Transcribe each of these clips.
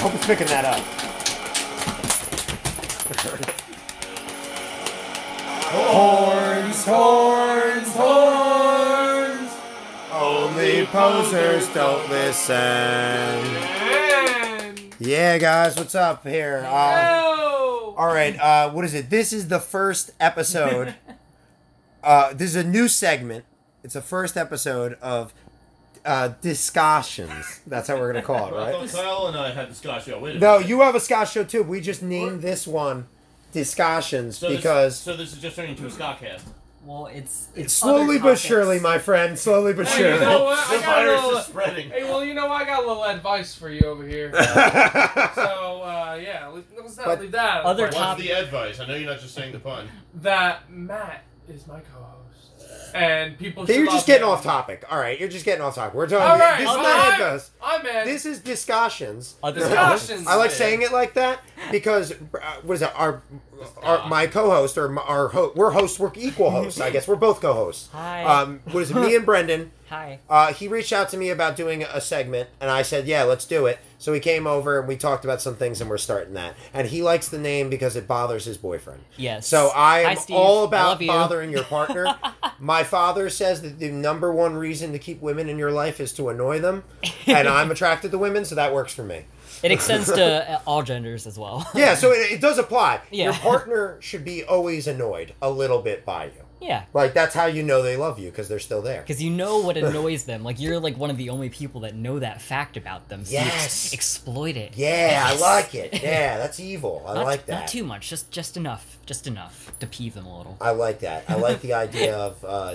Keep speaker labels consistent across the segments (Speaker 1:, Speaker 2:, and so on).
Speaker 1: Hope it's picking that up.
Speaker 2: Horns, horns, horns. Only posers don't listen. Yeah, guys, what's up here? Um, all right, uh, what is it? This is the first episode. Uh, this is a new segment. It's the first episode of uh, discussions. That's how we're gonna call it,
Speaker 3: Well, I
Speaker 2: right?
Speaker 3: thought Kyle and I had discussed. Yeah, wait a
Speaker 2: No,
Speaker 3: minute.
Speaker 2: you have a Scott show too. We just named this one discussions
Speaker 3: So this-
Speaker 2: because
Speaker 3: so this is just turning into a Scott cast.
Speaker 4: Well, it's
Speaker 2: it's
Speaker 4: other
Speaker 2: slowly but
Speaker 4: topics.
Speaker 2: surely, my friend, slowly but
Speaker 5: Hey, you
Speaker 2: surely.
Speaker 5: know what?
Speaker 3: The
Speaker 5: I got a
Speaker 3: virus
Speaker 5: little,
Speaker 3: is spreading.
Speaker 5: hey, well, you know, I got a little advice for you over here. so, uh, yeah, let- let's not
Speaker 2: But
Speaker 5: leave that. out of
Speaker 4: other
Speaker 5: the
Speaker 4: top-
Speaker 3: What's the advice? I know you're not just saying the pun.
Speaker 5: question. that Matt is my co-host, and people.
Speaker 2: You're
Speaker 5: should
Speaker 2: just
Speaker 5: love
Speaker 2: getting
Speaker 5: him.
Speaker 2: off topic. All right, you're just getting off topic. We're talking.
Speaker 5: All right,
Speaker 2: this
Speaker 5: well,
Speaker 2: is not
Speaker 5: I'm,
Speaker 2: head goes.
Speaker 5: I'm in.
Speaker 2: This is discussions.
Speaker 4: Other
Speaker 5: Discussions.
Speaker 2: I like
Speaker 5: man.
Speaker 2: saying it like that because uh, what is it? Our, our my co-host or my, our ho- we're hosts. We're equal hosts. I guess we're both co-hosts.
Speaker 4: Hi.
Speaker 2: Um, what is it? Me and Brendan.
Speaker 4: Hi.
Speaker 2: Uh, he reached out to me about doing a segment, and I said, "Yeah, let's do it." So he came over and we talked about some things, and we're starting that. And he likes the name because it bothers his boyfriend.
Speaker 4: Yes.
Speaker 2: So I
Speaker 4: Hi,
Speaker 2: am
Speaker 4: Steve.
Speaker 2: all
Speaker 4: I
Speaker 2: about
Speaker 4: love you.
Speaker 2: bothering your partner. My father says that the number one reason to keep women in your life is to annoy them, and I'm attracted to women, so that works for me.
Speaker 4: It extends to uh, all genders as well.
Speaker 2: Yeah, so it, it does apply.
Speaker 4: Yeah.
Speaker 2: Your partner should be always annoyed a little bit by you.
Speaker 4: Yeah.
Speaker 2: Like that's how you know they love you because they're still there.
Speaker 4: Because you know what annoys them. Like, you're like one of the only people that know that fact about them. So you ex-
Speaker 2: Yes.
Speaker 4: exploit it.
Speaker 2: Yeah, I
Speaker 4: Yes.
Speaker 2: like it. Yeah, that's evil. I
Speaker 4: Not,
Speaker 2: like that. Oh,
Speaker 4: Not too much. Just just enough. Just enough to peeve them a little.
Speaker 2: I like that. I like the idea of uh,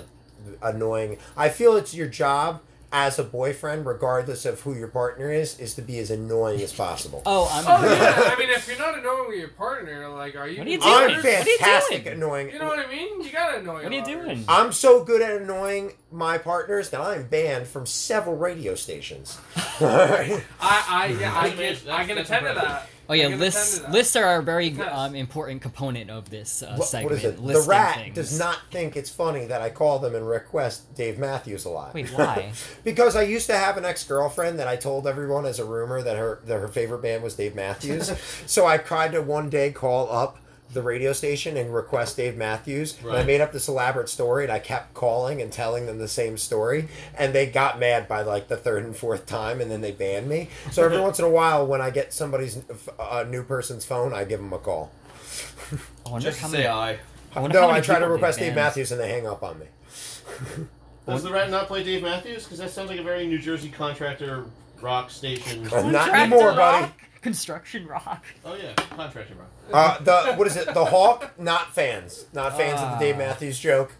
Speaker 2: annoying. I feel it's your job as a boyfriend, regardless of who your partner is, is to be as annoying as possible.
Speaker 4: Oh, I'm.
Speaker 5: Oh yeah, I mean, if you're not annoying with your partner, like, are you?
Speaker 4: What are you doing?
Speaker 2: I'm
Speaker 4: What are you
Speaker 2: fantastic
Speaker 4: doing?
Speaker 2: annoying.
Speaker 5: You know what I mean? You gotta annoy.
Speaker 4: What are you
Speaker 5: others.
Speaker 4: doing?
Speaker 2: I'm so good at annoying my partners that I'm banned from several radio stations.
Speaker 5: I, I, yeah, I can,
Speaker 3: That's-
Speaker 5: I can
Speaker 3: that's
Speaker 5: attend to
Speaker 3: impressive.
Speaker 5: that.
Speaker 4: Oh
Speaker 5: I
Speaker 4: yeah,
Speaker 5: can
Speaker 4: lists
Speaker 5: attend to that.
Speaker 4: lists are a very
Speaker 5: Yes.
Speaker 4: um, important component of this uh,
Speaker 2: What-
Speaker 4: segment.
Speaker 2: what is it? The
Speaker 4: Listing
Speaker 2: rat
Speaker 4: things.
Speaker 2: does not think it's funny that I call them and request Dave Matthews a lot.
Speaker 4: Wait, why?
Speaker 2: because I used to have an ex girlfriend that I told everyone as a rumor that her that her favorite band was Dave Matthews. so I tried to one day call up the radio station and request Dave Matthews. And I
Speaker 3: Right.
Speaker 2: made up this elaborate story and I kept calling and telling them the same story. And they got mad by like the third and fourth time and then they banned me. So every once in a while, when I get somebody's uh, new person's phone, I give them a call.
Speaker 4: I wonder
Speaker 3: Just
Speaker 4: how
Speaker 3: to
Speaker 4: many.
Speaker 3: say I.
Speaker 4: I wonder
Speaker 2: No,
Speaker 4: how many
Speaker 2: I try to
Speaker 4: people
Speaker 2: request Dave
Speaker 4: banned.
Speaker 2: Matthews and they hang up on me.
Speaker 3: Does the rat not play Dave Matthews? Because that sounds like a very New Jersey contractor rock station.
Speaker 2: Not anymore, buddy.
Speaker 4: Construction rock.
Speaker 3: Oh yeah, contractor rock.
Speaker 2: Uh, the what is it? The Hawk? Not fans. Not fans of the
Speaker 4: Ah.
Speaker 2: Dave Matthews joke.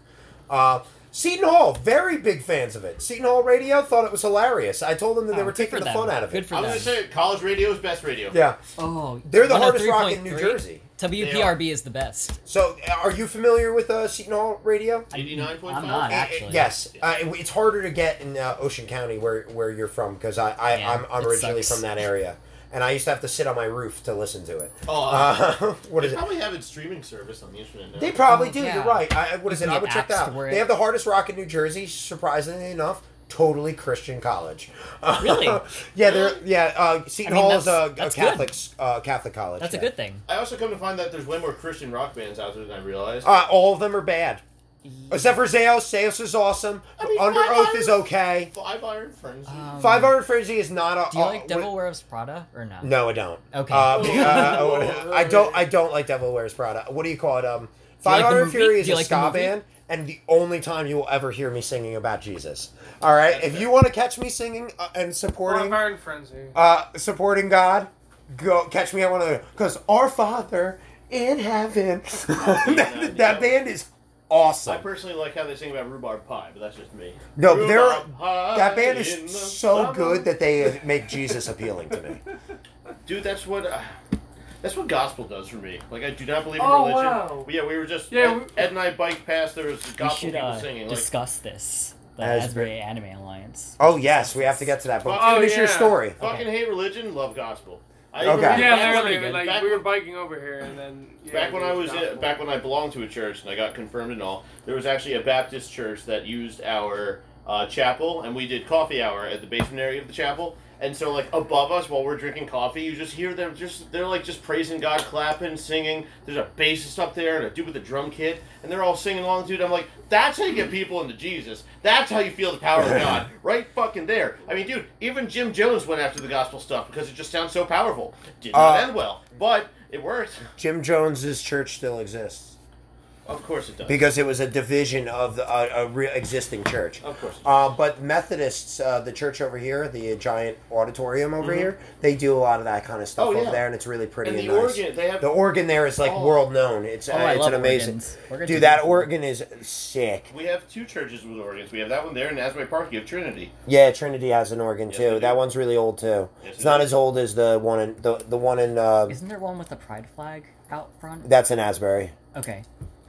Speaker 2: Uh, Seton Hall, very big fans of it. Seton Hall Radio thought it was hilarious. I told them that they
Speaker 4: Oh,
Speaker 2: were
Speaker 4: good for
Speaker 2: taking the
Speaker 4: them.
Speaker 2: fun out of
Speaker 4: Good
Speaker 2: it.
Speaker 4: for
Speaker 3: I was
Speaker 4: them.
Speaker 3: gonna say college radio is best radio.
Speaker 2: yeah.
Speaker 4: oh,
Speaker 2: They're the hardest rock in New
Speaker 4: 103.3?
Speaker 2: Jersey.
Speaker 4: WPRB is the best.
Speaker 2: So, uh, are you familiar with uh, Seton Hall Radio?
Speaker 3: eighty nine point
Speaker 4: I'm not.
Speaker 3: five.
Speaker 2: Uh,
Speaker 4: Actually.
Speaker 2: yes, uh, it- it's harder to get in uh, Ocean County where where you're from because I, I
Speaker 4: Yeah,
Speaker 2: I'm, I'm
Speaker 4: it
Speaker 2: originally
Speaker 4: sucks.
Speaker 2: from that area, and I used to have to sit on my roof to listen to it.
Speaker 3: Oh,
Speaker 2: Uh, what
Speaker 3: They
Speaker 2: is it?
Speaker 3: probably have its streaming service on the internet now.
Speaker 2: They probably
Speaker 4: Oh,
Speaker 2: do.
Speaker 4: yeah.
Speaker 2: You're right. I, I- what
Speaker 4: You
Speaker 2: is it?
Speaker 4: can
Speaker 2: I
Speaker 4: get
Speaker 2: would check
Speaker 4: apps
Speaker 2: that.
Speaker 4: to where
Speaker 2: They
Speaker 4: it-
Speaker 2: have the hardest rock in New Jersey. Surprisingly enough, totally Christian college.
Speaker 4: Really?
Speaker 2: yeah, they're yeah. Uh, Seton
Speaker 4: I mean,
Speaker 2: Hall is
Speaker 4: that's-
Speaker 2: a, a
Speaker 4: that's good.
Speaker 2: Catholic s- uh, Catholic college.
Speaker 4: That's a
Speaker 2: yeah.
Speaker 4: good thing.
Speaker 3: I also come to find that there's way more Christian rock bands out there than I realized.
Speaker 2: Uh, all of them are bad, except for Zeus. Zeus is awesome.
Speaker 3: I mean,
Speaker 2: Under
Speaker 3: Five
Speaker 2: Oath
Speaker 3: Iron-
Speaker 2: is okay.
Speaker 3: Five Iron Friends.
Speaker 4: Um,
Speaker 2: Five Iron Frenzy is not a.
Speaker 4: Do you
Speaker 2: uh,
Speaker 4: like
Speaker 2: what-
Speaker 4: Devil Wears Prada or not?
Speaker 2: No, I don't.
Speaker 4: Okay.
Speaker 2: Uh,
Speaker 3: Oh.
Speaker 2: uh, I don't. I don't like Devil Wears Prada. What do you call it? Um, Five
Speaker 4: like the
Speaker 2: Iron
Speaker 4: movie?
Speaker 2: Fury is
Speaker 4: Do you
Speaker 2: a
Speaker 4: like the
Speaker 2: ska
Speaker 4: movie?
Speaker 2: band, and the only time you will ever hear me singing about Jesus. All right, if you want to catch me singing uh, and supporting,
Speaker 5: Iron frenzy.
Speaker 2: uh, supporting God, go catch me at one of the because our Father in heaven. that, that band is
Speaker 3: I
Speaker 2: awesome.
Speaker 3: personally like how they sing about rhubarb pie, but that's just me.
Speaker 2: No, but they're-
Speaker 3: Rhubarb pie
Speaker 2: That band
Speaker 3: in the
Speaker 2: is so
Speaker 3: summer.
Speaker 2: good that they make Jesus appealing to me.
Speaker 3: Dude, that's what uh, that's what gospel does for me. Like I do not believe in
Speaker 5: Oh,
Speaker 3: religion.
Speaker 5: wow.
Speaker 3: Yeah, we were just
Speaker 5: Yeah,
Speaker 3: Ed, Ed and I biked past. There was
Speaker 4: We
Speaker 3: gospel
Speaker 4: should
Speaker 3: people
Speaker 4: uh,
Speaker 3: singing. Like,
Speaker 4: discuss this. The
Speaker 2: Asbury-
Speaker 4: Asbury Anime Alliance.
Speaker 2: Oh yes, we have to get to that. But
Speaker 3: Oh,
Speaker 2: finish your
Speaker 5: yeah.
Speaker 2: story.
Speaker 3: fucking hate religion, love gospel. I
Speaker 2: Okay.
Speaker 3: remember
Speaker 5: Yeah,
Speaker 3: back
Speaker 4: pretty
Speaker 5: literally,
Speaker 4: good.
Speaker 5: like
Speaker 3: Back
Speaker 5: we were
Speaker 3: when-
Speaker 5: biking over here, and then yeah,
Speaker 3: back when
Speaker 5: we
Speaker 3: I was
Speaker 5: stopped.
Speaker 3: in, back when I belonged to a church and I got confirmed and all, there was actually a Baptist church that used our
Speaker 1: uh, chapel, and we did coffee hour at the basement area of the chapel. And so, like above us, while we're drinking coffee, you just hear them just they're like just praising God, clapping, singing. There's a bassist up there and a dude with a drum kit, and they're all singing along, dude. I'm like, that's how you get people into Jesus. That's how you feel the power of God, right? Fucking there. I mean, dude, even Jim Jones went after the gospel stuff because it just sounds so powerful. Did not
Speaker 2: Uh,
Speaker 1: end well, but it worked.
Speaker 2: Jim Jones's church still exists
Speaker 1: Of course it does.
Speaker 2: because it was a division of the, uh, a real existing church.
Speaker 1: Of course it does.
Speaker 2: Uh, but Methodists, uh, the church over here, the giant auditorium over here, they do a lot of that kind of stuff
Speaker 1: Mm-hmm. Oh,
Speaker 2: over
Speaker 1: yeah.
Speaker 2: there, and it's really pretty
Speaker 1: and
Speaker 2: and,
Speaker 1: the
Speaker 2: nice.
Speaker 1: organ, they have
Speaker 2: The organ there is like
Speaker 1: Oh.
Speaker 2: world known. It's uh,
Speaker 4: I
Speaker 2: it's
Speaker 4: love
Speaker 2: an amazing.
Speaker 4: organs. Organs
Speaker 2: Dude,
Speaker 4: are
Speaker 2: that
Speaker 4: beautiful.
Speaker 2: organ is sick.
Speaker 1: We have two churches with organs. We have that one there in Asbury Park. You have Trinity.
Speaker 2: Yeah, Trinity has an organ
Speaker 1: Yes, they
Speaker 2: too.
Speaker 1: do.
Speaker 2: That one's really old too.
Speaker 1: Yes,
Speaker 2: it's
Speaker 1: it
Speaker 2: not
Speaker 1: is.
Speaker 2: as old as the one in the the one in uh,
Speaker 4: Isn't there one with the pride flag out front?
Speaker 2: that's in Asbury.
Speaker 4: Okay.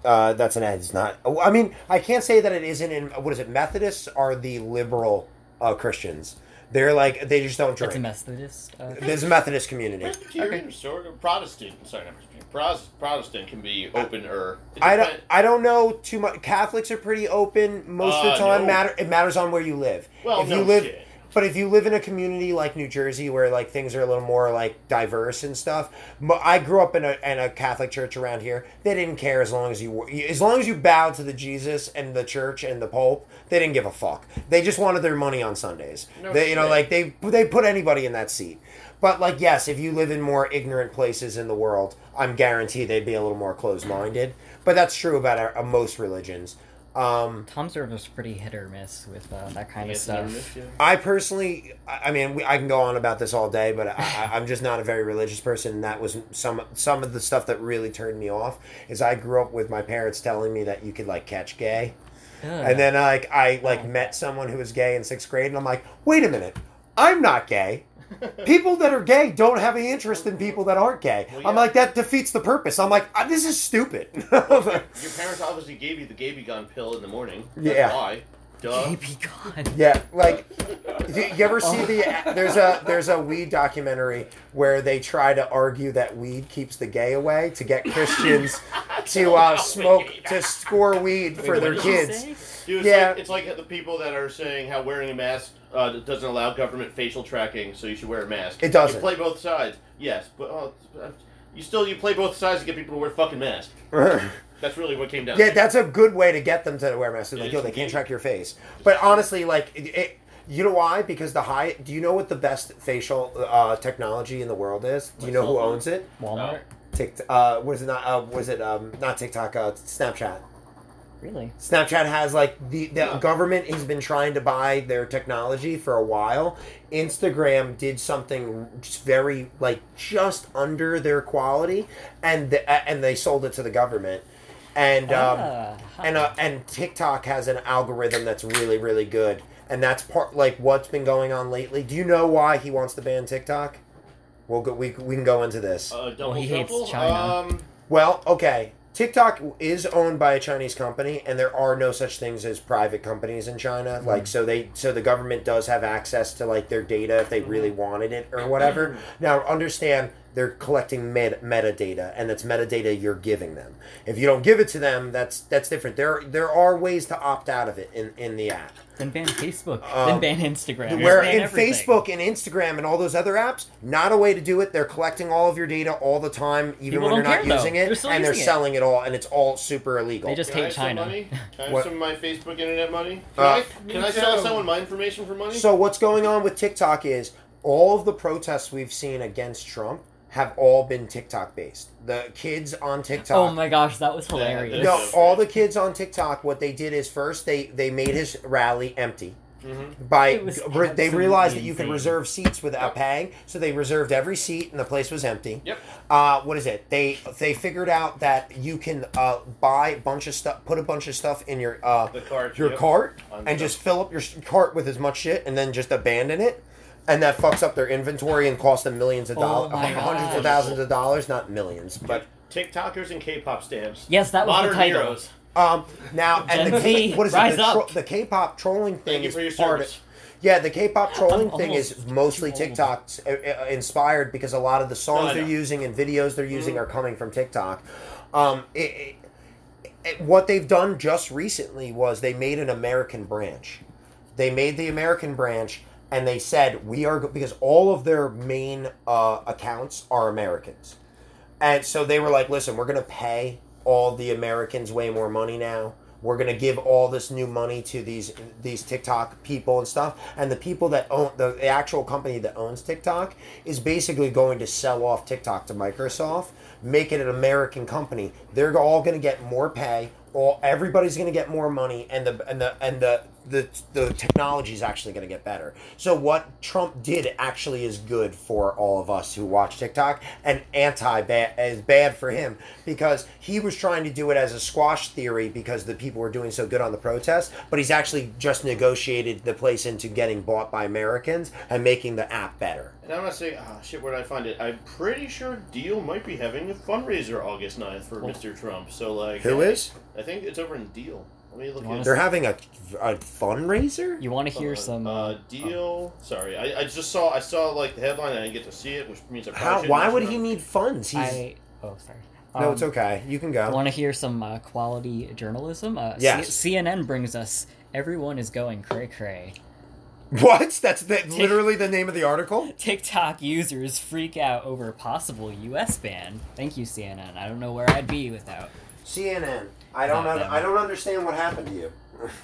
Speaker 2: Uh, that's an it's not. oh, I mean, I can't say that it isn't in. What is it? Methodists are the liberal uh, Christians. They're like they just don't drink.
Speaker 4: That's a Methodist. Uh,
Speaker 2: There's a Methodist community.
Speaker 1: Presbyterian or sort of Protestant. Sorry, not Presbyterian. Pros- Protestant can be open or.
Speaker 2: I don't. I don't know too much. Catholics are pretty open most of the
Speaker 1: Uh,
Speaker 2: time.
Speaker 1: no.
Speaker 2: Matter. It matters on where you live.
Speaker 1: Well,
Speaker 2: if
Speaker 1: no
Speaker 2: you live,
Speaker 1: shit.
Speaker 2: but if you live in a community like New Jersey where like things are a little more like diverse and stuff. But I grew up in a in a Catholic church around here. They didn't care as long as you were, as long as you bowed to the Jesus and the church and the Pope. They didn't give a fuck. They just wanted their money on Sundays.
Speaker 1: No
Speaker 2: they you know
Speaker 1: shit.
Speaker 2: like they they put anybody in that seat. But like yes, if you live in more ignorant places in the world, I'm guaranteed they'd be a little more closed-minded. But that's true about our, uh, most religions. Um,
Speaker 4: Tom's River was pretty hit or miss with uh, that kind of
Speaker 1: Yes, never
Speaker 4: stuff.
Speaker 1: missed you.
Speaker 2: I personally, I I mean, we, I can go on about this all day, but I, I, I'm just not a very religious person. And that was some some of the stuff that really turned me off. Is I grew up with my parents telling me that you could like catch gay,
Speaker 4: Ugh.
Speaker 2: and then like I like met someone who was gay in sixth grade, and I'm like, wait a minute, I'm not gay. People that are gay don't have any interest in people that aren't gay.
Speaker 1: Well,
Speaker 2: I'm
Speaker 1: yeah.
Speaker 2: like that defeats the purpose. I'm like "Ah, this is stupid.
Speaker 1: Your parents obviously gave you the Gabigon pill in the morning. That's
Speaker 2: Yeah.
Speaker 1: Why? Duh.
Speaker 4: Baby God.
Speaker 2: Yeah, like you, you ever see the there's a there's a weed documentary where they try to argue that weed keeps the gay away to get Christians to uh, smoke to score weed for
Speaker 1: what
Speaker 2: their
Speaker 1: did
Speaker 2: kids.
Speaker 1: Dude, it's,
Speaker 2: Yeah.
Speaker 1: like, it's like the people that are saying how wearing a mask uh, doesn't allow government facial tracking, so you should wear a mask.
Speaker 2: It doesn't.
Speaker 1: You play both sides. Yes, but oh, it's- you still you play both sides to get people to wear fucking masks.
Speaker 2: yeah,
Speaker 1: That's really what it came down. to.
Speaker 2: that's a good way to get them to wear masks. Like, yo, they can't track your face. But honestly, like it. it you know why? Because the high. Do you know what the best facial uh, technology in the world is? Do you know who owns it?
Speaker 4: Walmart.
Speaker 1: Oh.
Speaker 2: Tick. Uh, was it not? Uh, was it um, not TikTok? Uh, Snapchat.
Speaker 4: Really?
Speaker 2: Snapchat has like the, the
Speaker 1: Yeah.
Speaker 2: government has been trying to buy their technology for a while. Instagram did something just very like just under their quality, and the, uh, and they sold it to the government. And um,
Speaker 4: Ah, huh.
Speaker 2: and uh, and TikTok has an algorithm that's really really good, and that's part like what's been going on lately. Do you know why he wants to ban TikTok? We'll go, we we can go into this.
Speaker 1: Uh, double
Speaker 4: Well, he hates
Speaker 1: trouble?
Speaker 4: China.
Speaker 1: Um,
Speaker 2: Well, okay. TikTok is owned by a Chinese company, and there are no such things as private companies in China. Like, so they, so the government does have access to like their data if they really wanted it or whatever. Now, understand they're collecting met- metadata, and it's metadata you're giving them. If you don't give it to them, that's that's different. There, there are ways to opt out of it in in the app.
Speaker 4: Then ban Facebook.
Speaker 2: Um,
Speaker 4: then ban Instagram.
Speaker 2: Where
Speaker 4: Ban
Speaker 2: in
Speaker 4: everything.
Speaker 2: Facebook and Instagram and all those other apps, not a way to do it. They're collecting all of your data all the time, even
Speaker 4: People
Speaker 2: when you're
Speaker 4: don't
Speaker 2: not
Speaker 4: care, though.
Speaker 2: using
Speaker 4: They're
Speaker 2: it,
Speaker 4: still
Speaker 2: and they're
Speaker 4: using it.
Speaker 2: selling it all, and it's all super illegal.
Speaker 4: They just
Speaker 1: Can I
Speaker 4: hate
Speaker 1: have some
Speaker 4: China.
Speaker 1: money? Can I have
Speaker 2: What?
Speaker 1: some of my Facebook internet money? Can,
Speaker 2: Uh,
Speaker 1: I, can I sell
Speaker 5: too.
Speaker 1: someone my information for money?
Speaker 2: so what's going on with TikTok is all of the protests we've seen against Trump have all been TikTok based. The kids on TikTok.
Speaker 4: Oh my gosh, that was hilarious.
Speaker 1: that
Speaker 2: no,
Speaker 1: is so
Speaker 2: all the
Speaker 1: great.
Speaker 2: kids on TikTok. What they did is first they they made his rally empty.
Speaker 1: Mhm.
Speaker 2: By
Speaker 4: It was
Speaker 2: re- they realized that you could
Speaker 4: absolutely
Speaker 2: reserve seats without paying, so they reserved every seat, and the place was empty.
Speaker 1: Yep.
Speaker 2: Uh, what is it? They they figured out that you can uh, buy a bunch of stuff, put a bunch of stuff in your uh,
Speaker 1: The cart,
Speaker 2: your
Speaker 1: yep.
Speaker 2: cart,
Speaker 1: On
Speaker 2: and
Speaker 1: the-
Speaker 2: just fill up your s- cart with as much shit, and then just abandon it, and that fucks up their inventory and costs them millions of
Speaker 4: Oh
Speaker 2: dollars,
Speaker 4: my
Speaker 2: hundreds of
Speaker 4: God.
Speaker 2: thousands of dollars, not millions, but
Speaker 1: TikTokers and K-pop stamps.
Speaker 4: Yes, that was the
Speaker 1: Modern
Speaker 4: title.
Speaker 1: heroes.
Speaker 2: Um, now and the
Speaker 4: Gen
Speaker 2: K,
Speaker 4: Z,
Speaker 2: what is
Speaker 4: rise
Speaker 2: it? The, tro-
Speaker 4: up.
Speaker 2: the K-pop trolling thing
Speaker 1: Thank you
Speaker 2: is
Speaker 1: for your
Speaker 2: part of.
Speaker 1: service.
Speaker 2: Yeah, the K-pop trolling
Speaker 4: I'm
Speaker 2: thing is
Speaker 4: almost
Speaker 2: mostly
Speaker 4: too old.
Speaker 2: TikTok uh, uh, inspired because a lot of the songs
Speaker 1: No, I
Speaker 2: they're
Speaker 1: know. Mm.
Speaker 2: using and videos they're using are coming from TikTok. Um, it, it, it, what they've done just recently was they made an American branch They made the American branch, and they said we are because all of their main uh, accounts are Americans, and so they were like, listen, we're gonna pay all the Americans way more money now. We're gonna give all this new money to these these TikTok people and stuff, and the people that own the, the actual company that owns TikTok is basically going to sell off TikTok to Microsoft, make it an American company. They're all gonna get more pay. All everybody's gonna get more money, and the and the and the the the technology is actually going to get better. So what Trump did actually is good for all of us who watch TikTok, and anti bad is bad for him because he was trying to do it as a squash theory because the people were doing so good on the protest, but he's actually just negotiated the place into getting bought by Americans and making the app better.
Speaker 1: And I'm not saying, ah, shit, where did I find it? I'm pretty sure Deal might be having a fundraiser August 9th for Mr. Trump. So, like.
Speaker 2: Who
Speaker 1: I-
Speaker 2: is?
Speaker 1: I think it's over in Deal. Let me look
Speaker 4: Wanna
Speaker 1: at
Speaker 2: They're having a, a fundraiser.
Speaker 4: You want to hear
Speaker 1: Hold on.
Speaker 4: some?
Speaker 1: Uh, Deal. Sorry, I, I just saw I saw like the headline and I didn't get to see it, which means I probably
Speaker 2: How?
Speaker 1: shouldn't
Speaker 2: Why
Speaker 1: mention
Speaker 2: would
Speaker 1: it.
Speaker 2: he need funds? He's
Speaker 4: I oh sorry.
Speaker 2: no, it's
Speaker 4: Um,
Speaker 2: okay. You can
Speaker 4: I
Speaker 2: go.
Speaker 4: want to hear some uh, quality journalism. Uh, C-
Speaker 2: Yes.
Speaker 4: CNN brings us everyone is going cray cray.
Speaker 2: What? That's the, literally the name of the article.
Speaker 4: TikTok users freak out over possible U.S. ban. Thank you, CNN. I don't know where I'd be without.
Speaker 2: CNN. I don't.
Speaker 4: Not
Speaker 2: Un-
Speaker 4: them.
Speaker 2: I don't understand what happened to you.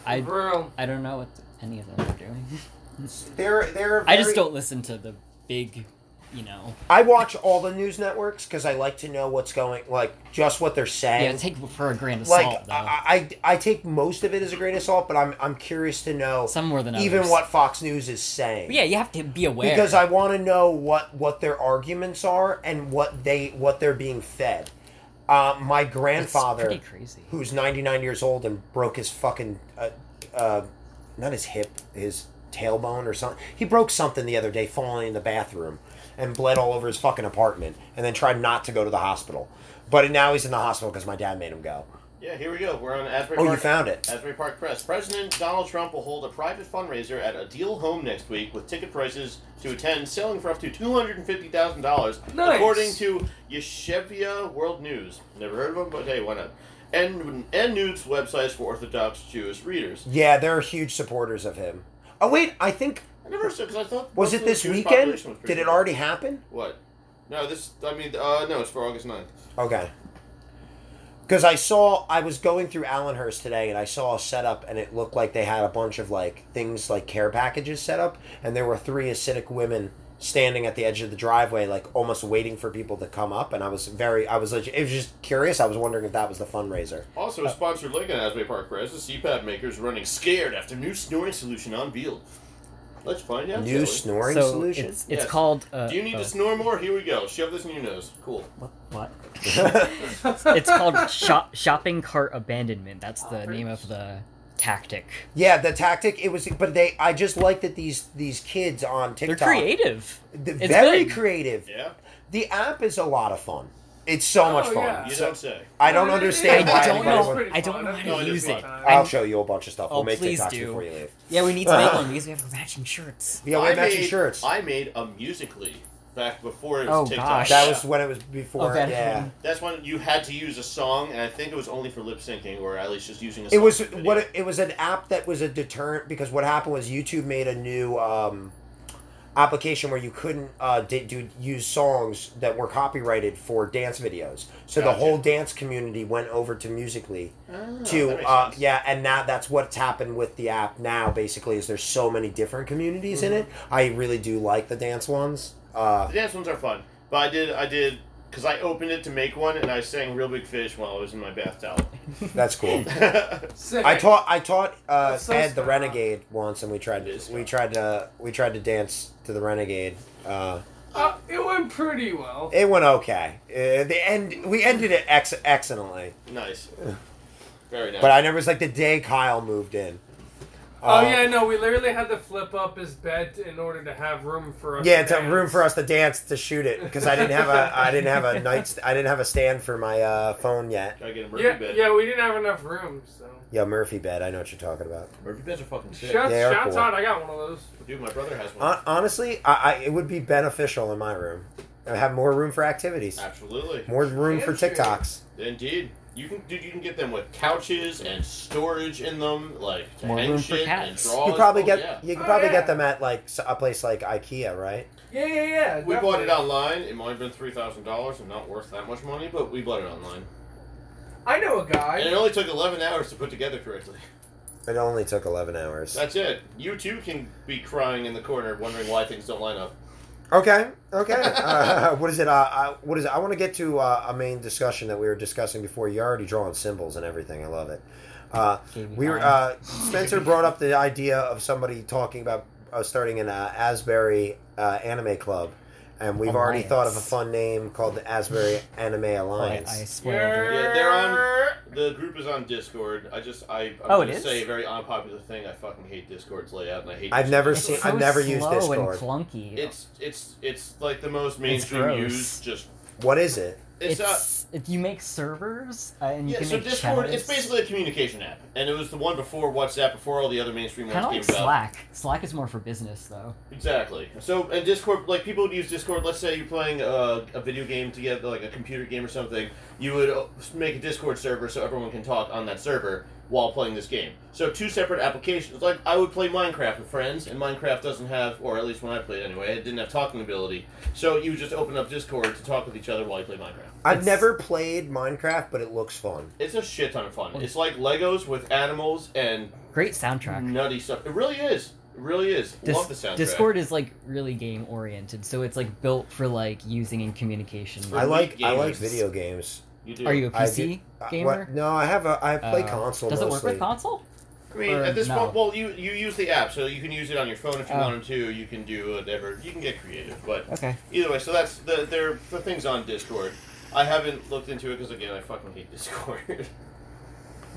Speaker 4: I
Speaker 5: Bro.
Speaker 4: I don't know what any of them are doing.
Speaker 2: They're they're.
Speaker 4: I just
Speaker 2: very-
Speaker 4: don't listen to the big, you know.
Speaker 2: I watch all the news networks because I like to know what's going, like just what they're saying.
Speaker 4: Yeah, take it for a grain of
Speaker 2: like
Speaker 4: salt though.
Speaker 2: I, I I take most of it as a grain of salt, but I'm I'm curious to know
Speaker 4: some more than
Speaker 2: even
Speaker 4: others.
Speaker 2: what Fox News is saying.
Speaker 4: But yeah, you have to be aware.
Speaker 2: because I want to know what what their arguments are and what they what they're being fed. Uh, my
Speaker 4: it's
Speaker 2: grandfather,
Speaker 4: pretty crazy.
Speaker 2: who's 99 years old and broke his fucking uh, uh, not his hip his tailbone or something he broke something the other day falling in the bathroom and bled all over his fucking apartment and then tried not to go to the hospital but now he's in the hospital because my dad made him go
Speaker 1: Yeah, here we go. We're on Asbury
Speaker 2: oh
Speaker 1: Park.
Speaker 2: you found it
Speaker 1: Asbury Park Press. President Donald Trump will hold a private fundraiser at a Deal Home next week with ticket prices to attend selling for up to two hundred and fifty thousand dollars,
Speaker 5: Nice.
Speaker 1: according to Yeshivia World News. Never heard of them, but hey, why not? And and news websites for Orthodox Jewish readers.
Speaker 2: yeah they're huge supporters of him oh wait i think
Speaker 1: I never said because I thought
Speaker 2: was
Speaker 1: most of
Speaker 2: it
Speaker 1: the
Speaker 2: this
Speaker 1: Jewish
Speaker 2: weekend
Speaker 1: population was pretty
Speaker 2: did it
Speaker 1: good.
Speaker 2: already happen
Speaker 1: What? No, this. I mean, uh, no, it's for August 9th.
Speaker 2: Okay. Because I saw, I was going through Allenhurst today, and I saw a setup, and it looked like they had a bunch of like things like care packages set up, and there were three acidic women standing at the edge of the driveway, like almost waiting for people to come up, and I was very, I was, like, it was just curious. I was wondering if that was the fundraiser.
Speaker 1: Also, sponsored Lincoln Asbury Park Press, the CPAP makers running scared after new snoring solution unveiled. Let's find out. shall
Speaker 2: New
Speaker 1: we?
Speaker 2: snoring
Speaker 4: so
Speaker 2: solution.
Speaker 4: it's it's
Speaker 1: Yes.
Speaker 4: called. Uh,
Speaker 1: Do you need
Speaker 4: oh,
Speaker 1: to snore more? Here we go. Shove this in your nose. Cool.
Speaker 4: What? what? it's called shop, shopping cart abandonment. That's the name of the tactic.
Speaker 2: yeah, the tactic. It was, but they. I just like that these these kids on
Speaker 4: They're
Speaker 2: TikTok.
Speaker 4: creative.
Speaker 2: they're
Speaker 4: It's
Speaker 2: very
Speaker 4: good.
Speaker 2: creative.
Speaker 1: Yeah?
Speaker 2: The app is a lot of fun. It's so
Speaker 5: Oh,
Speaker 2: much fun.
Speaker 5: yeah.
Speaker 1: You
Speaker 2: So-
Speaker 1: don't say.
Speaker 2: I don't
Speaker 5: It is.
Speaker 2: understand
Speaker 4: I
Speaker 2: why
Speaker 4: don't
Speaker 2: anybody
Speaker 4: know.
Speaker 2: would.
Speaker 4: I don't know how to
Speaker 1: No, it is
Speaker 4: use
Speaker 1: fun.
Speaker 4: it.
Speaker 5: I-
Speaker 2: I'll
Speaker 4: I'm-
Speaker 2: show you a bunch of stuff.
Speaker 4: Oh,
Speaker 2: we'll make
Speaker 4: please
Speaker 2: TikToks
Speaker 4: do.
Speaker 2: before you leave.
Speaker 4: Yeah, we need to make
Speaker 2: Uh-huh.
Speaker 4: one because we have matching shirts.
Speaker 2: Yeah, we're
Speaker 1: I
Speaker 2: matching
Speaker 1: made,
Speaker 2: shirts.
Speaker 1: I made a musically back before it
Speaker 4: Oh,
Speaker 1: was TikTok.
Speaker 4: gosh.
Speaker 2: that was when it was before.
Speaker 4: Oh, that-
Speaker 2: yeah,
Speaker 1: That's when you had to use a song, and I think it was only for lip syncing, or at least just using a song.
Speaker 2: it was
Speaker 1: for video.
Speaker 2: what it, it was an app that was a deterrent because what happened was YouTube made a new um, application where you couldn't uh, di- do use songs that were copyrighted for dance videos. So the
Speaker 1: Gotcha.
Speaker 2: whole dance community went over to Musically.
Speaker 1: Oh,
Speaker 2: to
Speaker 1: that makes
Speaker 2: uh,
Speaker 1: sense.
Speaker 2: yeah and now that's what's happened with the app now basically is there's so many different communities in it i really do like the dance ones uh,
Speaker 1: The dance ones are fun, but I did I did because I opened it to make one and I sang "Real Big Fish" while I was in my bath towel.
Speaker 2: that's cool
Speaker 1: That's
Speaker 5: Sick.
Speaker 2: i taught i taught uh,
Speaker 5: That's so
Speaker 2: ed the
Speaker 5: smart.
Speaker 2: renegade once and we tried
Speaker 1: It is
Speaker 2: we
Speaker 1: fun.
Speaker 2: tried to we tried to dance to the renegade uh,
Speaker 5: Uh, it went pretty well.
Speaker 2: it went okay uh, the end we ended it ex- excellently
Speaker 1: nice, very nice.
Speaker 2: but i remember it was like the day kyle moved in
Speaker 5: Oh
Speaker 2: Uh,
Speaker 5: yeah, no, we literally had to flip up his bed in order to have room for us.
Speaker 2: Yeah,
Speaker 5: to
Speaker 2: to
Speaker 5: dance.
Speaker 2: room for us to dance to shoot it because I didn't have a I didn't have a night st- I didn't have a stand for my uh, phone yet.
Speaker 1: Gotta get a Murphy
Speaker 5: Yeah,
Speaker 1: bed.
Speaker 5: yeah, we didn't have enough room, so.
Speaker 2: Yeah, Murphy bed. I know what you're talking about.
Speaker 1: Murphy beds are fucking sick.
Speaker 5: Shouts,
Speaker 2: They are
Speaker 5: shouts
Speaker 2: cool.
Speaker 5: out! I got one of those.
Speaker 1: Dude, my brother has one.
Speaker 2: Hon- honestly, I, I it would be beneficial in my room. I have more room for activities,
Speaker 1: Absolutely,
Speaker 2: more room for
Speaker 5: Handshake.
Speaker 2: TikToks.
Speaker 1: indeed. You can, dude. You can get them with couches and storage in them, like to
Speaker 4: More
Speaker 1: hang
Speaker 4: room for
Speaker 1: shit and
Speaker 4: cats.
Speaker 1: drawers.
Speaker 2: You probably
Speaker 1: Oh,
Speaker 2: get
Speaker 1: yeah.
Speaker 2: you could
Speaker 5: Oh,
Speaker 2: probably
Speaker 5: yeah.
Speaker 2: get them at like s- a place like IKEA, right?
Speaker 5: Yeah, yeah, yeah.
Speaker 1: We bought it
Speaker 5: definitely.
Speaker 1: online. It might have been three thousand dollars and not worth that much money, but we bought it online,
Speaker 5: I know a guy.
Speaker 1: and it only took eleven hours to put together correctly.
Speaker 2: It only took eleven hours.
Speaker 1: That's it. You too can be crying in the corner, wondering why things don't line up.
Speaker 2: Okay, okay. Uh, what is it? Uh, I, what is it? I want to get to uh, a main discussion that we were discussing before. You're already drawing symbols and everything. I love it. Uh,
Speaker 4: Game
Speaker 2: we were,
Speaker 4: time.
Speaker 2: uh, Spencer brought up the idea of somebody talking about uh, starting an uh, Asbury uh, Anime Club, and we've already
Speaker 4: Alliance.
Speaker 2: thought of a fun name called the Asbury Anime
Speaker 4: I,
Speaker 2: Alliance.
Speaker 4: I swear.
Speaker 5: You're-
Speaker 1: Yeah, they're on- The group is on Discord. I just I I'm
Speaker 4: Oh, it
Speaker 1: gonna
Speaker 4: is?
Speaker 1: say a very unpopular thing. I fucking hate Discord's layout, and I hate.
Speaker 2: I've never
Speaker 4: It's
Speaker 2: seen.
Speaker 1: Discord.
Speaker 4: so
Speaker 2: I've never used
Speaker 4: slow
Speaker 2: Discord.
Speaker 4: and clunky.
Speaker 1: It's it's it's like the most mainstream
Speaker 4: gross.
Speaker 1: used. Just
Speaker 2: What is it?
Speaker 1: it's, uh,
Speaker 4: It's- if you make servers uh, and you
Speaker 1: yeah.
Speaker 4: can
Speaker 1: So
Speaker 4: make
Speaker 1: Discord,
Speaker 4: channels.
Speaker 1: it's basically a communication app, and it was the one before WhatsApp, before all the other mainstream ones
Speaker 4: kind of
Speaker 1: came
Speaker 4: like
Speaker 1: about.
Speaker 4: Slack. Slack is more for business though.
Speaker 1: Exactly. So, and Discord, like people would use Discord. Let's say you're playing a, a video game together, like a computer game or something. You would uh, make a Discord server so everyone can talk on that server while playing this game. So, two separate applications. Like I would play Minecraft with friends, and Minecraft doesn't have, or at least when I played anyway, it didn't have talking ability. So you would just open up Discord to talk with each other while you play Minecraft.
Speaker 2: I've
Speaker 4: It's-
Speaker 2: never played Minecraft, but it looks fun.
Speaker 1: It's a shit ton of fun. It's like Legos with animals and
Speaker 4: Great soundtrack.
Speaker 1: nutty stuff. It really is. It really is.
Speaker 4: Dis-
Speaker 1: Mm. Love the soundtrack.
Speaker 4: Discord is like really game oriented, so it's like built for like using in communication.
Speaker 1: For
Speaker 2: I like. I
Speaker 1: games.
Speaker 2: like video games.
Speaker 1: You do.
Speaker 4: Are you a
Speaker 2: I
Speaker 4: PC
Speaker 2: Uh,
Speaker 4: gamer?
Speaker 2: What? No, I have a. I play
Speaker 4: Uh,
Speaker 2: console.
Speaker 4: Does it work
Speaker 2: mostly.
Speaker 4: with console?
Speaker 1: I mean,
Speaker 4: Or
Speaker 1: at this
Speaker 4: no.
Speaker 1: point, well, you you use the app, so you can use it on your phone if you
Speaker 4: Oh.
Speaker 1: wanted to. You can do whatever. You can get creative, but
Speaker 4: Okay.
Speaker 1: either way, so that's the there are the things on Discord. I haven't looked into it because again, I fucking hate Discord.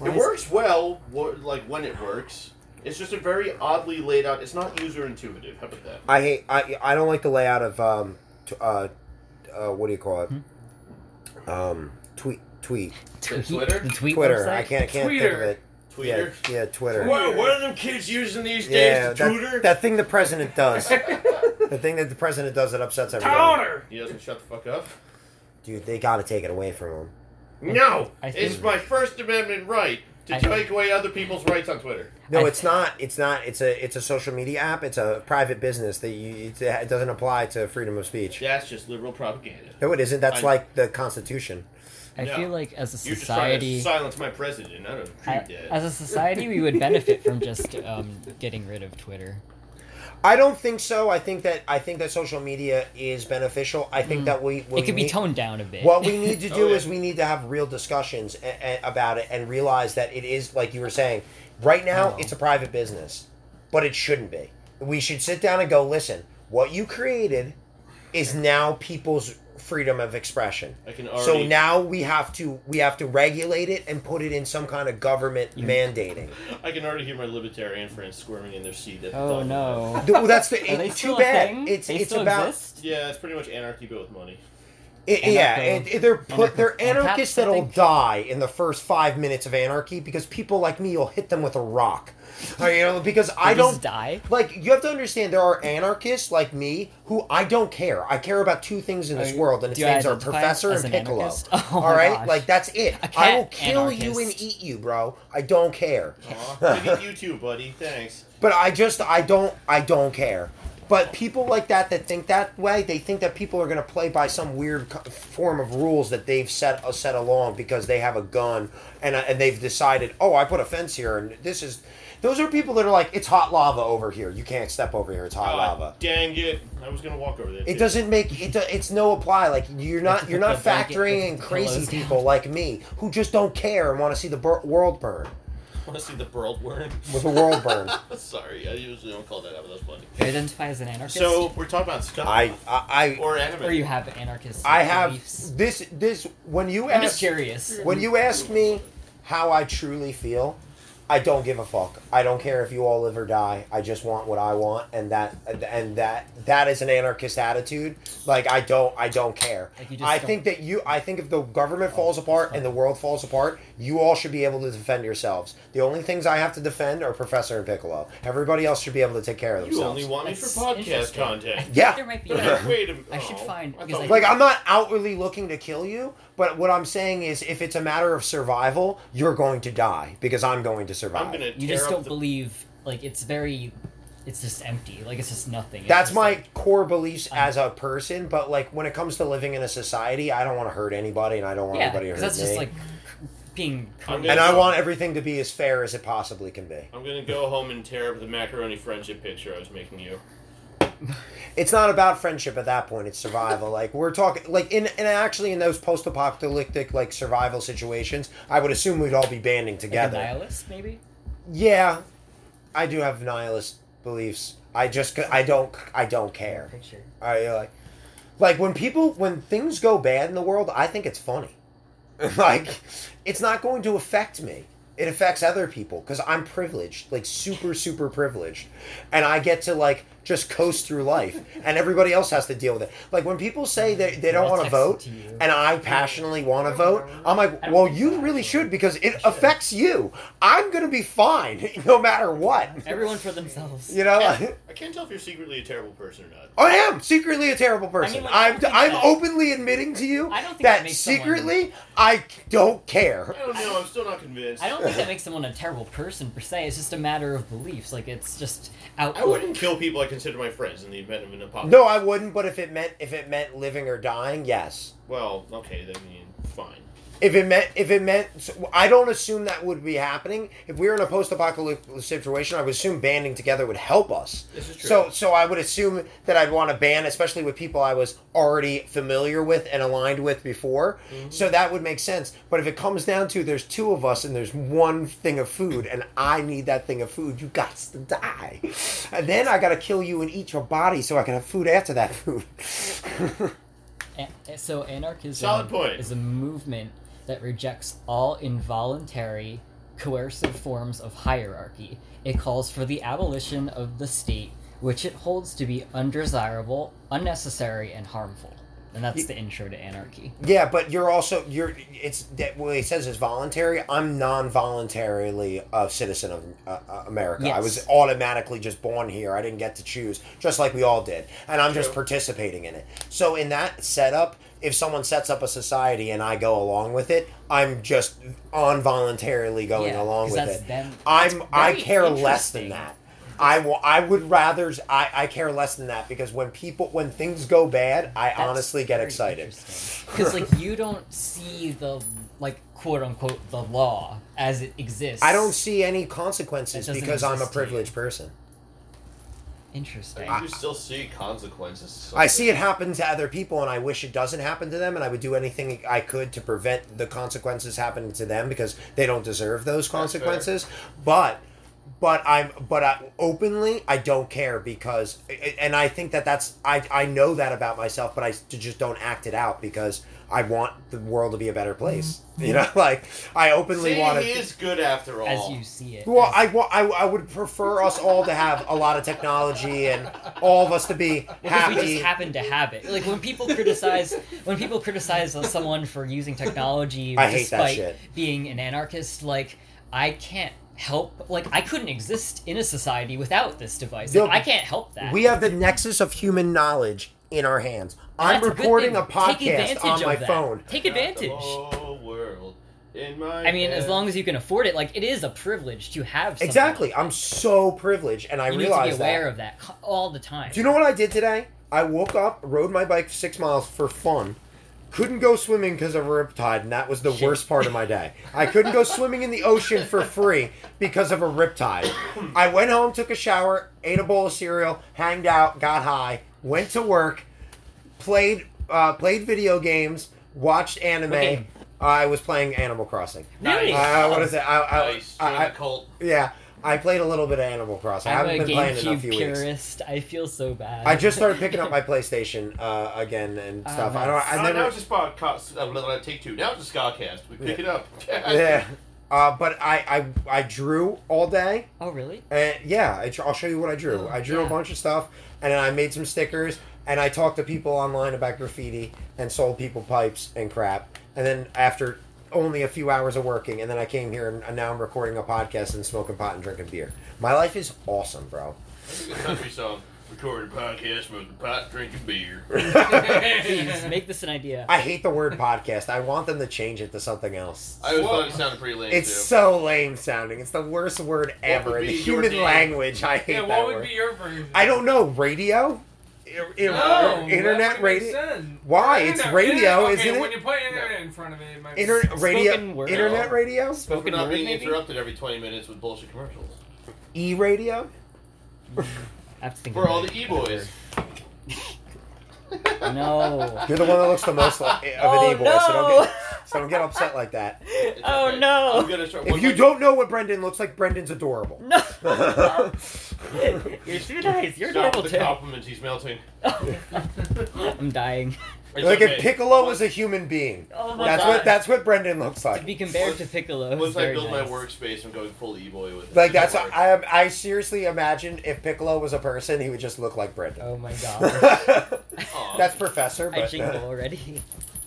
Speaker 4: Why
Speaker 1: it
Speaker 4: is-
Speaker 1: works well, wha- like when it works. It's just a very oddly laid out. It's not user intuitive. How about that?
Speaker 2: I hate. I I don't like the layout of um, t- uh, uh, what do you call it?
Speaker 4: Hmm?
Speaker 2: Um, tweet tweet
Speaker 4: Tweet,
Speaker 1: Twitter?
Speaker 4: The tweet
Speaker 2: Twitter.
Speaker 4: website?
Speaker 2: I can't I can't think of
Speaker 5: Tweeter.
Speaker 2: it.
Speaker 1: Twitter.
Speaker 2: Yeah, yeah, Twitter.
Speaker 1: Whoa, what are them kids using these
Speaker 2: Yeah,
Speaker 1: days? The Twitter.
Speaker 2: that, that thing the president does. the thing that the president does that upsets everybody.
Speaker 5: Counter.
Speaker 1: he doesn't shut the fuck up.
Speaker 2: Dude, they gotta take it away from him.
Speaker 1: No,
Speaker 4: I think-
Speaker 1: it's my First Amendment right to
Speaker 4: I-
Speaker 1: take away other people's rights on Twitter.
Speaker 2: No,
Speaker 4: I-
Speaker 2: it's not. It's not. It's a. It's a social media app. It's a private business that you. It, it doesn't apply to freedom of speech.
Speaker 1: That's just liberal propaganda.
Speaker 2: No, it isn't. That's
Speaker 1: I-
Speaker 2: like the Constitution.
Speaker 4: I
Speaker 1: No.
Speaker 4: feel like as a
Speaker 1: You're just trying to
Speaker 4: society,
Speaker 1: silence my president. I don't
Speaker 4: I-
Speaker 1: agree with
Speaker 4: as
Speaker 1: that.
Speaker 4: a society, we would benefit from just um, getting rid of Twitter.
Speaker 2: I don't think so. I think that I think that social media is beneficial. I think that we what
Speaker 4: Hmm. It could
Speaker 2: we
Speaker 4: be
Speaker 2: need-
Speaker 4: toned down a bit.
Speaker 2: What we need to
Speaker 1: Oh,
Speaker 2: do
Speaker 1: yeah.
Speaker 2: is we need to have real discussions a- a- about it and realize that it is like you were saying. Right now,
Speaker 4: Oh.
Speaker 2: it's a private business, but it shouldn't be. We should sit down and go, listen. What you created is now people's freedom of expression.
Speaker 1: I can already.
Speaker 2: So now we have to we have to regulate it and put it in some kind of government mandating.
Speaker 1: I can already hear my libertarian friends squirming in their seat. At the thought
Speaker 4: oh
Speaker 1: of that.
Speaker 4: no.
Speaker 2: Th- well, that's the
Speaker 4: Are they
Speaker 2: it,
Speaker 4: still
Speaker 2: too
Speaker 4: a
Speaker 2: bad.
Speaker 4: thing?
Speaker 2: It's
Speaker 4: they
Speaker 2: it's
Speaker 4: still
Speaker 2: about
Speaker 4: exist?
Speaker 1: Yeah, it's pretty much anarchy, but with money.
Speaker 2: It, yeah,
Speaker 4: Anarcho-
Speaker 2: it, it- they're put, they're
Speaker 4: anarcho-
Speaker 2: anarchists that'll
Speaker 4: something?
Speaker 2: die in the first five minutes of anarchy because people like me will hit them with a rock. I- you know, because I
Speaker 4: They just
Speaker 2: don't
Speaker 4: die.
Speaker 2: like you have to understand there are anarchists like me who I don't care. I care about two things in this
Speaker 4: Are you-
Speaker 2: world, and its
Speaker 4: do you
Speaker 2: names are
Speaker 4: identify
Speaker 2: Professor
Speaker 4: as
Speaker 2: and
Speaker 4: an
Speaker 2: Piccolo.
Speaker 4: anarchist? Oh my
Speaker 2: all right,
Speaker 4: gosh.
Speaker 2: like that's it.
Speaker 4: A
Speaker 2: I will
Speaker 4: cat
Speaker 2: kill you and
Speaker 4: anarchist.
Speaker 2: eat you, bro. I don't care.
Speaker 1: Aw, look at you too, buddy. Thanks.
Speaker 2: But I just I don't I don't care. But people like that that think that way, they think that people are going to play by some weird co- form of rules that they've set uh, set along because they have a gun and uh, and they've decided, "Oh, I put a fence here and this is those are people that are like, "It's hot lava over here. You can't step over here. It's hot
Speaker 1: God
Speaker 2: lava."
Speaker 1: Ah, dang it! I was gonna walk over there.
Speaker 2: It
Speaker 1: too.
Speaker 2: doesn't make it. do- It's no apply. Like you're not
Speaker 4: to
Speaker 2: you're
Speaker 4: put
Speaker 2: not
Speaker 4: the blanket-
Speaker 2: factoring
Speaker 4: put
Speaker 2: in
Speaker 4: the
Speaker 2: crazy
Speaker 4: pillows down.
Speaker 2: people like me who just don't care and want to see the bur- world burn
Speaker 1: Want to see the world worm?
Speaker 2: with the world burn.
Speaker 1: Sorry, I usually don't call that out, but that's funny.
Speaker 4: You identify as an anarchist.
Speaker 1: So we're talking about stuff.
Speaker 2: I I, I
Speaker 1: or anime.
Speaker 4: or you have anarchist.
Speaker 2: I have
Speaker 4: beliefs.
Speaker 2: this. This when you
Speaker 4: I'm just
Speaker 2: ask
Speaker 4: curious.
Speaker 2: when you ask me how I truly feel, I don't give a fuck. I don't care if you all live or die. I just want what I want, and that and that that is an anarchist attitude. Like I don't, I don't care.
Speaker 4: Like, you just
Speaker 2: I
Speaker 4: don't- Oh,
Speaker 2: think that you, I think if the government falls apart and the world falls apart, you all should be able to defend yourselves. The only things I have to defend are Professor and Piccolo. Everybody else should be able to take care of
Speaker 3: You
Speaker 2: themselves.
Speaker 3: only want me for
Speaker 4: That's
Speaker 3: podcast
Speaker 4: interesting.
Speaker 3: content.
Speaker 2: Yeah.
Speaker 4: There might be.
Speaker 3: Wait a minute.
Speaker 4: I should find-
Speaker 1: Oh,
Speaker 4: because I-
Speaker 2: Like I'm not outwardly looking to kill you, but what I'm saying is, if it's a matter of survival, you're going to die because I'm going to survive.
Speaker 3: I'm gonna.
Speaker 4: You
Speaker 3: tear
Speaker 4: just
Speaker 3: up
Speaker 4: don't
Speaker 3: the-
Speaker 4: believe. Like it's very. It's just empty. Like it's just nothing. It's
Speaker 2: That's
Speaker 4: just
Speaker 2: my
Speaker 4: like-
Speaker 2: core beliefs as a person, but like when it comes to living in a society, I don't want to hurt anybody, and I don't want
Speaker 4: yeah.
Speaker 2: anybody to
Speaker 4: 'cause
Speaker 2: hurt
Speaker 4: that's
Speaker 2: me.
Speaker 4: just like being.
Speaker 3: I'm
Speaker 2: and
Speaker 3: gonna-
Speaker 2: I want everything to be as fair as it possibly can be.
Speaker 3: I'm gonna go home and tear up the macaroni friendship picture I was making you.
Speaker 2: It's not about friendship at that point; it's survival. like we're talking, like in and actually in those post-apocalyptic like survival situations, I would assume we'd all be banding
Speaker 4: like a
Speaker 2: together.
Speaker 4: nihilist, maybe.
Speaker 2: yeah, I do have nihilist beliefs. I just I don't I don't care.
Speaker 4: Picture.
Speaker 2: Are you like, like when people when things go bad in the world, I think it's funny. like, it's not going to affect me. It affects other people because I'm privileged, like super super privileged, and I get to like just coast through life, and everybody else has to deal with it. Like when people say they they don't
Speaker 4: I'll
Speaker 2: want to
Speaker 4: text it
Speaker 2: vote,
Speaker 4: to you.
Speaker 2: and I passionately want to vote, I'm like, well, you really should because it affects you. I'm gonna be fine no matter what.
Speaker 4: Everyone for themselves.
Speaker 2: You know.
Speaker 3: Yeah, I can't tell if you're secretly a terrible person or not.
Speaker 2: I am secretly a terrible person.
Speaker 4: like, I
Speaker 2: I
Speaker 4: don't think
Speaker 2: am I'm
Speaker 4: that-
Speaker 2: openly admitting to you
Speaker 4: I don't think
Speaker 2: that,
Speaker 4: that makes someone-
Speaker 2: secretly I don't care.
Speaker 3: I don't know. I'm still not convinced.
Speaker 4: I don't think that makes someone a terrible person per se. It's just a matter of beliefs. Like it's just output.
Speaker 3: I wouldn't kill people I consider my friends in the event of an apocalypse.
Speaker 2: No, I wouldn't. But if it meant if it meant living or dying, yes.
Speaker 3: Well, okay. Then I mean, fine.
Speaker 2: If it meant if it meant, so I don't assume that would be happening. If we were in a post-apocalyptic situation, I would assume banding together would help us.
Speaker 3: This is true.
Speaker 2: So, so I would assume that I'd want to ban, especially with people I was already familiar with and aligned with before.
Speaker 3: Mm-hmm.
Speaker 2: So that would make sense. But if it comes down to there's two of us and there's one thing of food and I need that thing of food, you got to die, and then I got to kill you and eat your body so I can have food after that food.
Speaker 4: A- so anarchism
Speaker 3: Solid point.
Speaker 4: is a movement that rejects all involuntary, coercive forms of hierarchy. It calls for the abolition of the state, which it holds to be undesirable, unnecessary, and harmful. And that's the intro to anarchy.
Speaker 2: yeah, but you're also you're it's that what he says is voluntary. I'm non-voluntarily a citizen of uh, uh, America. I
Speaker 4: Yes.
Speaker 2: was automatically just born here. I didn't get to choose, just like we all did. And I'm just
Speaker 3: True.
Speaker 2: participating in it. So in that setup, if someone sets up a society and I go along with it, I'm just involuntarily going
Speaker 4: Yeah,
Speaker 2: along
Speaker 4: 'cause
Speaker 2: with
Speaker 4: that's
Speaker 2: it.
Speaker 4: them.
Speaker 2: I'm I
Speaker 4: very
Speaker 2: care less than
Speaker 4: interesting.
Speaker 2: that. I wa- I would rather I, I care less than that because when people when things go bad, I honestly get excited.
Speaker 4: because like you don't see the like quote unquote the law as it exists.
Speaker 2: I don't see any
Speaker 4: That
Speaker 2: consequences
Speaker 4: doesn't
Speaker 2: because I'm a
Speaker 4: exist to you.
Speaker 2: privileged person.
Speaker 4: Interesting.
Speaker 3: I, you still see consequences.
Speaker 2: I see it happen to other people and I wish it doesn't happen to them and I would do anything I could to prevent the consequences happening to them because they don't deserve those
Speaker 3: fair.
Speaker 2: consequences. But but I'm but I openly I don't care because and I think that that's I I know that about myself but I just don't act it out because I want the world to be a better place.
Speaker 4: Mm-hmm.
Speaker 2: You know like I openly
Speaker 3: Seeing
Speaker 2: want to
Speaker 3: is good after all.
Speaker 4: as you see it.
Speaker 2: Well,
Speaker 4: as-
Speaker 2: I, wa- I, I would prefer us all to have a lot of technology and all of us to be
Speaker 4: Because we
Speaker 2: happy.
Speaker 4: just happen to have it. Like when people criticize when people criticize someone for using technology
Speaker 2: I hate that
Speaker 4: despite
Speaker 2: shit.
Speaker 4: being an anarchist, like I can't help like I couldn't exist in a society without this device. Like,
Speaker 2: No,
Speaker 4: I can't help that.
Speaker 2: We have the nexus of human knowledge in our hands. I'm
Speaker 4: That's a good
Speaker 2: recording
Speaker 4: thing.
Speaker 2: a
Speaker 4: Take advantage
Speaker 2: podcast on my
Speaker 4: of that.
Speaker 2: phone.
Speaker 4: Take
Speaker 3: Got the
Speaker 4: advantage.
Speaker 3: whole world in my
Speaker 4: I mean, as
Speaker 3: hands.
Speaker 4: long as you can afford it, like it is a privilege to have. Something.
Speaker 2: Exactly. I'm so privileged, and I
Speaker 4: You need to
Speaker 2: realize
Speaker 4: be aware
Speaker 2: that.
Speaker 4: of that co- all the time.
Speaker 2: Do you know what I did today? I woke up, rode my bike six miles for fun. Couldn't go swimming because of a riptide, and that was the
Speaker 4: Shit.
Speaker 2: worst part of my day. I couldn't go swimming in the ocean for free because of a riptide. I went home, took a shower, ate a bowl of cereal, hanged out, got high, went to work, played uh, played video games, watched anime.
Speaker 4: What game?
Speaker 2: I was playing Animal Crossing.
Speaker 4: Really?
Speaker 2: I, I, what is it? I, I,
Speaker 3: Nice.
Speaker 2: I,
Speaker 3: join
Speaker 2: I-
Speaker 3: the cult.
Speaker 2: yeah, I played a little bit of Animal Crossing. I
Speaker 4: I'm
Speaker 2: haven't
Speaker 4: a
Speaker 2: been playing in a
Speaker 4: GameCube
Speaker 2: few weeks.
Speaker 4: purist. I feel so bad.
Speaker 2: I just started picking up my PlayStation uh, again and
Speaker 4: Ah,
Speaker 2: stuff. I
Speaker 1: Oh,
Speaker 4: nice.
Speaker 2: don't. I
Speaker 3: Ah, now
Speaker 2: never.
Speaker 3: it's just podcast. Uh, blah, blah, blah, take two. Now it's a Scottcast. We pick
Speaker 2: Yeah.
Speaker 3: it up.
Speaker 2: Yeah. Uh, but I, I I drew all day.
Speaker 4: Oh, really?
Speaker 2: And yeah, I tr- I'll show you what I drew. I drew a
Speaker 4: Oh, yeah.
Speaker 2: bunch of stuff, and then I made some stickers, and I talked to people online about graffiti, and sold people pipes and crap. And then after only a few hours of working, and then I came here, and, and now I'm recording a podcast and smoking pot and drinking beer. My life is awesome, bro.
Speaker 1: It's a country song. Recorded podcast, smoking pot, drinking beer.
Speaker 4: Please make this an idea.
Speaker 2: I hate the word podcast. I want them to change it to something else.
Speaker 1: I always
Speaker 5: Well,
Speaker 1: thought it sounded pretty lame
Speaker 2: It's
Speaker 1: too.
Speaker 2: so lame sounding. It's the worst word ever
Speaker 1: would
Speaker 2: in the
Speaker 1: be your
Speaker 2: human
Speaker 1: name?
Speaker 2: language. I hate
Speaker 5: Yeah,
Speaker 2: that
Speaker 5: what would
Speaker 2: word.
Speaker 5: be your version?
Speaker 2: I don't know. Radio? Ir- ir-
Speaker 5: No,
Speaker 2: internet radio?
Speaker 5: radio.
Speaker 2: Why? It's radio,
Speaker 5: okay,
Speaker 2: isn't
Speaker 5: When
Speaker 2: it?
Speaker 5: you put internet in front of it, it might be-
Speaker 2: Inter- radio?
Speaker 4: Spoken word.
Speaker 2: Internet radio?
Speaker 1: Because we're
Speaker 4: Spoken
Speaker 1: not
Speaker 4: word,
Speaker 1: being
Speaker 4: maybe?
Speaker 1: interrupted every 20 minutes with bullshit commercials.
Speaker 2: E radio?
Speaker 4: I have to think
Speaker 1: For
Speaker 4: about
Speaker 1: all
Speaker 4: it.
Speaker 1: the e-boys.
Speaker 4: No.
Speaker 2: You're the one that looks the most like, of an
Speaker 4: Oh,
Speaker 2: e boy, so, don't
Speaker 4: no.
Speaker 2: get, so don't get upset like that.
Speaker 1: It's
Speaker 4: Oh,
Speaker 1: okay.
Speaker 4: no.
Speaker 1: I'm gonna start.
Speaker 2: If
Speaker 1: one
Speaker 2: you
Speaker 1: mic-
Speaker 2: don't know what Brendan looks like, Brendan's adorable.
Speaker 4: No. you're too nice. You're
Speaker 1: stop
Speaker 4: adorable
Speaker 1: the
Speaker 4: too.
Speaker 1: compliments, he's melting.
Speaker 4: I'm dying.
Speaker 1: It's
Speaker 2: like
Speaker 1: okay.
Speaker 2: if Piccolo was
Speaker 1: Once-
Speaker 2: a human being.
Speaker 4: Oh my
Speaker 2: That's
Speaker 4: god.
Speaker 2: what that's what Brendan looks
Speaker 4: to be
Speaker 2: like.
Speaker 4: compared to Piccolo. is
Speaker 1: Once I
Speaker 4: very
Speaker 1: build
Speaker 4: nice.
Speaker 1: my workspace, I'm going full e-boy with it.
Speaker 2: Like that's
Speaker 1: It'll work.
Speaker 2: I am- I seriously imagine if Piccolo was a person, he would just look like Brendan.
Speaker 4: Oh my god.
Speaker 2: that's
Speaker 1: Aw.
Speaker 2: Professor,
Speaker 4: I
Speaker 2: but
Speaker 4: jingle already.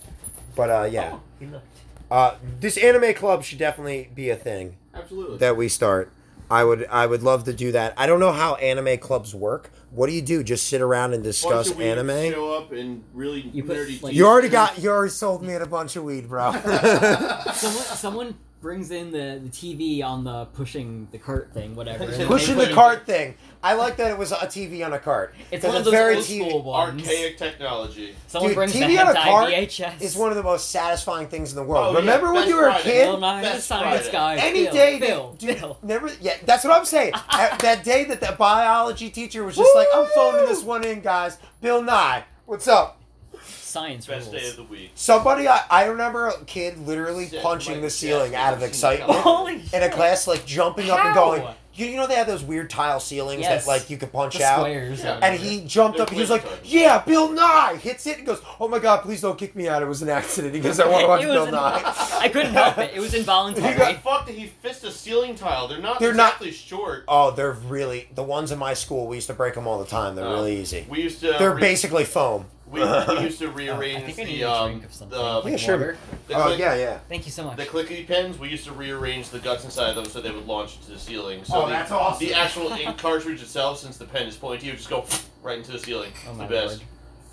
Speaker 2: but uh, yeah,
Speaker 4: Oh, he looked.
Speaker 2: uh, this anime club should definitely be a thing.
Speaker 1: Absolutely.
Speaker 2: that we start. I would I would love to do that. I don't know how anime clubs work. What do you do? Just sit around and
Speaker 3: Bunch of
Speaker 2: discuss
Speaker 3: weirdos
Speaker 2: anime?
Speaker 3: Show up and really
Speaker 4: You put
Speaker 3: nerdy.
Speaker 4: flames-
Speaker 2: You already got you already sold me at a bunch of weed, bro.
Speaker 4: Someone, someone brings in the, the TV on the pushing the cart thing, whatever. and they
Speaker 2: Pushing
Speaker 4: put
Speaker 2: the
Speaker 4: it-
Speaker 2: cart thing. I like that it was a TV on a cart.
Speaker 4: It's
Speaker 2: Because
Speaker 4: one of those
Speaker 2: very
Speaker 4: old
Speaker 2: TV
Speaker 4: school ones.
Speaker 1: Archaic technology.
Speaker 4: Someone
Speaker 2: Dude,
Speaker 4: brings
Speaker 2: TV
Speaker 4: the
Speaker 2: on a
Speaker 4: hentai
Speaker 2: cart
Speaker 4: VHS.
Speaker 2: It's one of the most satisfying things in the world.
Speaker 1: Oh, yeah.
Speaker 2: Remember when
Speaker 1: Best
Speaker 2: you were a
Speaker 1: Friday.
Speaker 2: kid?
Speaker 4: Well, not
Speaker 1: Best
Speaker 4: the science
Speaker 1: Friday.
Speaker 4: guy.
Speaker 2: Any
Speaker 4: Bill,
Speaker 2: day,
Speaker 4: Bill,
Speaker 2: dude,
Speaker 4: Bill.
Speaker 2: never. Yeah, that's what I'm saying. That- that day that the biology teacher was just like, "I'm phoning this one in, guys." Bill Nye, what's up?
Speaker 4: Science
Speaker 1: Best day
Speaker 4: rules.
Speaker 1: of the week.
Speaker 2: Somebody, I, I remember a kid literally
Speaker 1: Said
Speaker 2: punching
Speaker 1: Mike
Speaker 2: the ceiling
Speaker 1: Jackson
Speaker 2: out of
Speaker 1: was
Speaker 2: excitement
Speaker 1: seen coming.
Speaker 4: Holy
Speaker 2: in a class, like jumping up and
Speaker 4: How?
Speaker 2: going. You, you know they have those weird tile ceilings
Speaker 4: Yes.
Speaker 2: that like you could punch
Speaker 4: The
Speaker 2: out.
Speaker 4: squares.
Speaker 1: Yeah.
Speaker 2: And he jumped
Speaker 1: They're
Speaker 2: up. He was like,
Speaker 1: quick times.
Speaker 2: "Yeah, Bill Nye!" Hits it and goes, "Oh my God! Please don't kick me out. It was an accident." He goes, "I want to watch
Speaker 4: It was
Speaker 2: Bill
Speaker 4: an-
Speaker 2: Nye."
Speaker 4: I couldn't help it. It was
Speaker 2: He
Speaker 4: involuntary.
Speaker 2: got-
Speaker 1: The fuck did he fist a ceiling tile? They're not
Speaker 2: They're not-
Speaker 1: exactly short.
Speaker 2: Oh, they're really the ones in my school. We used to break them all the time.
Speaker 1: Oh.
Speaker 2: They're really easy.
Speaker 1: We used to.
Speaker 2: They're
Speaker 1: re-
Speaker 2: basically foam.
Speaker 1: We, we used to
Speaker 4: Oh, I
Speaker 1: rearrange
Speaker 4: think I need
Speaker 1: the
Speaker 4: a
Speaker 1: um
Speaker 4: drink of something.
Speaker 1: the
Speaker 2: Yeah, sure.
Speaker 4: Water.
Speaker 1: the,
Speaker 2: Oh
Speaker 1: click-
Speaker 2: yeah, yeah.
Speaker 4: Thank you so much.
Speaker 1: the clicky pens. We used to rearrange the guts inside of them so they would launch to the ceiling. So
Speaker 2: Oh,
Speaker 1: the,
Speaker 2: that's awesome.
Speaker 1: The actual ink cartridge itself, since the pen is pointy, you just go right into the ceiling.
Speaker 4: Oh
Speaker 1: It's
Speaker 4: my
Speaker 1: the best.
Speaker 4: lord.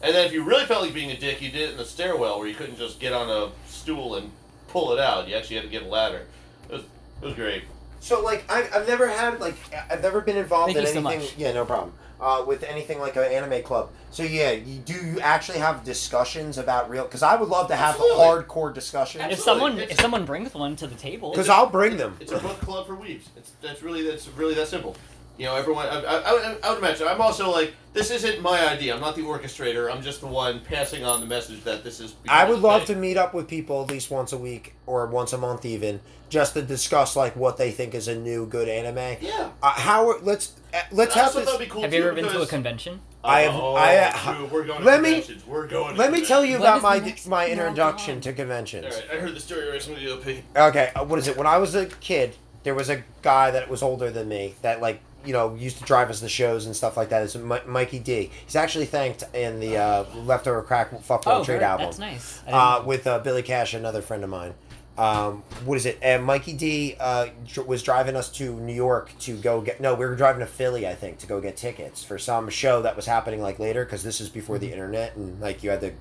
Speaker 1: And then if you really felt like being a dick, you did it in the stairwell where you couldn't just get on a stool and pull it out. You actually had to get a ladder. It was, it was great.
Speaker 2: So like I, I've never had like I've never been involved
Speaker 4: Thank
Speaker 2: in
Speaker 4: you so
Speaker 2: anything.
Speaker 4: much.
Speaker 2: Yeah, no problem. Uh, with anything like an anime club. So yeah, you, do you actually have discussions about real? Because I would love to have
Speaker 1: Absolutely.
Speaker 2: hardcore discussions.
Speaker 4: if
Speaker 1: Absolutely.
Speaker 4: someone
Speaker 1: It's-
Speaker 4: if someone brings one to the table,
Speaker 2: Because I'll bring them.
Speaker 1: It's a book club for weebs. It's that's really that's really that simple. You know, everyone. I, I, I, I would imagine. I'm also like this isn't my idea. I'm not the orchestrator. I'm just the one passing on the message that this is.
Speaker 2: I would love to meet up with people at least once a week or once a month, even just to discuss like what they think is a new good anime.
Speaker 1: Yeah.
Speaker 2: Uh, how are- let's uh, let's
Speaker 1: I
Speaker 2: have
Speaker 1: also
Speaker 2: this.
Speaker 1: thought it'd be cool
Speaker 4: have you
Speaker 1: too
Speaker 4: ever been to a
Speaker 1: because-
Speaker 4: convention?
Speaker 2: I have-
Speaker 1: Oh,
Speaker 2: I-
Speaker 1: dude, we're going to
Speaker 2: let me-
Speaker 1: conventions. We're going. to
Speaker 2: Let me tell you
Speaker 4: When
Speaker 2: about
Speaker 4: is
Speaker 2: my
Speaker 4: the next-
Speaker 2: my
Speaker 4: No, go
Speaker 2: introduction
Speaker 4: on.
Speaker 2: to conventions.
Speaker 1: All right, I heard the story recently. The OP.
Speaker 2: Okay, uh, what is it? When I was a kid, there was a guy that was older than me that like you know used to drive us to shows and stuff like that. It's Mi- Mikey D. He's actually thanked in the uh, Leftover Crack Fuck World
Speaker 4: oh,
Speaker 2: Trade
Speaker 4: very-
Speaker 2: album
Speaker 4: that's nice. I didn't-
Speaker 2: uh, with uh, Billy Cash, another friend of mine. Um, what is it? And Mikey D uh, dr- was driving us to New York to go get. No, we were driving to Philly, I think, to go get tickets for some show that was happening like later because this is before
Speaker 4: Mm-hmm.
Speaker 2: the internet and like you had to.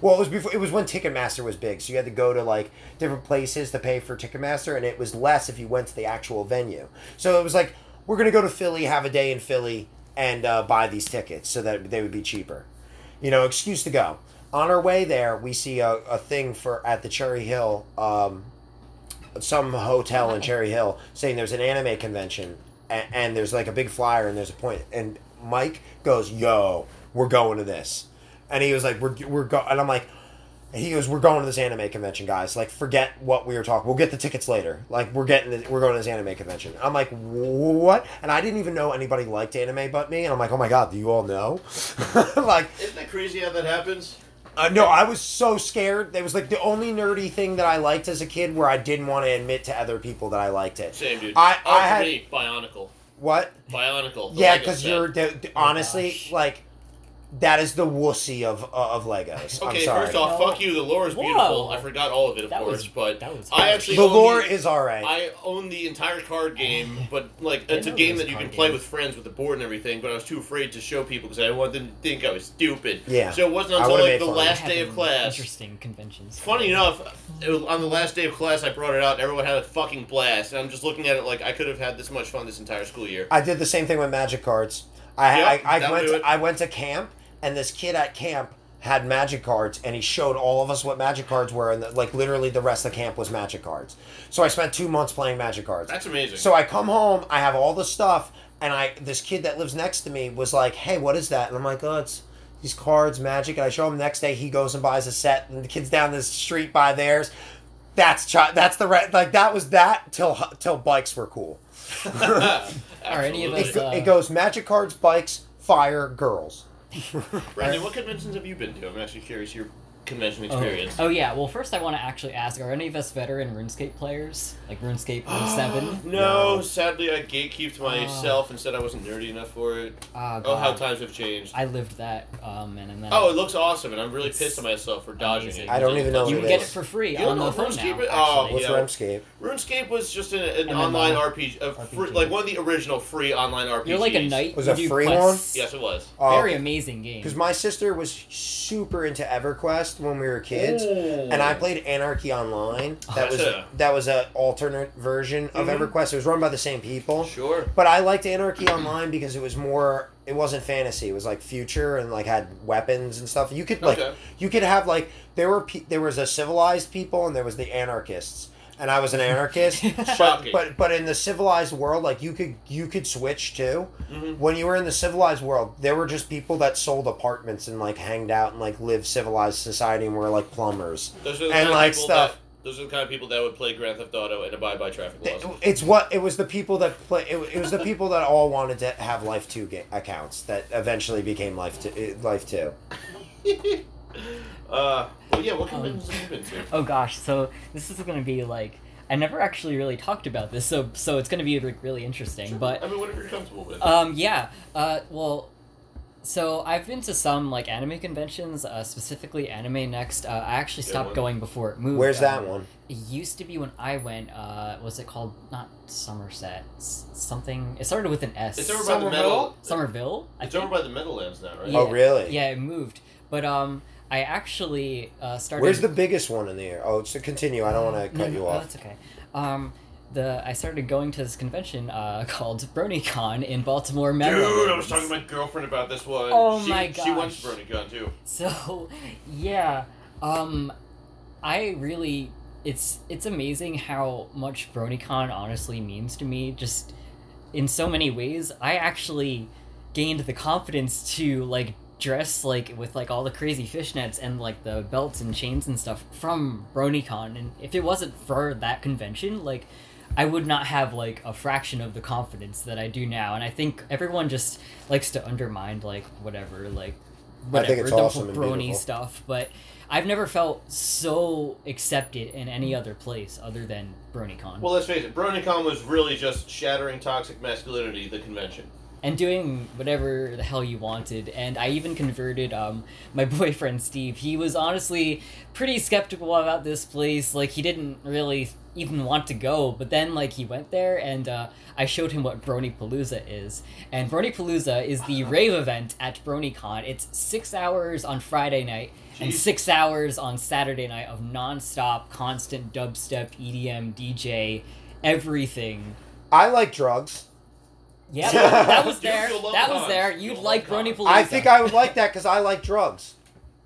Speaker 2: Well, it was before. It was when Ticketmaster was big, so you had to go to like different places to pay for Ticketmaster, and it was less if you went to the actual venue. So it was like we're gonna go to Philly, have a day in Philly, and uh, buy these tickets so that they would be cheaper you know, excuse to go. On our way there, we see a, a thing for at the Cherry Hill, um, some hotel in Cherry Hill, saying there's an anime convention, and, and there's like a big flyer, and there's a point, and Mike goes, "Yo, we're going to this," and he was like, "We're we're go," and I'm like. And he goes, "We're going to this anime convention, guys. Like, forget what we were talking. We'll get the tickets later. Like, we're getting, the, we're going to this anime convention." I'm like, "What?" And I didn't even know anybody liked anime but me. And I'm like, "Oh my god, do you all know?" like,
Speaker 1: Isn't that crazy how that happens?
Speaker 2: Uh, no, I was so scared. That was like the only nerdy thing that I liked as a kid, where I didn't want to admit to other people that I liked it.
Speaker 1: Same dude.
Speaker 2: I-
Speaker 1: Oh,
Speaker 2: I
Speaker 1: for
Speaker 2: had-
Speaker 1: me, Bionicle.
Speaker 2: What?
Speaker 1: Bionicle. the
Speaker 2: Yeah,
Speaker 1: Lego
Speaker 2: because
Speaker 1: set.
Speaker 2: you're the,
Speaker 1: Oh,
Speaker 2: the- honestly
Speaker 4: gosh.
Speaker 2: like that is the wussy of uh, of Legos.
Speaker 1: Okay,
Speaker 2: I'm sorry.
Speaker 1: first off,
Speaker 4: No.
Speaker 1: fuck you. The lore is
Speaker 4: Whoa.
Speaker 1: beautiful. I forgot all of it, of
Speaker 4: That
Speaker 1: course,
Speaker 4: was-
Speaker 1: but
Speaker 4: that was
Speaker 1: I
Speaker 4: bad.
Speaker 1: actually
Speaker 2: the
Speaker 1: own
Speaker 2: lore
Speaker 1: the-
Speaker 2: is all right.
Speaker 1: I own the entire card game, but like
Speaker 4: I
Speaker 1: it's a
Speaker 4: know
Speaker 1: game
Speaker 4: those
Speaker 1: that you
Speaker 4: card
Speaker 1: can play
Speaker 4: games.
Speaker 1: with friends with the board and everything. But I was too afraid to show people because I didn't want them to think I was stupid.
Speaker 2: Yeah.
Speaker 1: So it wasn't
Speaker 2: I
Speaker 1: until
Speaker 2: would've
Speaker 1: like
Speaker 2: made
Speaker 1: the
Speaker 2: fun of
Speaker 1: last
Speaker 4: We're
Speaker 1: day of
Speaker 4: having
Speaker 1: class.
Speaker 4: Interesting conventions.
Speaker 1: Funny enough, it was on the last day of class, I brought it out. and Everyone had a fucking blast, and I'm just looking at it like I could have had this much fun this entire school year.
Speaker 2: I did the same thing with magic cards. I
Speaker 1: Yep,
Speaker 2: I, I
Speaker 1: that'll
Speaker 2: went
Speaker 1: do
Speaker 2: to,
Speaker 1: it.
Speaker 2: I went to camp, and this kid at camp had magic cards, and he showed all of us what magic cards were, and the, like literally the rest of camp was magic cards. So I spent two months playing magic cards.
Speaker 1: That's amazing.
Speaker 2: So I come home, I have all the stuff, and I this kid that lives next to me was like, "Hey, what is that?" And I'm like, "Oh, it's these cards, magic." And I show him. Next day, he goes and buys a set, and the kids down the street buy theirs. That's chi- that's the right like that was that till till bikes were cool.
Speaker 4: Are any of
Speaker 1: Absolutely.
Speaker 4: us, uh,
Speaker 2: It goes magic cards, bikes, fire, girls.
Speaker 1: Brandon, what conventions have you been to? I'm actually curious your convention
Speaker 4: Oh.
Speaker 1: experience.
Speaker 4: Oh, yeah. Well, first I want to actually ask: Are any of us veteran RuneScape players? Like RuneScape oh, Seven?
Speaker 1: No, sadly, I gatekeeped myself and said I wasn't nerdy enough for it.
Speaker 4: Oh,
Speaker 1: Oh, how
Speaker 4: God.
Speaker 1: times have changed.
Speaker 4: I lived that, um, and, and then
Speaker 1: Oh, it looks awesome, and I'm really
Speaker 4: It's
Speaker 1: pissed at myself for dodging
Speaker 4: amazing.
Speaker 1: it.
Speaker 2: I don't even know
Speaker 4: you
Speaker 2: what
Speaker 4: can
Speaker 2: it
Speaker 4: get it
Speaker 2: is.
Speaker 4: for free
Speaker 1: You
Speaker 4: on
Speaker 1: don't
Speaker 4: the
Speaker 1: know
Speaker 4: phone now.
Speaker 1: RuneScape? Oh,
Speaker 4: actually.
Speaker 2: What's
Speaker 1: yeah.
Speaker 2: RuneScape?
Speaker 1: RuneScape was just an, an
Speaker 4: MMO.
Speaker 1: online RPG, a free,
Speaker 4: RPG.
Speaker 1: like one of the original free online RPGs.
Speaker 4: You're like a knight.
Speaker 2: Was
Speaker 4: you
Speaker 2: it
Speaker 4: do
Speaker 2: free
Speaker 4: quests.
Speaker 1: Yes, it was.
Speaker 4: Very amazing game.
Speaker 2: Because Uh, my sister was super into EverQuest when we were kids,
Speaker 1: Ooh.
Speaker 2: and I played Anarchy Online. That
Speaker 1: Oh, That's
Speaker 2: was
Speaker 1: a-
Speaker 2: that was an alternate version of
Speaker 1: Mhm.
Speaker 2: EverQuest. It was run by the same people,
Speaker 1: Sure.
Speaker 2: but I liked Anarchy Online because it was more. It wasn't fantasy. It was like future and like had weapons and stuff. You could like
Speaker 1: Okay.
Speaker 2: you could have like there were pe- there was a civilized people and there was the anarchists. And I was an anarchist, but,
Speaker 1: Shocking.
Speaker 2: but but in the civilized world, like you could you could switch too.
Speaker 1: Mm-hmm.
Speaker 2: When you were in the civilized world, there were just people that sold apartments and like hanged out and like lived civilized society and were like plumbers.
Speaker 1: Those are the
Speaker 2: And
Speaker 1: kind
Speaker 2: like
Speaker 1: of people
Speaker 2: stuff.
Speaker 1: That, those are the kind of people that would play Grand Theft Auto and abide by traffic laws.
Speaker 2: It's what it was the people that play. It, it was the people that all wanted to have Life Two ga- accounts that eventually became Life Two. Life Two.
Speaker 1: Uh, well, yeah. What conventions have you been to?
Speaker 4: Oh gosh, so this is gonna be like I never actually really talked about this, so so it's gonna be like really interesting.
Speaker 1: I
Speaker 4: But
Speaker 1: mean, whatever you're comfortable with.
Speaker 4: um, yeah, uh, well, so I've been to some like anime conventions, uh, specifically Anime Next. Uh, I actually
Speaker 1: Good
Speaker 4: stopped
Speaker 1: one.
Speaker 4: going before it moved.
Speaker 2: Where's that
Speaker 4: Um,
Speaker 2: one?
Speaker 4: It used to be when I went. Uh, was it called not Somerset? s- something. It started with an S.
Speaker 1: it's over by the
Speaker 5: Somerville?
Speaker 1: metal.
Speaker 4: Somerville. I
Speaker 1: It's
Speaker 4: think?
Speaker 1: over by the Meadowlands now, right?
Speaker 4: Yeah.
Speaker 2: Oh, really?
Speaker 4: Yeah, it moved. But um, I actually uh, started.
Speaker 2: Where's the biggest one in the air? Oh, so continue. I don't want to
Speaker 4: No,
Speaker 2: cut
Speaker 4: no,
Speaker 2: you
Speaker 4: no,
Speaker 2: off.
Speaker 4: That's okay. Um, the I started going to this convention uh, called BronyCon in Baltimore, Maryland.
Speaker 1: Dude, I was talking to my girlfriend about this one.
Speaker 4: Oh
Speaker 1: she,
Speaker 4: my
Speaker 1: She wants
Speaker 4: gosh.
Speaker 1: Burning Gun too.
Speaker 4: So, yeah, um, I really it's it's amazing how much BronyCon honestly means to me. Just in so many ways, I actually gained the confidence to like dress like with like all the crazy fishnets and like the belts and chains and stuff from BronyCon. And if it wasn't for that convention, like I would not have like a fraction of the confidence that I do now. And I think everyone just likes to undermine like whatever like
Speaker 2: I
Speaker 4: whatever
Speaker 2: think it's
Speaker 4: the
Speaker 2: awesome and
Speaker 4: brony
Speaker 2: beautiful.
Speaker 4: stuff. But I've never felt so accepted in any other place other than BronyCon.
Speaker 1: Well, let's face it, BronyCon was really just shattering toxic masculinity, the convention.
Speaker 4: and doing whatever the hell you wanted. And I even converted um, my boyfriend Steve. He was honestly pretty skeptical about this place. Like he didn't really even want to go, but then like he went there, and uh, I showed him what Brony Palooza is. And Brony Palooza is the rave event at BronyCon. It's six hours on Friday night. And
Speaker 1: Jeez.
Speaker 4: six hours on Saturday night of non-stop, constant dubstep, E EDM, DJ, everything.
Speaker 1: Mm-hmm.
Speaker 2: I like drugs.
Speaker 4: Yeah, that, that was
Speaker 1: You'll-
Speaker 4: there.
Speaker 1: you'll love
Speaker 4: that was
Speaker 1: Hans.
Speaker 4: there.
Speaker 1: You'll
Speaker 4: You'd
Speaker 1: love
Speaker 4: like
Speaker 1: Hans.
Speaker 4: Brony Palooza.
Speaker 2: I think I would like that because I like drugs.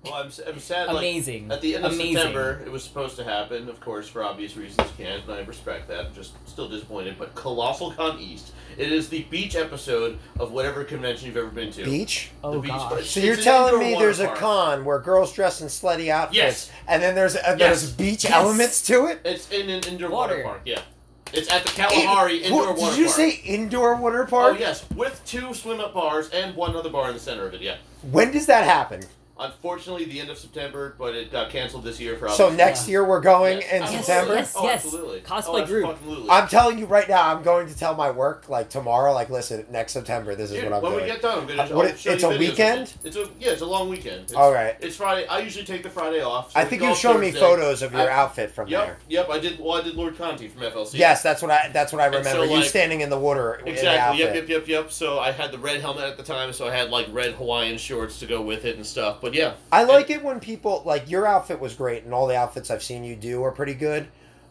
Speaker 1: Well, I'm, s- I'm sad.
Speaker 4: Amazing.
Speaker 1: Like, at the end of
Speaker 4: Amazing.
Speaker 1: September, it was supposed to happen. Of course, for obvious reasons, can't. And I respect that. I'm just still disappointed. But Colossal Con East, it is the beach episode of whatever convention you've ever been to.
Speaker 2: Beach.
Speaker 1: The
Speaker 4: Oh
Speaker 1: beach-
Speaker 4: gosh.
Speaker 2: So
Speaker 1: It's
Speaker 2: you're
Speaker 1: an
Speaker 2: telling
Speaker 1: indoor
Speaker 2: me
Speaker 1: water
Speaker 2: there's a
Speaker 1: park.
Speaker 2: con where girls dress in slutty outfits,
Speaker 1: Yes.
Speaker 2: and then there's uh,
Speaker 1: Yes.
Speaker 2: there's beach
Speaker 4: Yes.
Speaker 2: elements to it.
Speaker 1: It's in an indoor
Speaker 4: Water.
Speaker 1: water park. Yeah, it's at the Kalahari
Speaker 2: In-
Speaker 1: Indoor
Speaker 2: what-
Speaker 1: Water
Speaker 2: Did you
Speaker 1: Park.
Speaker 2: say indoor water
Speaker 1: Oh
Speaker 2: park?
Speaker 1: yes, with two swim up bars and one other bar in the center of it. Yeah.
Speaker 2: When does that happen?
Speaker 1: Unfortunately, the end of September, but it got canceled this year. Probably.
Speaker 2: So next
Speaker 4: Yeah.
Speaker 2: year we're going
Speaker 1: Yes.
Speaker 2: in
Speaker 1: Absolutely.
Speaker 2: September.
Speaker 4: Yes,
Speaker 1: Oh,
Speaker 4: yes.
Speaker 1: absolutely.
Speaker 4: Cosplay
Speaker 1: oh,
Speaker 4: group.
Speaker 1: Absolutely.
Speaker 2: I'm telling you right now, I'm going to tell my work like tomorrow. Like, listen, next September, this is
Speaker 1: Dude,
Speaker 2: what I'm
Speaker 1: when
Speaker 2: doing.
Speaker 1: we get done, I'm gonna
Speaker 2: Uh,
Speaker 1: show,
Speaker 2: what
Speaker 1: I'll
Speaker 2: it-
Speaker 1: show
Speaker 2: it's
Speaker 1: you
Speaker 2: a
Speaker 1: videos of
Speaker 2: weekend?
Speaker 1: it. It's a yeah, it's a long weekend. It's,
Speaker 2: All right.
Speaker 1: It's Friday. I usually take the Friday off. so
Speaker 2: I
Speaker 1: we
Speaker 2: think
Speaker 1: go
Speaker 2: you've shown me
Speaker 1: Thursday.
Speaker 2: photos of your
Speaker 1: I-
Speaker 2: outfit from
Speaker 1: Yep,
Speaker 2: there.
Speaker 1: yep. I did. Well, I did Lord Conti from FLC.
Speaker 2: Yes, that's what I. That's what I
Speaker 1: And so,
Speaker 2: remember. you
Speaker 1: like-
Speaker 2: standing in the water. in the
Speaker 1: Exactly. Yep.
Speaker 2: outfit.
Speaker 1: Yep. Yep. Yep. So I had the red helmet at the time, so I had like red Hawaiian shorts to go with it and stuff. But yeah,
Speaker 2: I like it when people like your outfit was great, and all the outfits I've seen you do are pretty good.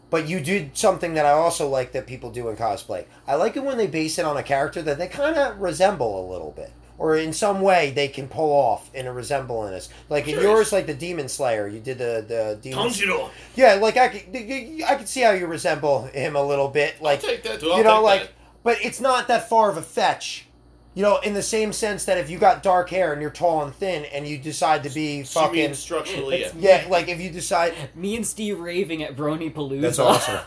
Speaker 2: But you did something that I also like that people do in cosplay. I like it when they base it on a character that they kind of resemble a little bit, or in some way they can pull off in a resemblance. Like in
Speaker 1: Sure.
Speaker 2: yours, like the Demon Slayer, you did the the Demon.
Speaker 1: Tanjiro.
Speaker 2: Yeah, like I could, I could see how you resemble him a little bit.
Speaker 1: I'll
Speaker 2: Like
Speaker 1: take that. Too. I'll
Speaker 2: you know,
Speaker 1: take
Speaker 2: like,
Speaker 1: that.
Speaker 2: but it's not that far of a fetch. You know, in the same sense that if you got dark hair and you're tall and thin and you decide to be
Speaker 1: So you mean
Speaker 2: fucking
Speaker 1: structurally. Yeah.
Speaker 4: It's-
Speaker 2: yeah, like if you decide
Speaker 4: Me and Steve raving at Brony Palooza.
Speaker 2: That's awesome.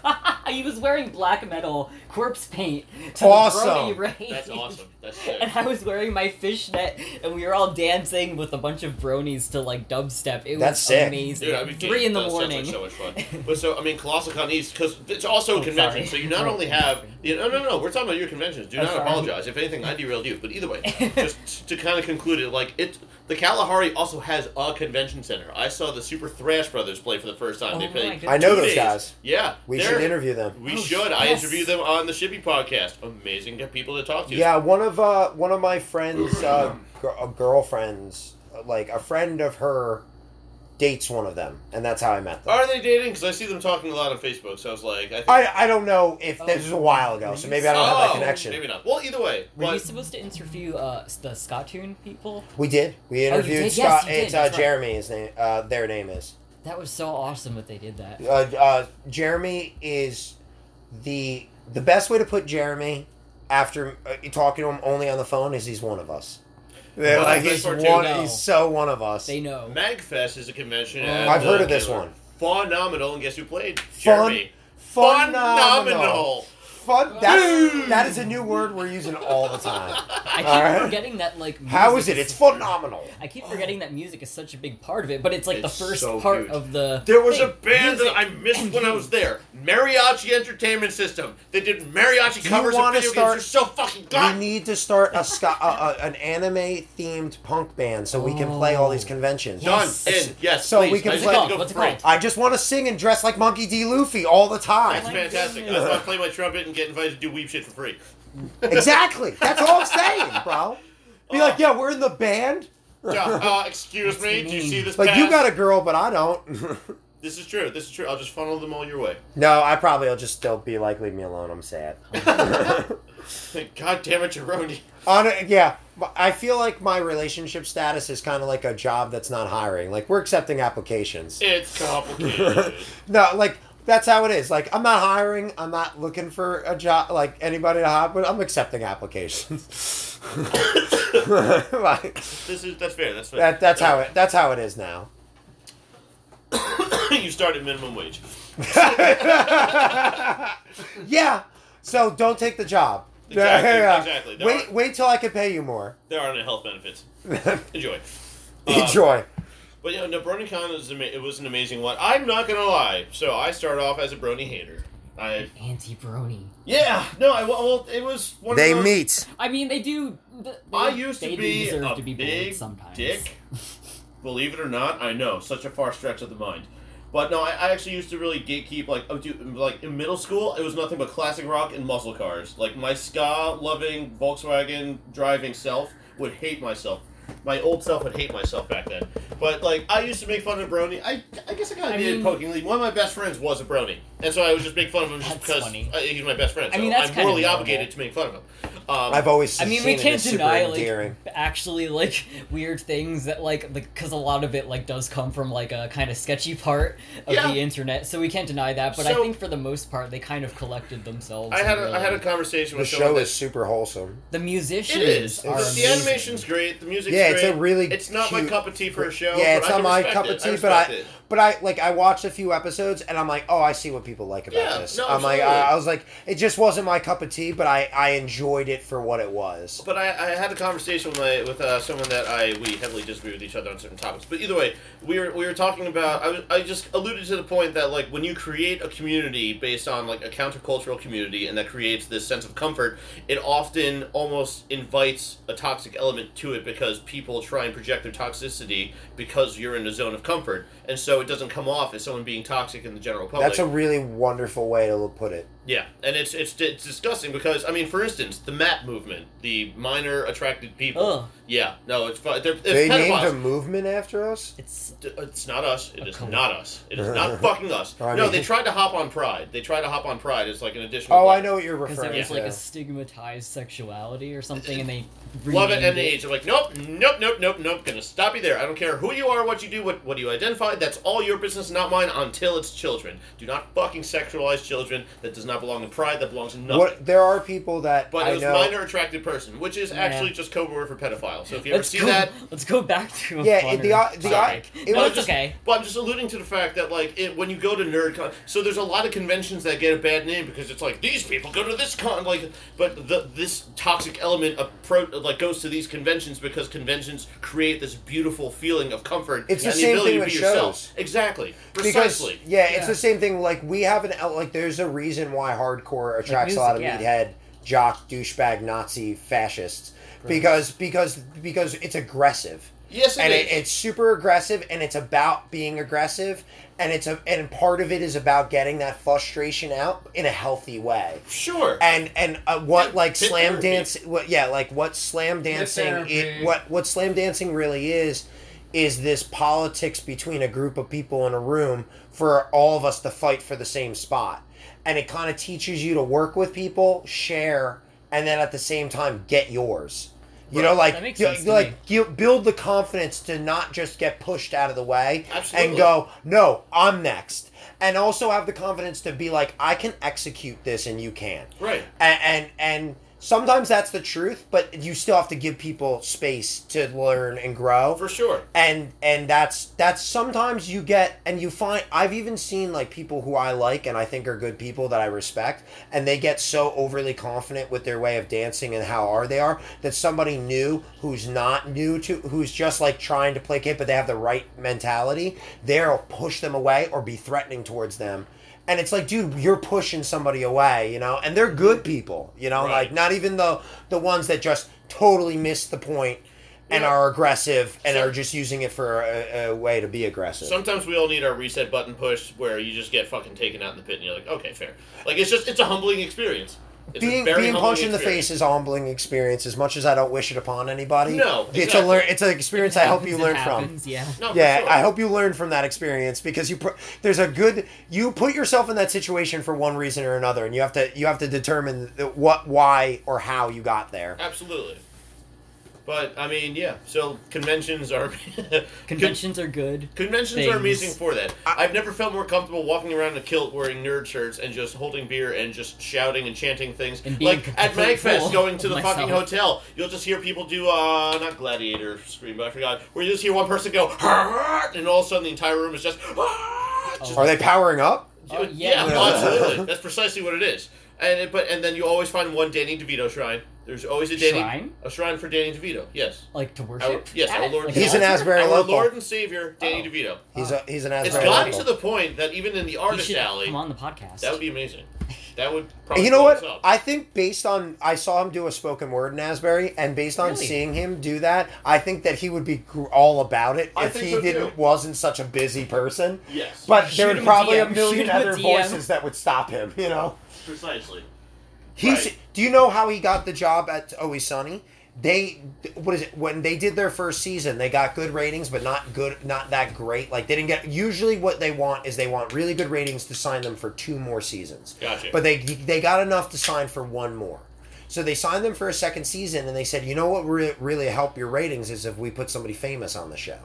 Speaker 4: he was wearing black metal corpse paint to
Speaker 2: Awesome.
Speaker 4: the Brony rave.
Speaker 1: That's awesome. That's
Speaker 4: And
Speaker 1: sick.
Speaker 4: I was wearing my fishnet, and we were all dancing with a bunch of bronies to like dubstep. It
Speaker 2: That's
Speaker 4: was
Speaker 2: sick.
Speaker 4: amazing.
Speaker 1: Dude, I mean,
Speaker 4: Three in the
Speaker 1: that sounds
Speaker 4: morning.
Speaker 1: Like so much fun. But so I mean, Colossal Con East because it's also a
Speaker 4: Oh,
Speaker 1: convention.
Speaker 4: sorry.
Speaker 1: So you not only have you no no no. We're talking about your conventions. Do
Speaker 4: I'm
Speaker 1: not
Speaker 4: sorry.
Speaker 1: apologize. If anything, I derailed you. But either way, just to kind of conclude it, like it, the Kalahari also has a convention center. I saw the Super Thrash Brothers play for the first time.
Speaker 4: Oh
Speaker 1: they
Speaker 4: my
Speaker 1: played.
Speaker 4: goodness.
Speaker 2: I know
Speaker 1: two
Speaker 2: those
Speaker 1: days.
Speaker 2: guys.
Speaker 1: Yeah,
Speaker 2: We
Speaker 1: they're-
Speaker 2: should interview them.
Speaker 1: We
Speaker 4: Oh,
Speaker 1: should. I
Speaker 4: yes.
Speaker 1: interviewed them on the Shippy podcast. Amazing good people to talk to.
Speaker 2: Yeah, one of uh one of my friends uh, gr- uh, girlfriends, uh, like a friend of her dates one of them, and that's how I met them.
Speaker 1: Are they dating? Because I see them talking a lot on Facebook. So I was like, I think.
Speaker 2: I, I don't know if
Speaker 4: Oh.
Speaker 2: this was a while ago, so maybe I don't have
Speaker 1: Oh,
Speaker 2: that connection.
Speaker 1: Maybe not. Well, either way,
Speaker 4: Were you
Speaker 1: but
Speaker 4: supposed to interview uh, the Scottoon people?
Speaker 2: We did. We interviewed
Speaker 4: did? Yes,
Speaker 2: Scott.
Speaker 4: Oh, you did.
Speaker 2: It's uh,
Speaker 4: That's right.
Speaker 2: Jeremy. His name. Uh, their name is.
Speaker 4: That was so awesome that they did that.
Speaker 2: Uh, uh, Jeremy is the the best way to put Jeremy after uh, talking to him only on the phone is he's one of us. Yeah,
Speaker 1: Well,
Speaker 2: like
Speaker 1: that's
Speaker 2: he's
Speaker 1: what
Speaker 2: one.
Speaker 1: you
Speaker 4: know.
Speaker 2: He's so one of us.
Speaker 4: They know.
Speaker 1: Magfest is a convention.
Speaker 4: Oh.
Speaker 1: at
Speaker 2: I've
Speaker 1: the
Speaker 2: heard of this
Speaker 1: Taylor.
Speaker 2: one.
Speaker 1: Phenomenal, and guess who played?
Speaker 2: Fun-
Speaker 1: Jeremy.
Speaker 2: Phenomenal. Fun. That, that is a new word we're using all the time.
Speaker 4: I keep
Speaker 2: All right.
Speaker 4: forgetting that like. Music
Speaker 2: How is it? It's phenomenal.
Speaker 4: I keep forgetting that music is such a big part of it, but it's like
Speaker 1: Oh. It's
Speaker 4: the first
Speaker 1: so
Speaker 4: part
Speaker 1: huge.
Speaker 4: of the.
Speaker 1: There was a
Speaker 4: thing.
Speaker 1: band that
Speaker 4: Music.
Speaker 1: I missed when I was there. Mariachi Entertainment System. They did mariachi
Speaker 2: Do you
Speaker 1: covers of
Speaker 2: wanna
Speaker 1: video
Speaker 2: start-
Speaker 1: games. They're so fucking
Speaker 2: We
Speaker 1: good.
Speaker 2: need to start a, ska- a, a an anime themed punk band so we can play all these
Speaker 4: Oh.
Speaker 2: conventions.
Speaker 1: Done.
Speaker 4: Yes.
Speaker 1: In. Yes.
Speaker 2: So we
Speaker 1: please.
Speaker 2: can
Speaker 1: I just
Speaker 2: play-
Speaker 1: had to go
Speaker 4: What's it
Speaker 1: print.
Speaker 4: called?
Speaker 2: I just want to sing and dress like Monkey D. Luffy all the time.
Speaker 1: That's
Speaker 4: my
Speaker 1: fantastic.
Speaker 4: goodness.
Speaker 1: I want to play my trumpet and get invited to do weep shit for free.
Speaker 2: Exactly. That's all I'm saying, bro. Be like, yeah, we're in the band.
Speaker 1: Yeah, uh, excuse me.
Speaker 4: the
Speaker 1: Do you
Speaker 4: name?
Speaker 1: see this?
Speaker 2: Like, you
Speaker 1: pass?
Speaker 2: got a girl, but I don't.
Speaker 1: This is true. This is true. I'll just funnel them all your way.
Speaker 2: no, I probably will just still be like, leave me alone. I'm sad.
Speaker 1: God damn it, Jeroni.
Speaker 2: On a, yeah, but I feel like my relationship status is kind of like a job that's not hiring. Like, we're accepting applications.
Speaker 1: It's complicated.
Speaker 2: No, like, that's how it is. Like, I'm not hiring. I'm not looking for a job, like, anybody to hire, but I'm accepting applications. like,
Speaker 1: this is that's fair. That's fair.
Speaker 2: that, that's how it. That's how it is now.
Speaker 1: you start at minimum wage.
Speaker 2: Yeah. So don't take the job.
Speaker 1: Exactly,
Speaker 2: Yeah.
Speaker 1: exactly. There
Speaker 2: Wait,
Speaker 1: are-
Speaker 2: wait till I can pay you more.
Speaker 1: There aren't any health benefits. Enjoy. Uh,
Speaker 2: Enjoy.
Speaker 1: But yeah, no, BronyCon is ama- it was an amazing one. I'm not gonna lie. So I started off as a Brony hater. I
Speaker 4: Anti Brony.
Speaker 1: yeah no I well it was one of those,
Speaker 2: meet.
Speaker 4: I mean, they do. th- They,
Speaker 1: I used to
Speaker 4: they do
Speaker 1: be
Speaker 4: deserve
Speaker 1: a
Speaker 4: to be bullied
Speaker 1: big
Speaker 4: sometimes.
Speaker 1: dick. Believe it or not, I know such a far stretch of the mind. But no, I, I actually used to really gatekeep like oh, dude, like in middle school, it was nothing but classic rock and muscle cars. Like my ska loving Volkswagen driving self would hate myself. My old self would hate myself back then. But like I used to make fun of Brony. I, I guess I kind
Speaker 4: I
Speaker 1: of did
Speaker 4: mean-
Speaker 1: pokingly. One of my best friends was a Brony, and so I would just make fun of him just
Speaker 4: That's
Speaker 1: because
Speaker 4: funny.
Speaker 1: uh, he's my best friend. So
Speaker 4: I mean, that's
Speaker 1: am
Speaker 4: kinda
Speaker 1: morally
Speaker 4: normal.
Speaker 1: obligated to make fun of him. Um,
Speaker 2: I've always.
Speaker 4: I mean,
Speaker 2: seen
Speaker 4: we
Speaker 2: it
Speaker 4: can't
Speaker 2: as super
Speaker 4: deny like
Speaker 2: endearing.
Speaker 4: actually like weird things that like because a lot of it like does come from like a kind of sketchy part of
Speaker 1: Yeah.
Speaker 4: the internet, so we can't deny that. But I
Speaker 1: So-
Speaker 4: think for the most part, they kind of collected themselves.
Speaker 1: I had a,
Speaker 4: and
Speaker 1: I had a
Speaker 4: really-
Speaker 1: conversation
Speaker 2: The
Speaker 1: with someone
Speaker 2: show
Speaker 1: that-
Speaker 2: is super wholesome.
Speaker 4: the musicians.
Speaker 1: It is. the,
Speaker 4: Are
Speaker 1: the
Speaker 4: amazing.
Speaker 1: animation's great. The music's
Speaker 2: Yeah,
Speaker 1: great.
Speaker 2: it's a really
Speaker 1: It's not my
Speaker 2: cute-
Speaker 1: cup of tea for a show.
Speaker 2: Yeah,
Speaker 1: but
Speaker 2: it's
Speaker 1: I
Speaker 2: not
Speaker 1: can
Speaker 2: my
Speaker 1: respect
Speaker 2: cup
Speaker 1: it.
Speaker 2: of tea,
Speaker 1: I
Speaker 2: but I,
Speaker 1: respect it.
Speaker 2: but I like I watched a few episodes and I'm like, oh, I see what people like about
Speaker 1: Yeah,
Speaker 2: this.
Speaker 1: no,
Speaker 2: I'm like,
Speaker 1: absolutely.
Speaker 2: I, I was like, it just wasn't my cup of tea, but I I enjoyed it it for what it was.
Speaker 1: But I, I had a conversation with my, with uh, someone that I we heavily disagree with each other on certain topics. But either way, we were we were talking about. I, was, I just alluded to the point that like when you create a community based on like a countercultural community and that creates this sense of comfort, it often almost invites a toxic element to it because people try and project their toxicity because you're in a zone of comfort, and so it doesn't come off as someone being toxic in the general public.
Speaker 2: That's a really wonderful way to put it.
Speaker 1: Yeah, and it's, it's it's disgusting because I mean, for instance, the MAP movement, the minor attracted people.
Speaker 4: Ugh.
Speaker 1: Yeah, no, it's fi- they're, it's
Speaker 2: they named a
Speaker 1: pedophiles.
Speaker 2: movement after us.
Speaker 4: It's
Speaker 1: D- uh, It's not us. It is
Speaker 4: Oh, come
Speaker 1: not us. It is not fucking us.
Speaker 2: I
Speaker 1: no,
Speaker 2: mean-
Speaker 1: they tried to hop on Pride. They tried to hop on Pride. It's like an additional.
Speaker 2: Oh, I
Speaker 1: layer.
Speaker 2: know what you're
Speaker 4: because there
Speaker 2: referring
Speaker 4: was
Speaker 2: to.
Speaker 4: like a stigmatized sexuality or something, and they
Speaker 1: Love it
Speaker 4: renamed
Speaker 1: and the age. I'm like, nope, nope, nope, nope, nope. Gonna stop you there. I don't care who you are, what you do, what what you identify. That's all your business, not mine. Until it's children. Do not fucking sexualize children. That does not belong in Pride. That belongs in nothing.
Speaker 2: What there are people that
Speaker 1: But
Speaker 2: I
Speaker 1: it was
Speaker 2: know.
Speaker 1: minor attracted person, which is actually
Speaker 4: Yeah.
Speaker 1: just code word for pedophile. So if you ever
Speaker 4: Let's
Speaker 1: see
Speaker 4: go.
Speaker 1: that,
Speaker 4: Let's go back to a
Speaker 2: Yeah, it- the
Speaker 4: funner
Speaker 2: o- the o-
Speaker 4: topic.
Speaker 2: it
Speaker 4: no,
Speaker 2: was
Speaker 4: it's
Speaker 1: just-
Speaker 4: okay.
Speaker 1: But I'm just alluding to the fact that like it, when you go to nerd con, so there's a lot of conventions that get a bad name because it's like these people go to this con, like, but the this toxic element appro- like goes to these conventions because conventions create this beautiful feeling of comfort.
Speaker 2: It's the
Speaker 1: and
Speaker 2: same
Speaker 1: ability
Speaker 2: thing
Speaker 1: to
Speaker 2: with
Speaker 1: be
Speaker 2: shows.
Speaker 1: yourself. Exactly,
Speaker 2: because
Speaker 1: precisely.
Speaker 2: yeah, it's
Speaker 5: Yeah.
Speaker 2: the same thing. Like we have an out- like there's a reason why hardcore attracts a lot of
Speaker 4: music, yeah.
Speaker 2: meathead, jock, douchebag, Nazi, fascists. Because because because it's aggressive.
Speaker 1: yes, it
Speaker 2: and
Speaker 1: is.
Speaker 2: it, it's super aggressive and it's about being aggressive and it's a and part of it is about getting that frustration out in a healthy way
Speaker 1: sure.
Speaker 2: and and uh, what
Speaker 1: Yeah,
Speaker 2: like
Speaker 1: pit
Speaker 2: slam
Speaker 1: therapy.
Speaker 2: dance what yeah like what slam dancing i
Speaker 5: therapy.
Speaker 2: what what slam dancing really is is this politics between a group of people in a room for all of us to fight for the same spot and it kind of teaches you to work with people share and then at the same time get yours you know, like,
Speaker 4: That makes
Speaker 2: you-
Speaker 4: sense to
Speaker 2: like
Speaker 4: me.
Speaker 2: you build the confidence to not just get pushed out of the way and
Speaker 1: Absolutely.
Speaker 2: go, no, I'm next. And also have the confidence to be like, I can execute this and you can.
Speaker 1: Right.
Speaker 2: And, and, and sometimes that's the truth, but you still have to give people space to learn and grow
Speaker 1: for sure.
Speaker 2: and and that's that's sometimes you get and you find i've even seen like people who i like and i think are good people that i respect and they get so overly confident with their way of dancing and how are they are that somebody new who's not new to who's just like trying to play kid but they have the right mentality they'll push them away or be threatening towards them and it's like dude you're pushing somebody away you know and they're good people you know
Speaker 1: Right.
Speaker 2: like not even the the ones that just totally miss the point and are aggressive and
Speaker 1: Sure.
Speaker 2: are just using it for a, a way to be aggressive.
Speaker 1: Sometimes we all need our reset button push where you just get fucking taken out in the pit and you're like, okay, fair. Like it's just it's a humbling experience. It's
Speaker 2: being
Speaker 1: a very
Speaker 2: being
Speaker 1: humbling
Speaker 2: punched in the
Speaker 1: experience.
Speaker 2: face is a humbling experience. As much as I don't wish it upon anybody,
Speaker 1: No,
Speaker 2: it's a
Speaker 1: exactly.
Speaker 2: lear- it's an experience I hope you
Speaker 4: Happens, it
Speaker 2: learn from.
Speaker 4: happens, Yeah.
Speaker 1: No, for
Speaker 2: Yeah,
Speaker 1: sure.
Speaker 2: I hope you learn from that experience because you put there's a good you put yourself in that situation for one reason or another, and you have to you have to determine th- what, why, or how you got there.
Speaker 1: Absolutely. But I mean, yeah. So conventions are
Speaker 4: Conventions are good.
Speaker 1: Con- conventions
Speaker 4: things.
Speaker 1: are amazing for that. I, have never felt more comfortable walking around in a kilt wearing nerd shirts and just holding beer and just shouting and chanting things.
Speaker 4: And being
Speaker 1: like at
Speaker 4: completely full
Speaker 1: Magfest, going to
Speaker 4: of
Speaker 1: the fucking
Speaker 4: myself.
Speaker 1: hotel, you'll just hear people do uh not gladiator scream, but I forgot. Where you just hear one person go, "Hurrah!" and all of a sudden the entire room is just, "Hurrah!" just
Speaker 2: Are they powering up?
Speaker 4: Oh,
Speaker 1: yeah,
Speaker 4: yeah.
Speaker 1: absolutely. That's precisely what it is. And it, but and then you always find one Danny DeVito shrine. There's always a Danny
Speaker 4: Shrine?
Speaker 1: a shrine for Danny DeVito. Yes.
Speaker 4: Like to worship.
Speaker 1: Our, Oh, yes, our
Speaker 4: at?
Speaker 1: Lord.
Speaker 4: Like
Speaker 1: and
Speaker 2: He's
Speaker 1: Savior-
Speaker 2: an Asbury
Speaker 1: our
Speaker 2: local.
Speaker 1: Lord and Savior, Danny
Speaker 4: Oh.
Speaker 1: DeVito.
Speaker 2: He's a he's an
Speaker 1: It's
Speaker 2: Asbury
Speaker 1: gotten
Speaker 2: local.
Speaker 1: to the point that even in the
Speaker 4: You
Speaker 1: artist
Speaker 4: should
Speaker 1: alley,
Speaker 4: come on the podcast.
Speaker 1: that would be amazing. That would probably.
Speaker 2: you know
Speaker 1: blow
Speaker 2: what?
Speaker 1: us up.
Speaker 2: I think based on I saw him do a spoken word in Asbury, and based on
Speaker 4: Really?
Speaker 2: seeing him do that, I think that he would be gr- all about it
Speaker 1: I
Speaker 2: if
Speaker 1: think
Speaker 2: he
Speaker 1: so,
Speaker 2: didn't
Speaker 1: too.
Speaker 2: wasn't such a busy person.
Speaker 1: yes,
Speaker 2: But
Speaker 4: Shoot
Speaker 2: there
Speaker 4: him
Speaker 2: were
Speaker 4: a
Speaker 2: probably a
Speaker 4: DM, shoot
Speaker 2: million
Speaker 4: him a
Speaker 2: other
Speaker 4: DM.
Speaker 2: voices that would stop him. You know,
Speaker 1: precisely.
Speaker 2: he's.
Speaker 1: Right.
Speaker 2: Do you know how he got the job at Always Sunny? They what is it when they did their first season? They got good ratings, but not good, not that great. Like they didn't get. Usually, what they want is they want really good ratings to sign them for two more seasons.
Speaker 1: Gotcha.
Speaker 2: But they they got enough to sign for one more. So they signed them for a second season, and they said, you know what re- really help your ratings is if we put somebody famous on the show.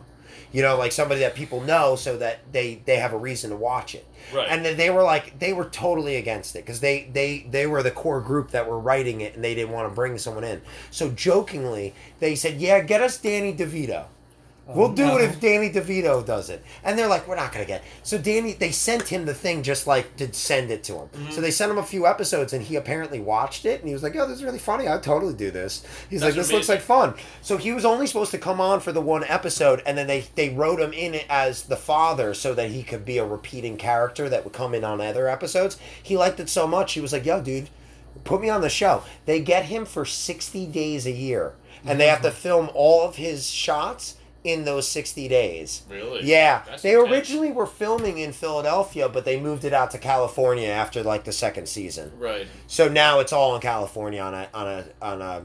Speaker 2: You know, like somebody that people know, so that they they have a reason to watch it.
Speaker 1: Right.
Speaker 2: And then they were like, they were totally against it because they they they were the core group that were writing it, and they didn't want to bring someone in. So jokingly, they said, yeah, get us Danny DeVito. We'll do
Speaker 4: no.
Speaker 1: Oh,
Speaker 2: it if Danny DeVito does it. And they're like, we're not going to get it. So Danny, they sent him the thing just like to send it to him.
Speaker 1: Mm-hmm.
Speaker 2: So they sent him a few episodes and he apparently watched it and he was like, yo, this is really funny. I'd totally do this. He's like,
Speaker 1: That's
Speaker 2: this looks
Speaker 1: amazing.
Speaker 2: like fun. So he was only supposed to come on for the one episode and then they, they wrote him in as the father so that he could be a repeating character that would come in on other episodes. He liked it so much. He was like, yo, dude, put me on the show. They get him for 60 days a year, and they have
Speaker 1: Mm-hmm.
Speaker 2: to film all of his shots in those 60 days.
Speaker 1: Really?
Speaker 2: Yeah,
Speaker 1: That's
Speaker 2: they
Speaker 1: intense.
Speaker 2: originally were filming in Philadelphia, but they moved it out to California after like the second season.
Speaker 1: Right.
Speaker 2: So now it's all in California on a on a on a,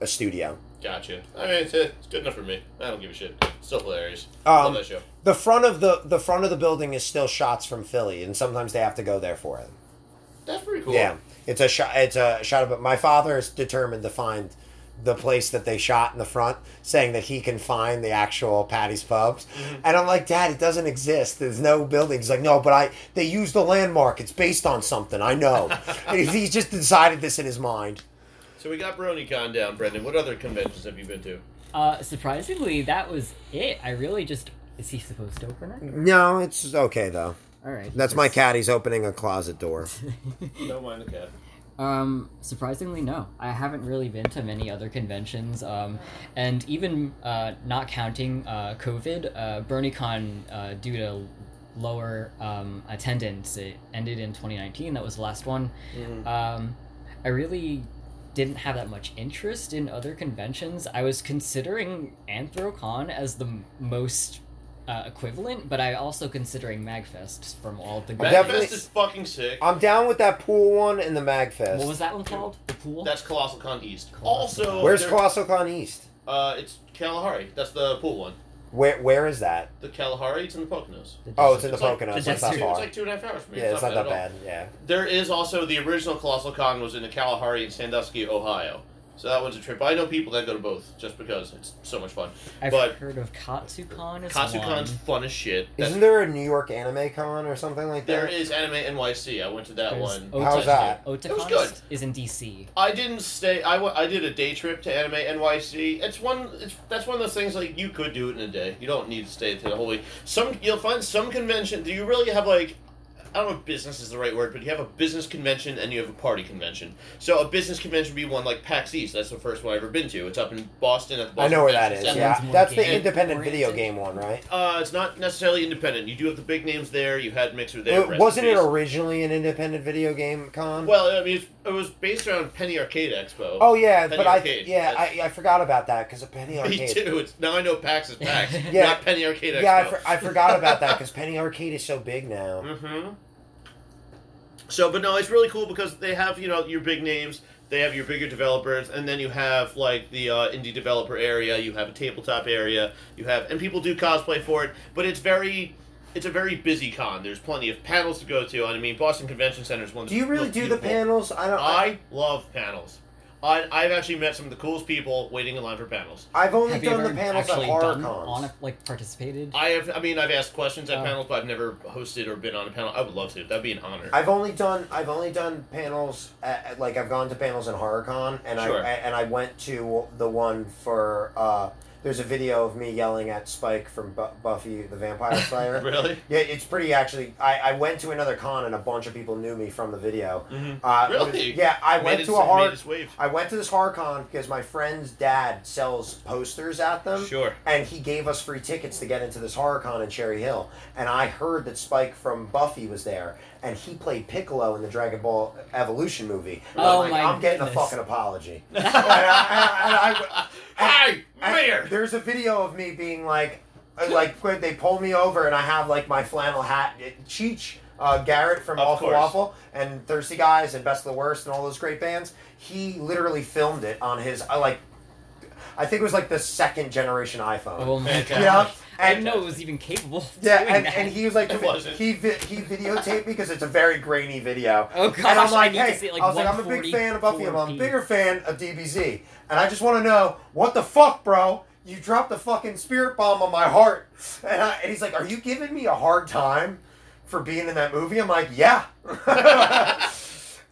Speaker 2: a studio.
Speaker 1: Gotcha. I mean, it's, it's good enough for me. I don't give a shit. It's still hilarious.
Speaker 2: Um,
Speaker 1: Love that show.
Speaker 2: The front of the the front of the building is still shots from Philly, and sometimes they have to go there for it.
Speaker 1: That's pretty cool.
Speaker 2: Yeah, it's a shot. It's a shot of it. My father is determined to find the place that they shot in the front, saying that he can find the actual Patty's Pubs.
Speaker 4: Mm-hmm.
Speaker 2: And I'm like, Dad, it doesn't exist. There's no building. He's like, No, but I they used the landmark. It's based on something. I know. and he- he just decided this in his mind.
Speaker 1: So we got BronyCon down, Brendan. What other conventions have you been to?
Speaker 4: Uh, surprisingly, that was it. I really just. Is he supposed to open it?
Speaker 2: No, it's okay though.
Speaker 4: All right.
Speaker 2: That's my cat. He's opening a closet door.
Speaker 1: Don't mind the cat.
Speaker 4: Um, surprisingly, no. I haven't really been to many other conventions. Um, and even uh, not counting uh, COVID, uh, BernieCon, uh, due to lower um, attendance, it ended in 2019. That was the last one. Um, I really didn't have that much interest in other conventions. I was considering AnthroCon as the m- most uh, equivalent, but I also considering MagFest from all
Speaker 2: Oh,
Speaker 4: the.
Speaker 1: That
Speaker 2: definitely-
Speaker 1: fest is fucking sick.
Speaker 2: I'm down with that pool one and the
Speaker 4: what
Speaker 2: Magfest.
Speaker 4: was that one called? The pool.
Speaker 1: That's Colossal Con East.
Speaker 4: Colossal
Speaker 1: Also,
Speaker 2: Where's
Speaker 1: there-
Speaker 2: Colossal Con East?
Speaker 1: Uh, it's Kalahari. That's the pool one.
Speaker 2: Where Where is that?
Speaker 1: The Kalahari. It's in the Poconos.
Speaker 2: Oh, it's in the
Speaker 1: It's like-
Speaker 2: Poconos.
Speaker 4: it's
Speaker 2: That's
Speaker 4: like
Speaker 2: not
Speaker 1: Dude,
Speaker 4: two-
Speaker 2: far.
Speaker 1: It's like two and a half hours for me.
Speaker 2: Yeah, it's not
Speaker 1: at
Speaker 2: that
Speaker 1: all.
Speaker 2: bad. Yeah.
Speaker 1: There is also the original Colossal Con was in the Kalahari in Sandusky, Ohio. So that one's a trip. I know people that go to both just because it's so much fun.
Speaker 4: I've
Speaker 1: but
Speaker 4: heard of Katsucon as
Speaker 1: Katsukon's
Speaker 4: one.
Speaker 1: fun as shit. That's-
Speaker 2: Isn't there a New York Anime Con or something like that?
Speaker 1: there is Anime NYC. I went to that
Speaker 4: There's
Speaker 1: one.
Speaker 4: Ota-
Speaker 2: How's that?
Speaker 1: It was
Speaker 4: Otakon
Speaker 1: good.
Speaker 4: is- is in DC.
Speaker 1: I didn't stay. I wa- I did a day trip to Anime NYC. It's one. It's that's one of those things like you could do it in a day. You don't need to stay to the whole week. Some you'll find some convention. Do you really have like? I don't know if business is the right word, but you have a business convention and you have a party convention. So a business convention would be one like PAX East. That's the first one I've ever been to. It's up in Boston at the
Speaker 2: I
Speaker 1: Boston
Speaker 2: know where that
Speaker 1: Convention
Speaker 2: is.
Speaker 1: Center.
Speaker 2: Yeah,
Speaker 4: Someone's more
Speaker 2: that's the
Speaker 1: game
Speaker 2: independent video
Speaker 4: oriented.
Speaker 2: game one, right?
Speaker 1: Uh, it's not necessarily independent. You do have the big names there. You had Mixer there.
Speaker 2: It-
Speaker 1: Rest
Speaker 2: wasn't
Speaker 1: in
Speaker 2: it
Speaker 1: peace.
Speaker 2: originally an independent video game con?
Speaker 1: Well, I mean, it's, it was based around Penny Arcade Expo.
Speaker 2: oh yeah,
Speaker 1: Penny
Speaker 2: but I
Speaker 1: Arcade.
Speaker 2: yeah I, I forgot about that because of Penny
Speaker 1: Me
Speaker 2: Arcade.
Speaker 1: too. It's, now I know PAX is PAX,
Speaker 2: Yeah.
Speaker 1: not Penny Arcade Expo.
Speaker 2: Yeah, I, for, I forgot about that because Penny Arcade is so big now.
Speaker 1: hmm So, but no, it's really cool because they have you know your big names, they have your bigger developers, and then you have like the uh, indie developer area. You have a tabletop area. You have and people do cosplay for it, but it's very. It's a very busy con. There's plenty of panels to go to, and I mean, Boston Convention Center is one. of
Speaker 2: Do
Speaker 1: the
Speaker 2: you really
Speaker 1: most
Speaker 2: do the
Speaker 1: beautiful-
Speaker 2: panels? I don't. I,
Speaker 1: I love panels. I, I've actually met some of the coolest people waiting in line for panels.
Speaker 2: I've only
Speaker 4: Have you
Speaker 2: done
Speaker 4: ever
Speaker 2: the panels at
Speaker 4: actually
Speaker 2: horror
Speaker 4: done
Speaker 2: cons.
Speaker 4: on a, like participated?
Speaker 1: I have, I mean, I've asked questions at
Speaker 4: Oh.
Speaker 1: panels, but I've never hosted or been on a panel. I would love to. That'd be an honor.
Speaker 2: I've only done I've only done panels at, at- like I've gone to panels in HorrorCon and
Speaker 1: Sure.
Speaker 2: I and I went to the one for uh there's a video of me yelling at Spike from Bu- Buffy the Vampire Slayer.
Speaker 1: really?
Speaker 2: Yeah, it's pretty actually. I, I went to another con and a bunch of people knew me from the video.
Speaker 1: Mhm.
Speaker 2: Uh,
Speaker 1: Really?
Speaker 2: Yeah, I
Speaker 1: Made
Speaker 2: went
Speaker 1: its-
Speaker 2: to a
Speaker 1: made
Speaker 2: horror.
Speaker 1: its wave.
Speaker 2: I went to this horror con because my friend's dad sells posters at them.
Speaker 1: Sure.
Speaker 2: And he gave us free tickets to get into this horror con in Cherry Hill. And I heard that Spike from Buffy was there, and he played Piccolo in the Dragon Ball Evolution movie. And
Speaker 4: Oh
Speaker 2: I'm like,
Speaker 4: my
Speaker 2: I'm getting a
Speaker 4: goodness.
Speaker 2: fucking apology. Oh, and I, and I- and I-
Speaker 1: Hey,
Speaker 2: I-
Speaker 1: Mayor!
Speaker 2: There's a video of me being like, uh, like when they pull me over and I have like my flannel hat, it- Cheech, uh, Garrett from
Speaker 1: Of
Speaker 2: Awful
Speaker 1: course.
Speaker 2: Waffle, and Thirsty Guys and Best of the Worst and all those great bands. He literally filmed it on his, I like, I think it was like the second generation iPhone.
Speaker 4: oh my
Speaker 1: Fantastic.
Speaker 4: god!
Speaker 2: yeah,
Speaker 4: I
Speaker 2: and
Speaker 4: didn't know it was even capable. Of
Speaker 2: yeah,
Speaker 4: doing
Speaker 2: and,
Speaker 4: that.
Speaker 2: and he was like,
Speaker 1: It wasn't.
Speaker 2: he vi- he videotaped me because it's a very grainy video.
Speaker 4: Oh,
Speaker 2: And
Speaker 4: gosh,
Speaker 2: I'm
Speaker 4: I
Speaker 2: like,
Speaker 4: need to
Speaker 2: hey,
Speaker 4: see, like,
Speaker 2: I was like, I'm a big fan of Buffy, but I'm a
Speaker 4: 144p.
Speaker 2: bigger fan of DBZ, and I just want to know what the fuck, bro. You dropped the fucking spirit bomb on my heart, and, I, and he's like, "Are you giving me a hard time for being in that movie?" I'm like, "Yeah,"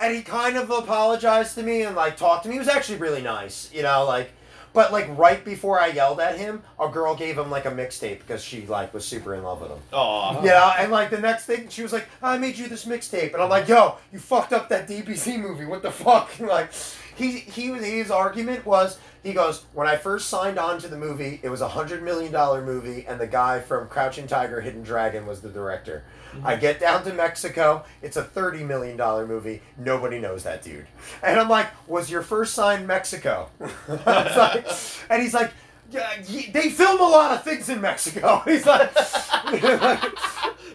Speaker 2: and he kind of apologized to me and like talked to me. He was actually really nice, you know, like. But like right before I yelled at him, a girl gave him like a mixtape because she like was super in love with him.
Speaker 1: Aw.
Speaker 2: You know, and like the next thing she was like, I made you this mixtape and I'm like, yo, you fucked up that DBZ movie, what the fuck? like he he was his argument was he goes, When I first signed on to the movie, it was a hundred million dollar movie and the guy from Crouching Tiger, Hidden Dragon was the director. I get down to Mexico, it's a thirty million dollar movie, nobody knows that dude. And I'm like, Was your first sign Mexico? I was like- and he's like yeah, ye- they film a lot of things in Mexico. He's like,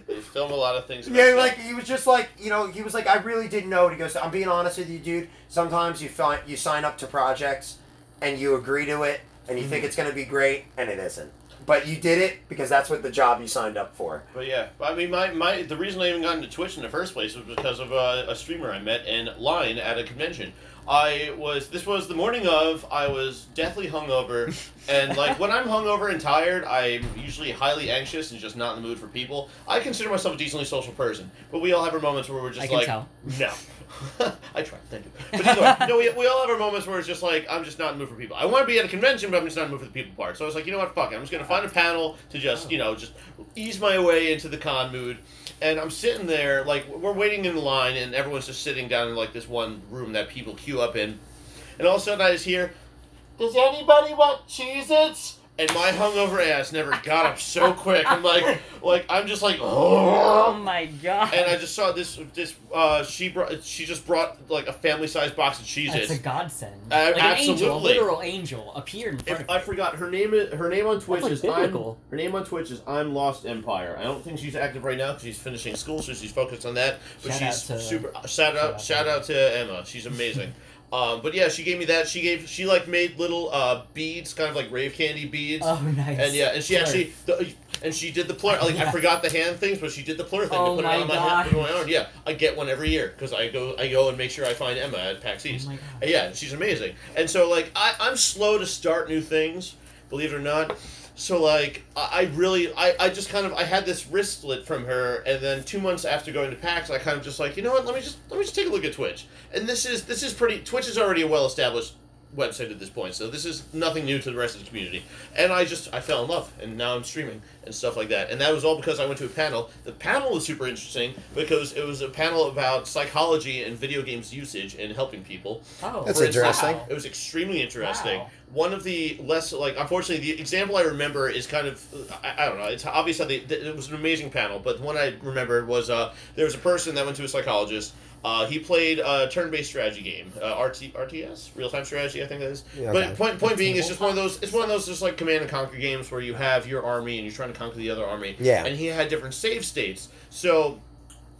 Speaker 1: They film a lot of things.
Speaker 2: Yeah, like he was just like you know he was like I really didn't know. And he goes, I'm being honest with you, dude. Sometimes you find you sign up to projects, and you agree to it, and you think it's gonna be great, and it isn't. But you did it because that's what the job you signed up for.
Speaker 1: But yeah, I mean, my, my the reason I even got into Twitch in the first place was because of uh, a streamer I met in line at a convention. I was this was the morning of. I was deathly hungover, and like when I'm hungover and tired, I'm usually highly anxious and just not in the mood for people. I consider myself a decently social person, but we all have our moments where we're just
Speaker 4: I can
Speaker 1: like,
Speaker 4: tell.
Speaker 1: no. I try, thank you. But either way, no, we, we all have our moments where it's just like, I'm just not in the mood for people. I want to be at a convention, but I'm just not in the mood for the people part. So I was like, you know what, fuck it. I'm just going to find a panel to just, you know, just ease my way into the con mood. And I'm sitting there, like, we're waiting in line, and everyone's just sitting down in, like, this one room that people queue up in. And all of a sudden I just hear, does anybody want Cheez-Its? And my hungover ass never got up so quick. I'm like, like I'm just like,
Speaker 4: Oh my god.
Speaker 1: and I just saw this. This uh, she brought. She just brought like a family-sized box of
Speaker 4: That's
Speaker 1: cheeses.
Speaker 4: a godsend.
Speaker 1: Uh,
Speaker 4: like an angel, a
Speaker 1: absolutely.
Speaker 4: literal angel appeared in front
Speaker 1: If I
Speaker 4: of me.
Speaker 1: forgot her name. is- Her name on Twitch
Speaker 4: like
Speaker 1: is I'm,
Speaker 4: biblical.
Speaker 1: her name on Twitch is I'm Lost Empire. I don't think she's active right now because she's finishing school, so she's focused on that. But
Speaker 4: Shout out
Speaker 1: she's
Speaker 4: to-
Speaker 1: super. Shout out! Shout out to Emma. She's amazing. um, but yeah, she gave me that. She gave. She like made little uh, beads, kind of like rave candy beads.
Speaker 4: Oh nice.
Speaker 1: And yeah, and she
Speaker 4: Sure.
Speaker 1: actually the, and she did the plur. Like I
Speaker 4: Yeah.
Speaker 1: forgot the hand things, but she did the plur thing
Speaker 4: Oh
Speaker 1: to put
Speaker 4: my
Speaker 1: it on my hand, put it on my
Speaker 4: gosh.
Speaker 1: arm. Yeah, I get one every year because I go I go and make sure I find Emma at PAX East.
Speaker 4: Oh my gosh.
Speaker 1: yeah, and she's amazing. And so like I I'm slow to start new things, believe it or not. So like I, I really I, I just kind of I had this wristlet from her, and then two months after going to PAX, I kind of just like you know what let me just let me just take a look at Twitch. And this is this is pretty Twitch is already a well established website at this point, so this is nothing new to the rest of the community. And I just I fell in love, and now I'm streaming and stuff like that. And that was all because I went to a panel. The panel was super interesting because it was a panel about psychology and video games usage and helping people.
Speaker 4: Oh,
Speaker 2: That's
Speaker 1: For
Speaker 2: interesting.
Speaker 1: instance, It was extremely interesting.
Speaker 4: Wow.
Speaker 1: One of the less like, unfortunately, the example I remember is kind of I, I don't know. It's obvious how they, th- it was an amazing panel, but the one I remembered was uh, there was a person that went to a psychologist. Uh, he played a turn-based strategy game, uh, RT, RTS, real-time strategy, I think that is.
Speaker 2: Yeah, okay.
Speaker 1: But point point being, it's just one of those. It's one of those just like command and conquer games where you have your army and you're trying to conquer the other army.
Speaker 2: Yeah.
Speaker 1: And he had different save states, so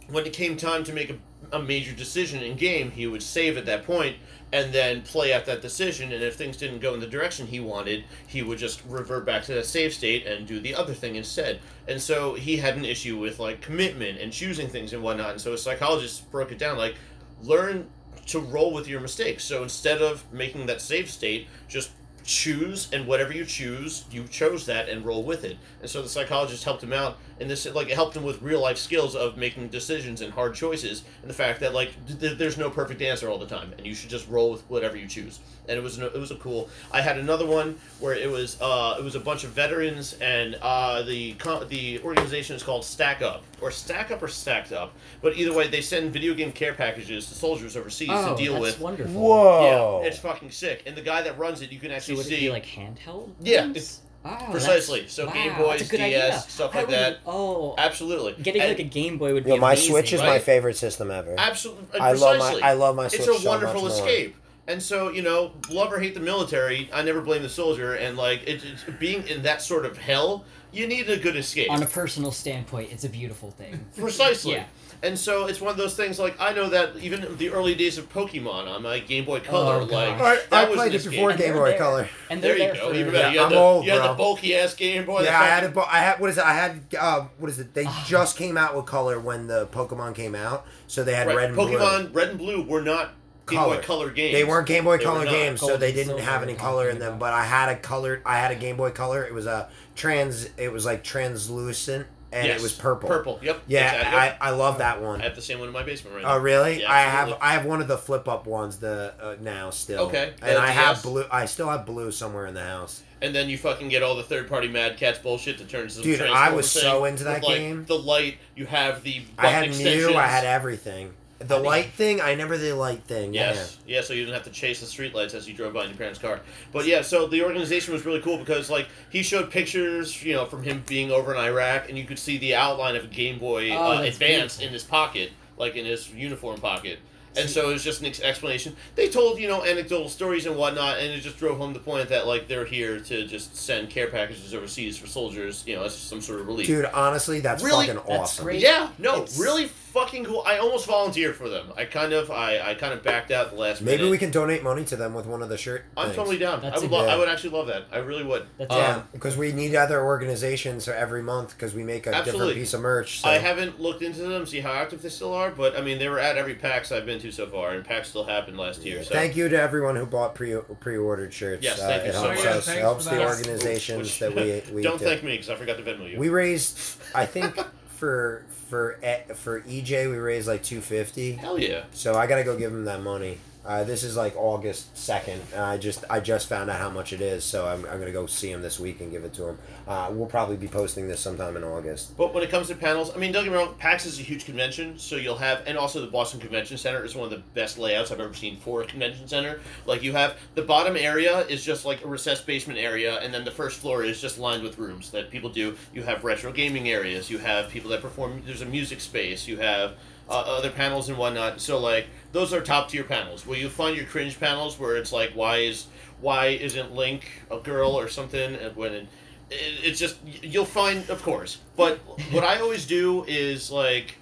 Speaker 1: when it came time to make a, a major decision in game, he would save at that point and then play at that decision. And if things didn't go in the direction he wanted, he would just revert back to that save state and do the other thing instead. And so he had an issue with like commitment and choosing things and whatnot. And so a psychologist broke it down like, learn to roll with your mistakes. So instead of making that save state, just choose and whatever you choose you chose that and roll with it and so the psychologist helped him out and this like it helped him with real life skills of making decisions and hard choices and the fact that like th- th- there's no perfect answer all the time and you should just roll with whatever you choose and it was an, it was a cool i had another one where it was uh it was a bunch of veterans and uh the co- the organization is called stack up or stack up or stacked up but either way they send video game care packages to soldiers overseas
Speaker 4: oh,
Speaker 1: to deal
Speaker 4: that's
Speaker 1: with
Speaker 4: wonderful.
Speaker 2: Whoa!
Speaker 1: yeah, it's fucking sick. And the guy that runs it, you can
Speaker 4: So
Speaker 1: actually
Speaker 4: would it
Speaker 1: see.
Speaker 4: be like handheld?
Speaker 1: Yeah,
Speaker 4: games?
Speaker 1: it's-
Speaker 4: Wow,
Speaker 1: precisely.
Speaker 4: that's-
Speaker 1: So
Speaker 4: wow,
Speaker 1: Game
Speaker 4: that's a
Speaker 1: Boys,
Speaker 4: good idea.
Speaker 1: DS, stuff
Speaker 4: I
Speaker 1: like
Speaker 4: would-
Speaker 1: that.
Speaker 4: Oh,
Speaker 1: absolutely.
Speaker 4: getting
Speaker 1: And
Speaker 4: like a Game Boy would be
Speaker 2: Yo, my
Speaker 4: amazing,
Speaker 2: Switch is my
Speaker 1: right?
Speaker 2: favorite system ever.
Speaker 1: Absolutely.
Speaker 2: I love my-
Speaker 1: precisely.
Speaker 2: I love my
Speaker 1: It's
Speaker 2: Switch
Speaker 1: a
Speaker 2: so
Speaker 1: wonderful
Speaker 2: much more.
Speaker 1: escape. And so you know, love or hate the military, I never blame the soldier. And like it, it's being in that sort of hell, you need a good escape.
Speaker 4: On a personal standpoint, it's a beautiful thing.
Speaker 1: Precisely.
Speaker 4: Yeah.
Speaker 1: And so it's one of those things. Like I know that even in the early days of Pokemon on my Game Boy Color,
Speaker 4: Oh,
Speaker 1: like
Speaker 4: gosh.
Speaker 2: I,
Speaker 1: that
Speaker 2: I
Speaker 1: was
Speaker 2: played
Speaker 1: an
Speaker 2: it
Speaker 1: escape.
Speaker 2: before Game
Speaker 4: they're
Speaker 2: Boy
Speaker 4: there.
Speaker 2: Color.
Speaker 4: And
Speaker 1: There
Speaker 4: they're
Speaker 1: you
Speaker 4: there
Speaker 1: go.
Speaker 4: for
Speaker 1: Even better. You had
Speaker 2: I'm
Speaker 1: the,
Speaker 2: old,
Speaker 1: you had
Speaker 2: bro.
Speaker 1: the bulky ass Game Boy.
Speaker 2: Yeah,
Speaker 1: that Ah.
Speaker 2: I had
Speaker 1: fucking-
Speaker 2: a bo- I had what is it? I had uh, what is it? They just came out with color when the Pokemon came out, so they had
Speaker 1: Right.
Speaker 2: red and blue.
Speaker 1: Pokemon Red and Blue were not Game
Speaker 2: Color.
Speaker 1: Boy Color games.
Speaker 2: They weren't Game Boy
Speaker 1: They were
Speaker 2: Color
Speaker 1: not.
Speaker 2: games, so
Speaker 4: Gold
Speaker 2: they
Speaker 4: and
Speaker 2: didn't
Speaker 4: silver
Speaker 2: have any
Speaker 4: we're
Speaker 2: color in
Speaker 4: talking
Speaker 2: them.
Speaker 4: about.
Speaker 2: But I had a colored, I had a Game Boy Color. It was a trans, it was like translucent and
Speaker 1: Yes.
Speaker 2: it was purple.
Speaker 1: Purple. Yep.
Speaker 2: Yeah,
Speaker 1: exactly.
Speaker 2: I, I love that one.
Speaker 1: I have the same one in my basement right now.
Speaker 2: Oh really?
Speaker 1: Yeah,
Speaker 2: I have
Speaker 1: absolutely.
Speaker 2: I have one of the flip up ones the uh, now still.
Speaker 1: Okay.
Speaker 2: And I
Speaker 1: That's-
Speaker 2: have
Speaker 1: yes.
Speaker 2: blue. I still have blue somewhere in the house.
Speaker 1: And then you fucking get all the third party Mad Cats bullshit that turns into
Speaker 2: Dude,
Speaker 1: a
Speaker 2: I was
Speaker 1: Transformer
Speaker 2: so
Speaker 1: thing
Speaker 2: into that
Speaker 1: with, like,
Speaker 2: game.
Speaker 1: The light, you have the
Speaker 2: I
Speaker 1: button
Speaker 2: had
Speaker 1: extensions.
Speaker 2: new. I had everything. The light thing. I never did the light thing.
Speaker 1: Yes. Yeah. so you didn't have to chase the streetlights as you drove by in your parents' car. But yeah, so the organization was really cool because like he showed pictures, you know, from him being over in Iraq, and you could see the outline of a Game Boy
Speaker 4: Oh,
Speaker 1: uh,
Speaker 4: that's
Speaker 1: Advance
Speaker 4: beautiful.
Speaker 1: in his pocket, like in his uniform pocket. And so it was just an ex- explanation. They told you know anecdotal stories and whatnot, and it just drove home the point that like they're here to just send care packages overseas for soldiers, you know, as some sort of
Speaker 2: Yeah.
Speaker 1: relief.
Speaker 2: Dude, honestly, that's
Speaker 1: Really?
Speaker 2: fucking
Speaker 4: That's
Speaker 2: awesome.
Speaker 4: great.
Speaker 1: Yeah, no,
Speaker 4: It's-
Speaker 1: really fucking cool. I almost volunteered for them. I kind of, I, I kind of backed out the last minute.
Speaker 2: Maybe we can donate money to them with one of the shirt.
Speaker 1: I'm
Speaker 2: things.
Speaker 1: totally down.
Speaker 4: That's
Speaker 1: I would,
Speaker 4: a
Speaker 1: lo-
Speaker 2: good-
Speaker 1: I would actually love that. I really would.
Speaker 4: That's
Speaker 1: Um,
Speaker 4: a-
Speaker 2: Yeah, because we need other organizations so every month because we make a
Speaker 1: Absolutely.
Speaker 2: different piece of merch. So.
Speaker 1: I haven't looked into them, see how active they still are, but I mean, they were at every PAX I've been to so far, and PAX still happened last year. So.
Speaker 2: Thank you to everyone who bought pre pre ordered shirts.
Speaker 1: Yes, thank
Speaker 2: uh,
Speaker 1: you
Speaker 2: It
Speaker 1: so
Speaker 2: helps
Speaker 1: much.
Speaker 2: us.
Speaker 5: Yeah,
Speaker 2: It
Speaker 5: thanks
Speaker 2: helps
Speaker 5: for
Speaker 2: the
Speaker 5: that.
Speaker 2: organizations
Speaker 1: Which-
Speaker 2: that we we
Speaker 1: don't
Speaker 2: do.
Speaker 1: thank me because I forgot to Venmo you.
Speaker 2: We raised, I think, for for E- for EJ, we raised like two fifty.
Speaker 1: Hell yeah!
Speaker 2: So I gotta go give him that money. Uh, this is like August second. I just I just found out how much it is, so I'm, I'm gonna go see him this week and give it to him. Uh, we'll probably be posting this sometime in August.
Speaker 1: But when it comes to panels, I mean, don't get me wrong, PAX is a huge convention, so you'll have, and also the Boston Convention Center is one of the best layouts I've ever seen for a convention center. Like, you have the bottom area is just like a recessed basement area, and then the first floor is just lined with rooms that people do. You have retro gaming areas, you have people that perform, there's a music space, you have uh, other panels and whatnot. So, like, those are top tier panels. Where you find your cringe panels where it's like, why is. Why isn't Link a girl or something? And When it, it- it's just you'll find of course but what i always do is like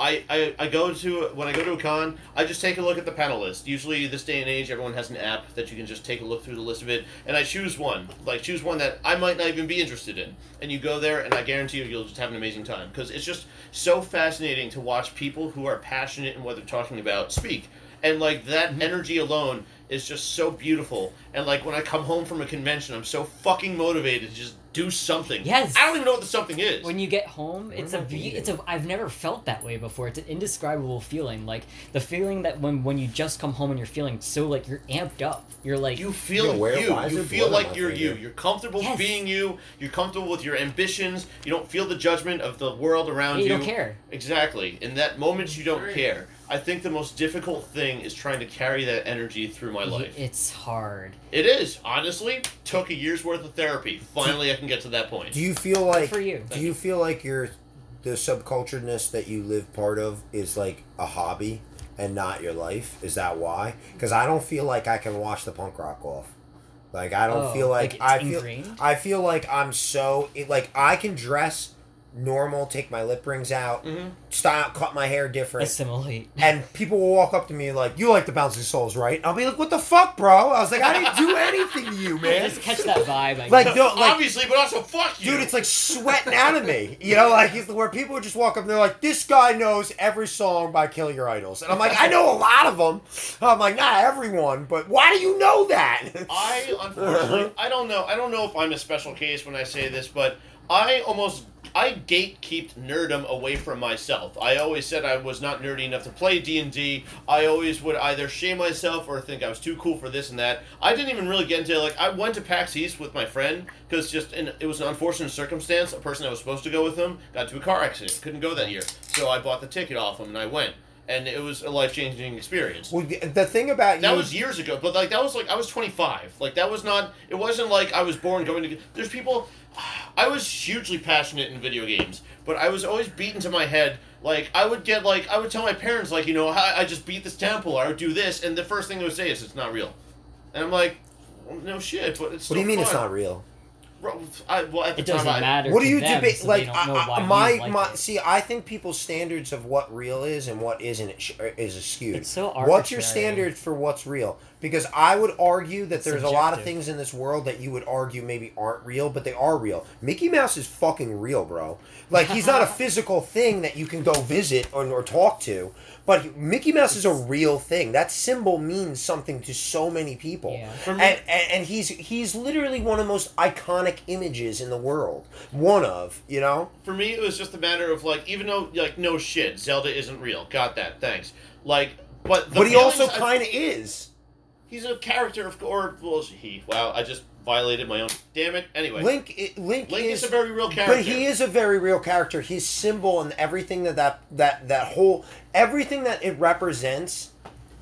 Speaker 1: I, I, I go to when I go to a con, I just take a look at the panel list. Usually, this day and age, everyone has an app that you can just take a look through the list of it, and I choose one, like choose one that I might not even be interested in. And you go there, and I guarantee you, you'll just have an amazing time because it's just so fascinating to watch people who are passionate in what they're talking about speak, and like that energy alone is just so beautiful. And like when I come home from a convention, I'm so fucking motivated to just do something.
Speaker 4: Yes.
Speaker 1: I don't even know what the something is.
Speaker 4: when you get home it's a
Speaker 2: am I
Speaker 4: be-
Speaker 2: eating?
Speaker 4: it's a i've never felt that way before it's an indescribable feeling like the feeling that when when you just come home and you're feeling so like you're amped up you're like
Speaker 1: You feel
Speaker 2: Yeah, where-
Speaker 1: you.
Speaker 2: why is
Speaker 1: You
Speaker 2: there
Speaker 1: feel
Speaker 2: blood on
Speaker 1: like
Speaker 2: my
Speaker 1: you're you.
Speaker 2: finger?
Speaker 1: You're comfortable
Speaker 4: Yes.
Speaker 1: being you. You're comfortable with your ambitions. You don't feel the judgment of the world around
Speaker 4: Yeah,
Speaker 1: you.
Speaker 4: you don't care.
Speaker 1: Exactly. In that moment, you don't
Speaker 5: Great.
Speaker 1: care. I think the most difficult thing is trying to carry that energy through my life.
Speaker 4: it's hard
Speaker 1: It is honestly took a year's worth of therapy. Finally, I can get to that point.
Speaker 2: Do you feel like
Speaker 4: for you.
Speaker 2: Do you feel like your the subculturedness that you live part of is like a hobby and not your life? Is that why? Because I don't feel like I can wash the punk rock off. Like I don't
Speaker 4: Oh,
Speaker 2: feel like,
Speaker 4: like it's
Speaker 2: I feel
Speaker 4: ingrained?
Speaker 2: I feel like I'm so it, like I can dress normal, take my lip rings out,
Speaker 1: Mm-hmm.
Speaker 2: style, cut my hair different,
Speaker 4: assimilate
Speaker 2: and people will walk up to me like, "You like the Bouncing Souls, right?" I'll be like, "What the fuck, bro?" I was like, "I didn't do anything to you,
Speaker 4: I
Speaker 2: man."
Speaker 4: just catch that vibe I
Speaker 2: Like,
Speaker 4: guess.
Speaker 2: no, like
Speaker 1: Obviously, but also fuck you,
Speaker 2: dude, it's like sweating out of me. You know, like it's where people would just walk up and they're like, "This guy knows every song by Kill Your Idols," and I'm like, "I know a lot of them." I'm like, "Not everyone, but why do you know that?"
Speaker 1: I unfortunately I don't know I don't know if I'm a special case when I say this, but I almost I gatekeeped nerdom away from myself. I always said I was not nerdy enough to play D and D. I always would either shame myself or think I was too cool for this and that. I didn't even really get into like I went to PAX East with my friend because just in, it was an unfortunate circumstance. A person that was supposed to go with him got into a car accident, couldn't go that year, so I bought the ticket off him and I went, and it was a life changing experience.
Speaker 2: well, the- the thing about
Speaker 1: That
Speaker 2: you,
Speaker 1: was years ago, but like that was like I was 25. Like that was not. It wasn't like I was born going to. There's people. I was hugely passionate in video games, but I was always beaten to my head. Like I would get like I would tell my parents like you know I, I just beat this temple. I would do this, and the first thing they would say is it's not real, and I'm like, well, no shit. But it's.
Speaker 2: what do you
Speaker 1: still
Speaker 2: mean it's
Speaker 1: fun.
Speaker 2: not real?
Speaker 1: Ro- I, well, at the
Speaker 4: it doesn't
Speaker 1: time, I-
Speaker 4: matter
Speaker 2: What do
Speaker 4: to
Speaker 2: you
Speaker 4: them,
Speaker 2: debate?
Speaker 4: so
Speaker 2: like,
Speaker 4: they don't know
Speaker 2: I,
Speaker 4: why
Speaker 2: I,
Speaker 4: you
Speaker 2: my
Speaker 4: like
Speaker 2: my.
Speaker 4: it.
Speaker 2: See, I think people's standards of what real is and what isn't sh- uh, is skewed.
Speaker 4: It's so
Speaker 2: What's your
Speaker 4: arbitrary.
Speaker 2: standards for what's real? Because I would argue that there's a lot of
Speaker 4: Subjective.
Speaker 2: things in this world that you would argue maybe aren't real, but they are real. Mickey Mouse is fucking real, bro. Like he's not a physical thing that you can go visit or, or talk to, but Mickey Mouse is a real thing. That symbol means something to so many people,
Speaker 4: Yeah.
Speaker 1: For me-
Speaker 2: and, and and he's he's literally one of the most iconic iconic images in the world. One of, you know?
Speaker 1: For me, it was just a matter of like, even though like no shit, Zelda isn't real. Got that? Thanks. Like, but the
Speaker 2: but he also
Speaker 1: feelings I-
Speaker 2: kind of is.
Speaker 1: he's a character of or well he. Wow, I just violated my own. Damn it. Anyway,
Speaker 2: Link, i- Link,
Speaker 1: Link
Speaker 2: is,
Speaker 1: is a very real character.
Speaker 2: But he is a very real character. His symbol and everything that that that that whole everything that it represents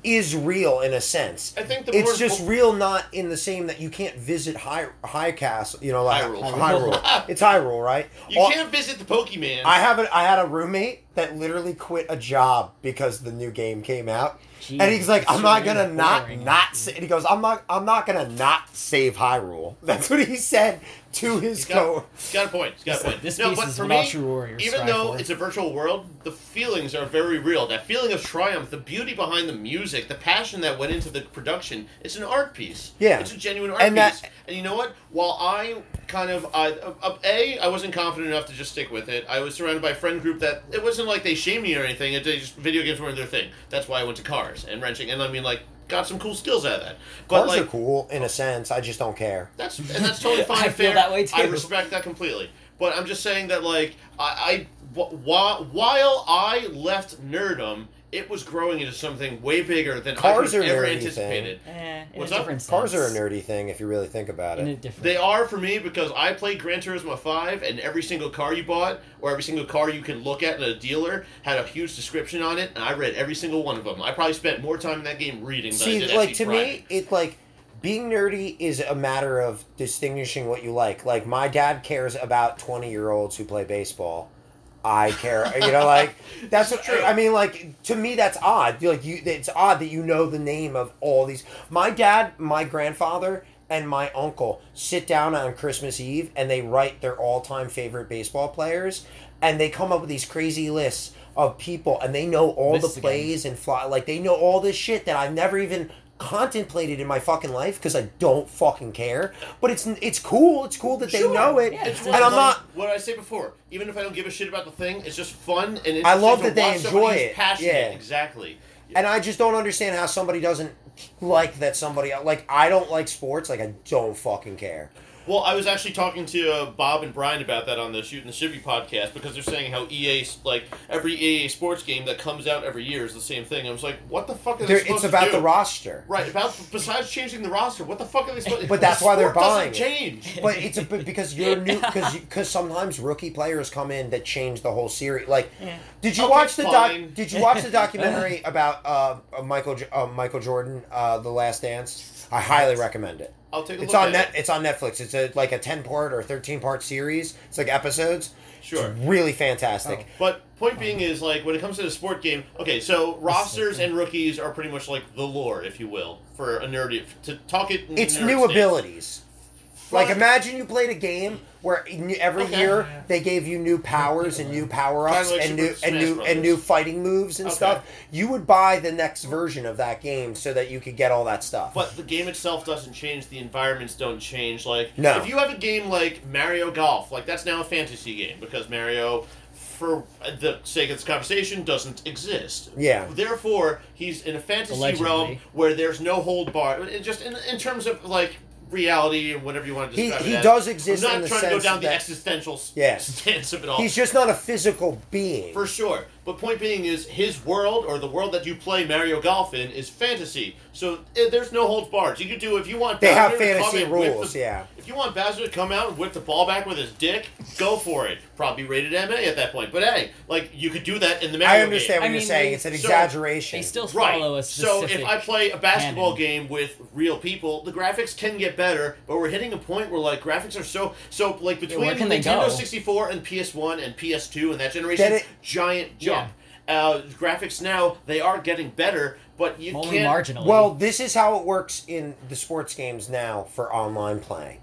Speaker 2: is real in a sense.
Speaker 1: I think the
Speaker 2: it's
Speaker 1: more-
Speaker 2: just real, not in the same that you can't visit High High Castle. You know, like
Speaker 1: Hyrule.
Speaker 2: Hyrule. it's Hyrule, right?
Speaker 1: You
Speaker 2: All-
Speaker 1: can't visit the Pokemon.
Speaker 2: I have a, I had a roommate that literally quit a job because the new game came out. and he's like,
Speaker 4: Jeez,
Speaker 2: I'm not
Speaker 4: that's
Speaker 2: gonna
Speaker 4: really
Speaker 2: not
Speaker 4: boring.
Speaker 2: not. Sa-. And he goes, I'm not I'm not gonna not save Hyrule. That's what he said to his
Speaker 1: He's got,
Speaker 2: co.
Speaker 1: he's got a point. He's got a point.
Speaker 4: This
Speaker 1: no,
Speaker 4: piece
Speaker 1: but
Speaker 4: is
Speaker 1: for
Speaker 4: what all
Speaker 1: me,
Speaker 4: true warriors
Speaker 1: even
Speaker 4: strive
Speaker 1: though
Speaker 4: for.
Speaker 1: it's a virtual world, the feelings are very real. That feeling of triumph, the beauty behind the music, the passion that went into the production, it's an art piece.
Speaker 2: Yeah.
Speaker 1: It's a genuine art
Speaker 2: And
Speaker 1: piece.
Speaker 2: that-
Speaker 1: and you know what? While I kind of, I, uh, A, I wasn't confident enough to just stick with it. I was surrounded by a friend group that, it wasn't like they shamed me or anything. It, they just, video games weren't their thing. That's why I went to cars and wrenching. And I mean, like, got some cool skills out of that. But
Speaker 2: Cars
Speaker 1: like,
Speaker 2: are cool in a sense. I just don't care.
Speaker 1: that's and that's totally fine.
Speaker 4: I
Speaker 1: and
Speaker 4: feel
Speaker 1: fair.
Speaker 4: that way, too.
Speaker 1: I respect that completely. But I'm just saying that like I, I wh- wh- while I left nerdum, it was growing into something way bigger than
Speaker 2: Cars
Speaker 1: I
Speaker 2: are
Speaker 1: could have ever
Speaker 2: nerdy
Speaker 1: anticipated.
Speaker 4: Eh, in
Speaker 1: What's
Speaker 4: a
Speaker 1: up?
Speaker 4: different
Speaker 2: Cars are a
Speaker 4: sense.
Speaker 2: nerdy thing if you really think about
Speaker 4: In a
Speaker 2: it.
Speaker 4: different.
Speaker 1: They are for me because I played Gran Turismo 5, and every single car you bought, or every single car you could look at in a dealer, had a huge description on it, and I read every single one of them. I probably spent more time in that game reading than I
Speaker 2: See,
Speaker 1: did
Speaker 2: like
Speaker 1: actually
Speaker 2: to
Speaker 1: driving.
Speaker 2: me, it like being nerdy is a matter of distinguishing what you like. Like my dad cares about twenty year olds who play baseball. I care, you know, like that's what I mean. Like to me, that's odd. Like you, it's odd that you know the name of all these. My dad, my grandfather, and my uncle sit down on Christmas Eve and they write their all time favorite baseball players, and they come up with these crazy lists of people, and they know all
Speaker 4: Lists
Speaker 2: the
Speaker 4: again.
Speaker 2: plays and fly. Like they know all this shit that I've never even contemplated in my fucking life because I don't fucking care. But it's it's cool. It's cool that they
Speaker 4: Sure.
Speaker 2: know it,
Speaker 4: Yeah, it's
Speaker 2: and I'm
Speaker 1: Like,
Speaker 2: not.
Speaker 1: What did I say before? Even if I don't give a shit about the thing, it's just fun and it's
Speaker 2: I love
Speaker 1: to
Speaker 2: that they
Speaker 1: watch somebody
Speaker 2: enjoy
Speaker 1: who's
Speaker 2: it.
Speaker 1: Passionate,
Speaker 2: Yeah.
Speaker 1: exactly.
Speaker 2: And I just don't understand how somebody doesn't like that somebody else. Like I don't like sports. Like I don't fucking care.
Speaker 1: Well, I was actually talking to uh, Bob and Brian about that on the Shooting the Shivy podcast because they're saying how EA 's- like every EA sports game that comes out every year is the same thing. I was like, what the fuck are they
Speaker 2: They're-
Speaker 1: supposed
Speaker 2: it's
Speaker 1: to
Speaker 2: about
Speaker 1: do?
Speaker 2: the roster.
Speaker 1: Right, about besides changing the roster, what the fuck are they supposed?
Speaker 2: But that's
Speaker 1: the
Speaker 2: why they're
Speaker 1: sport doesn't
Speaker 2: buying it.
Speaker 1: Change.
Speaker 2: But it's a, but because you're new because because sometimes rookie players come in that change the whole series. Like, did you
Speaker 1: Okay,
Speaker 2: watch the doc,
Speaker 1: fine.
Speaker 2: Did you watch the documentary about uh, uh, Michael J- uh, Michael Jordan, uh, The Last Dance? I highly recommend it.
Speaker 1: I'll take a
Speaker 2: It's
Speaker 1: look
Speaker 2: on
Speaker 1: at
Speaker 2: net.
Speaker 1: it.
Speaker 2: It's on Netflix. It's a like a ten part or thirteen part series. It's like episodes.
Speaker 1: Sure. Oh.
Speaker 2: It's really fantastic.
Speaker 1: But point being is like when it comes to the sport game. Okay, so rosters and rookies are pretty much like the lore, if you will, for a nerdy to talk it. in
Speaker 2: It's
Speaker 1: nerd
Speaker 2: new
Speaker 1: stance.
Speaker 2: abilities. Like
Speaker 1: Fine.
Speaker 2: imagine you played a game where in- every
Speaker 1: Okay.
Speaker 2: year they gave you new powers and new power ups
Speaker 1: Kinda like
Speaker 2: and
Speaker 1: Super
Speaker 2: new
Speaker 1: Smash
Speaker 2: and new
Speaker 1: Brothers.
Speaker 2: and new fighting moves and
Speaker 1: Okay.
Speaker 2: stuff. You would buy the next version of that game so that you could get all that stuff.
Speaker 1: But the game itself doesn't change. The environments don't change. Like
Speaker 2: No.
Speaker 1: if you have a game like Mario Golf, like that's now a fantasy game because Mario, for uh, the sake of this conversation, doesn't exist.
Speaker 2: Yeah.
Speaker 1: Therefore, he's in a fantasy
Speaker 4: Allegedly.
Speaker 1: realm where there's no hold bar. It just in, in terms of like reality and whatever you want to
Speaker 2: He-
Speaker 1: describe it
Speaker 2: he
Speaker 1: as.
Speaker 2: does exist
Speaker 1: I'm not
Speaker 2: in the
Speaker 1: trying to go
Speaker 2: sense
Speaker 1: down the
Speaker 2: that-
Speaker 1: existential s-
Speaker 2: Yes.
Speaker 1: stance of it all.
Speaker 2: He's just not a physical being.
Speaker 1: For sure. But point being is his world or the world that you play Mario Golf in is fantasy. So eh, there's no holds barred. You could do if you want.
Speaker 2: They have
Speaker 1: Bowser to come
Speaker 2: fantasy
Speaker 1: and whip
Speaker 2: rules,
Speaker 1: the-
Speaker 2: yeah.
Speaker 1: If you want Bowser to come out and whip the ball back with his dick, go for it. Probably rated MA at that point. But hey, like you could do that in the Mario
Speaker 2: I understand
Speaker 4: I
Speaker 2: what you're
Speaker 4: mean,
Speaker 2: saying.
Speaker 4: they-
Speaker 2: It's an
Speaker 1: so-
Speaker 2: exaggeration.
Speaker 4: They still
Speaker 1: game. Right.
Speaker 4: follow a
Speaker 1: so
Speaker 4: specific.
Speaker 1: if I play a basketball
Speaker 4: canon.
Speaker 1: game with real people, the graphics can get better, but we're hitting a point where like graphics are so so like between
Speaker 4: where can they
Speaker 1: Nintendo
Speaker 4: go?
Speaker 1: 64 and PS1 and PS2 and that generation,
Speaker 2: Then it-
Speaker 1: giant
Speaker 4: Yeah.
Speaker 1: jump. Uh, graphics now they are getting better, but you
Speaker 4: only
Speaker 1: can't.
Speaker 4: marginally.
Speaker 2: Well, this is how it works in the sports games now for online playing.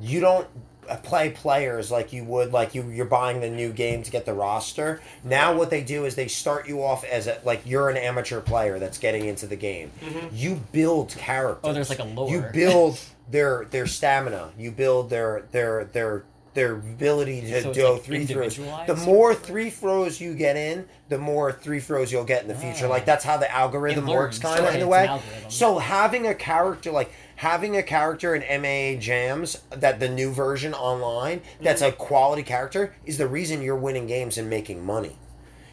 Speaker 2: You don't uh, play players like you would like you you're buying the new game to get the roster. Now what they do is they start you off as a like you're an amateur player that's getting into the game. You build characters.
Speaker 4: Mm-hmm. Oh, there's like a lore.
Speaker 2: You build their their stamina. You build their their their their ability to
Speaker 4: So it's,
Speaker 2: do
Speaker 4: like,
Speaker 2: three throws.
Speaker 4: individualized
Speaker 2: The
Speaker 4: or
Speaker 2: more three throws you get in, the more three throws you'll get in the future.
Speaker 4: Ah.
Speaker 2: Like that's how the algorithm algorithm
Speaker 4: It
Speaker 2: works
Speaker 4: learns,
Speaker 2: kind
Speaker 4: right?
Speaker 2: of in
Speaker 4: It's
Speaker 2: a
Speaker 4: an
Speaker 2: way.
Speaker 4: algorithm.
Speaker 2: So having a character like having a character in MAA Jams that the new version online that's
Speaker 4: Mm-hmm.
Speaker 2: a quality character is the reason you're winning games and making money.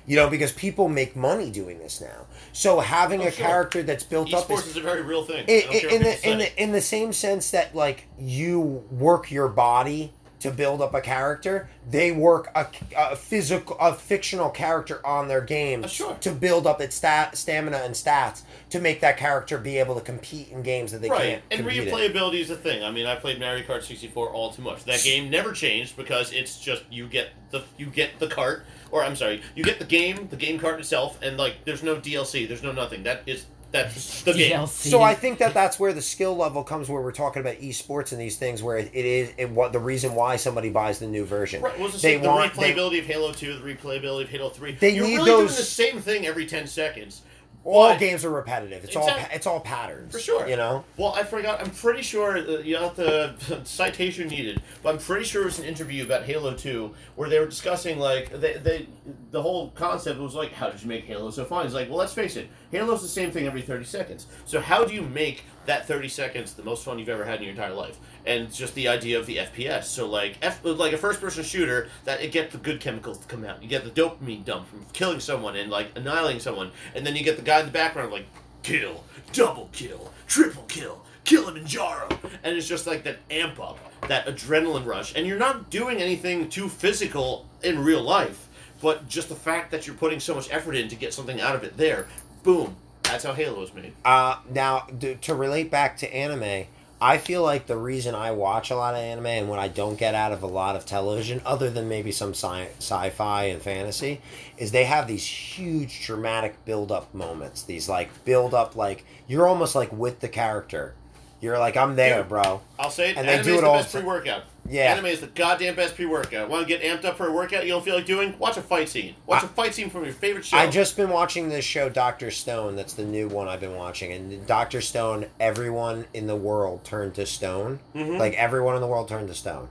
Speaker 2: You know, because people make money doing this now. So having
Speaker 4: Oh,
Speaker 2: a
Speaker 1: sure.
Speaker 2: character that's built up
Speaker 1: Esports
Speaker 2: is,
Speaker 1: is a very real thing. I
Speaker 2: in,
Speaker 1: don't care
Speaker 2: in,
Speaker 1: what
Speaker 2: the,
Speaker 1: people
Speaker 2: in,
Speaker 1: say.
Speaker 2: the, in the same sense that like you work your body to build up a character they work a, a physical a fictional character on their game
Speaker 1: Uh, sure.
Speaker 2: to build up its stat, stamina and stats to make that character be able to compete in games that they
Speaker 1: Right,
Speaker 2: can't
Speaker 1: and
Speaker 2: compete in.
Speaker 1: replayability is a thing. I mean, I played Mario Kart 64 all too much. That game never changed because it's just you get the you get the cart, or I'm sorry, you get the game, the game cart itself, and like there's no DLC, there's no nothing. That is that's the game.
Speaker 4: DLC.
Speaker 2: So I think that that's where the skill level comes, where we're talking about esports and these things, where it, it is it, what the reason why somebody buys the new version.
Speaker 1: Right, was the,
Speaker 2: they
Speaker 1: same, the
Speaker 2: want they-
Speaker 1: replayability of Halo 2, the replayability of Halo 3.
Speaker 2: They
Speaker 1: You're
Speaker 2: need
Speaker 1: really
Speaker 2: those-
Speaker 1: doing the same thing every 10 seconds.
Speaker 2: all
Speaker 1: but-
Speaker 2: games are repetitive. It's all
Speaker 1: Exact-
Speaker 2: pa- it's all patterns
Speaker 1: For sure.
Speaker 2: You know.
Speaker 1: Well, I forgot. I'm pretty sure that you got the citation needed, but I'm pretty sure it was an interview about Halo 2 where they were discussing, like, they, they the whole concept was like, how did you make Halo so fun? It's like, well, let's face it, Halo's the same thing every 30 seconds. So, how do you make that 30 seconds the most fun you've ever had in your entire life? And it's just the idea of the FPS. So, like, F, like a first person shooter, that it gets the good chemicals to come out. You get the dopamine dump from killing someone and, like, annihilating someone. And then you get the guy in the background, like, kill, double kill, triple kill, kill him in Jaro. And it's just like that amp up, that adrenaline rush. And you're not doing anything too physical in real life, but just the fact that you're putting so much effort in to get something out of it there, boom, that's how Halo is made.
Speaker 2: Uh, now, d- to relate back to anime, I feel like the reason I watch a lot of anime and what I don't get out of a lot of television, other than maybe some sci- sci-fi and fantasy, is they have these huge dramatic build-up moments. These like build-up, like you're almost like with the character. You're like, I'm there,
Speaker 1: Dude.
Speaker 2: bro.
Speaker 1: I'll say it,
Speaker 2: And they
Speaker 1: anime
Speaker 2: do
Speaker 1: is
Speaker 2: it
Speaker 1: the
Speaker 2: all
Speaker 1: best
Speaker 2: the-
Speaker 1: pre workout.
Speaker 2: Yeah.
Speaker 1: Anime is the goddamn best pre workout. Want to get amped up for a workout you don't feel like doing? Watch a fight scene. Watch a fight scene from your favorite show.
Speaker 2: I just been watching this show, Doctor Stone. That's the new one I've been watching, and Doctor Stone. Everyone in the world turned to stone. Like everyone in the world turned to stone,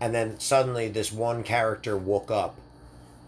Speaker 2: and then suddenly this one character woke up,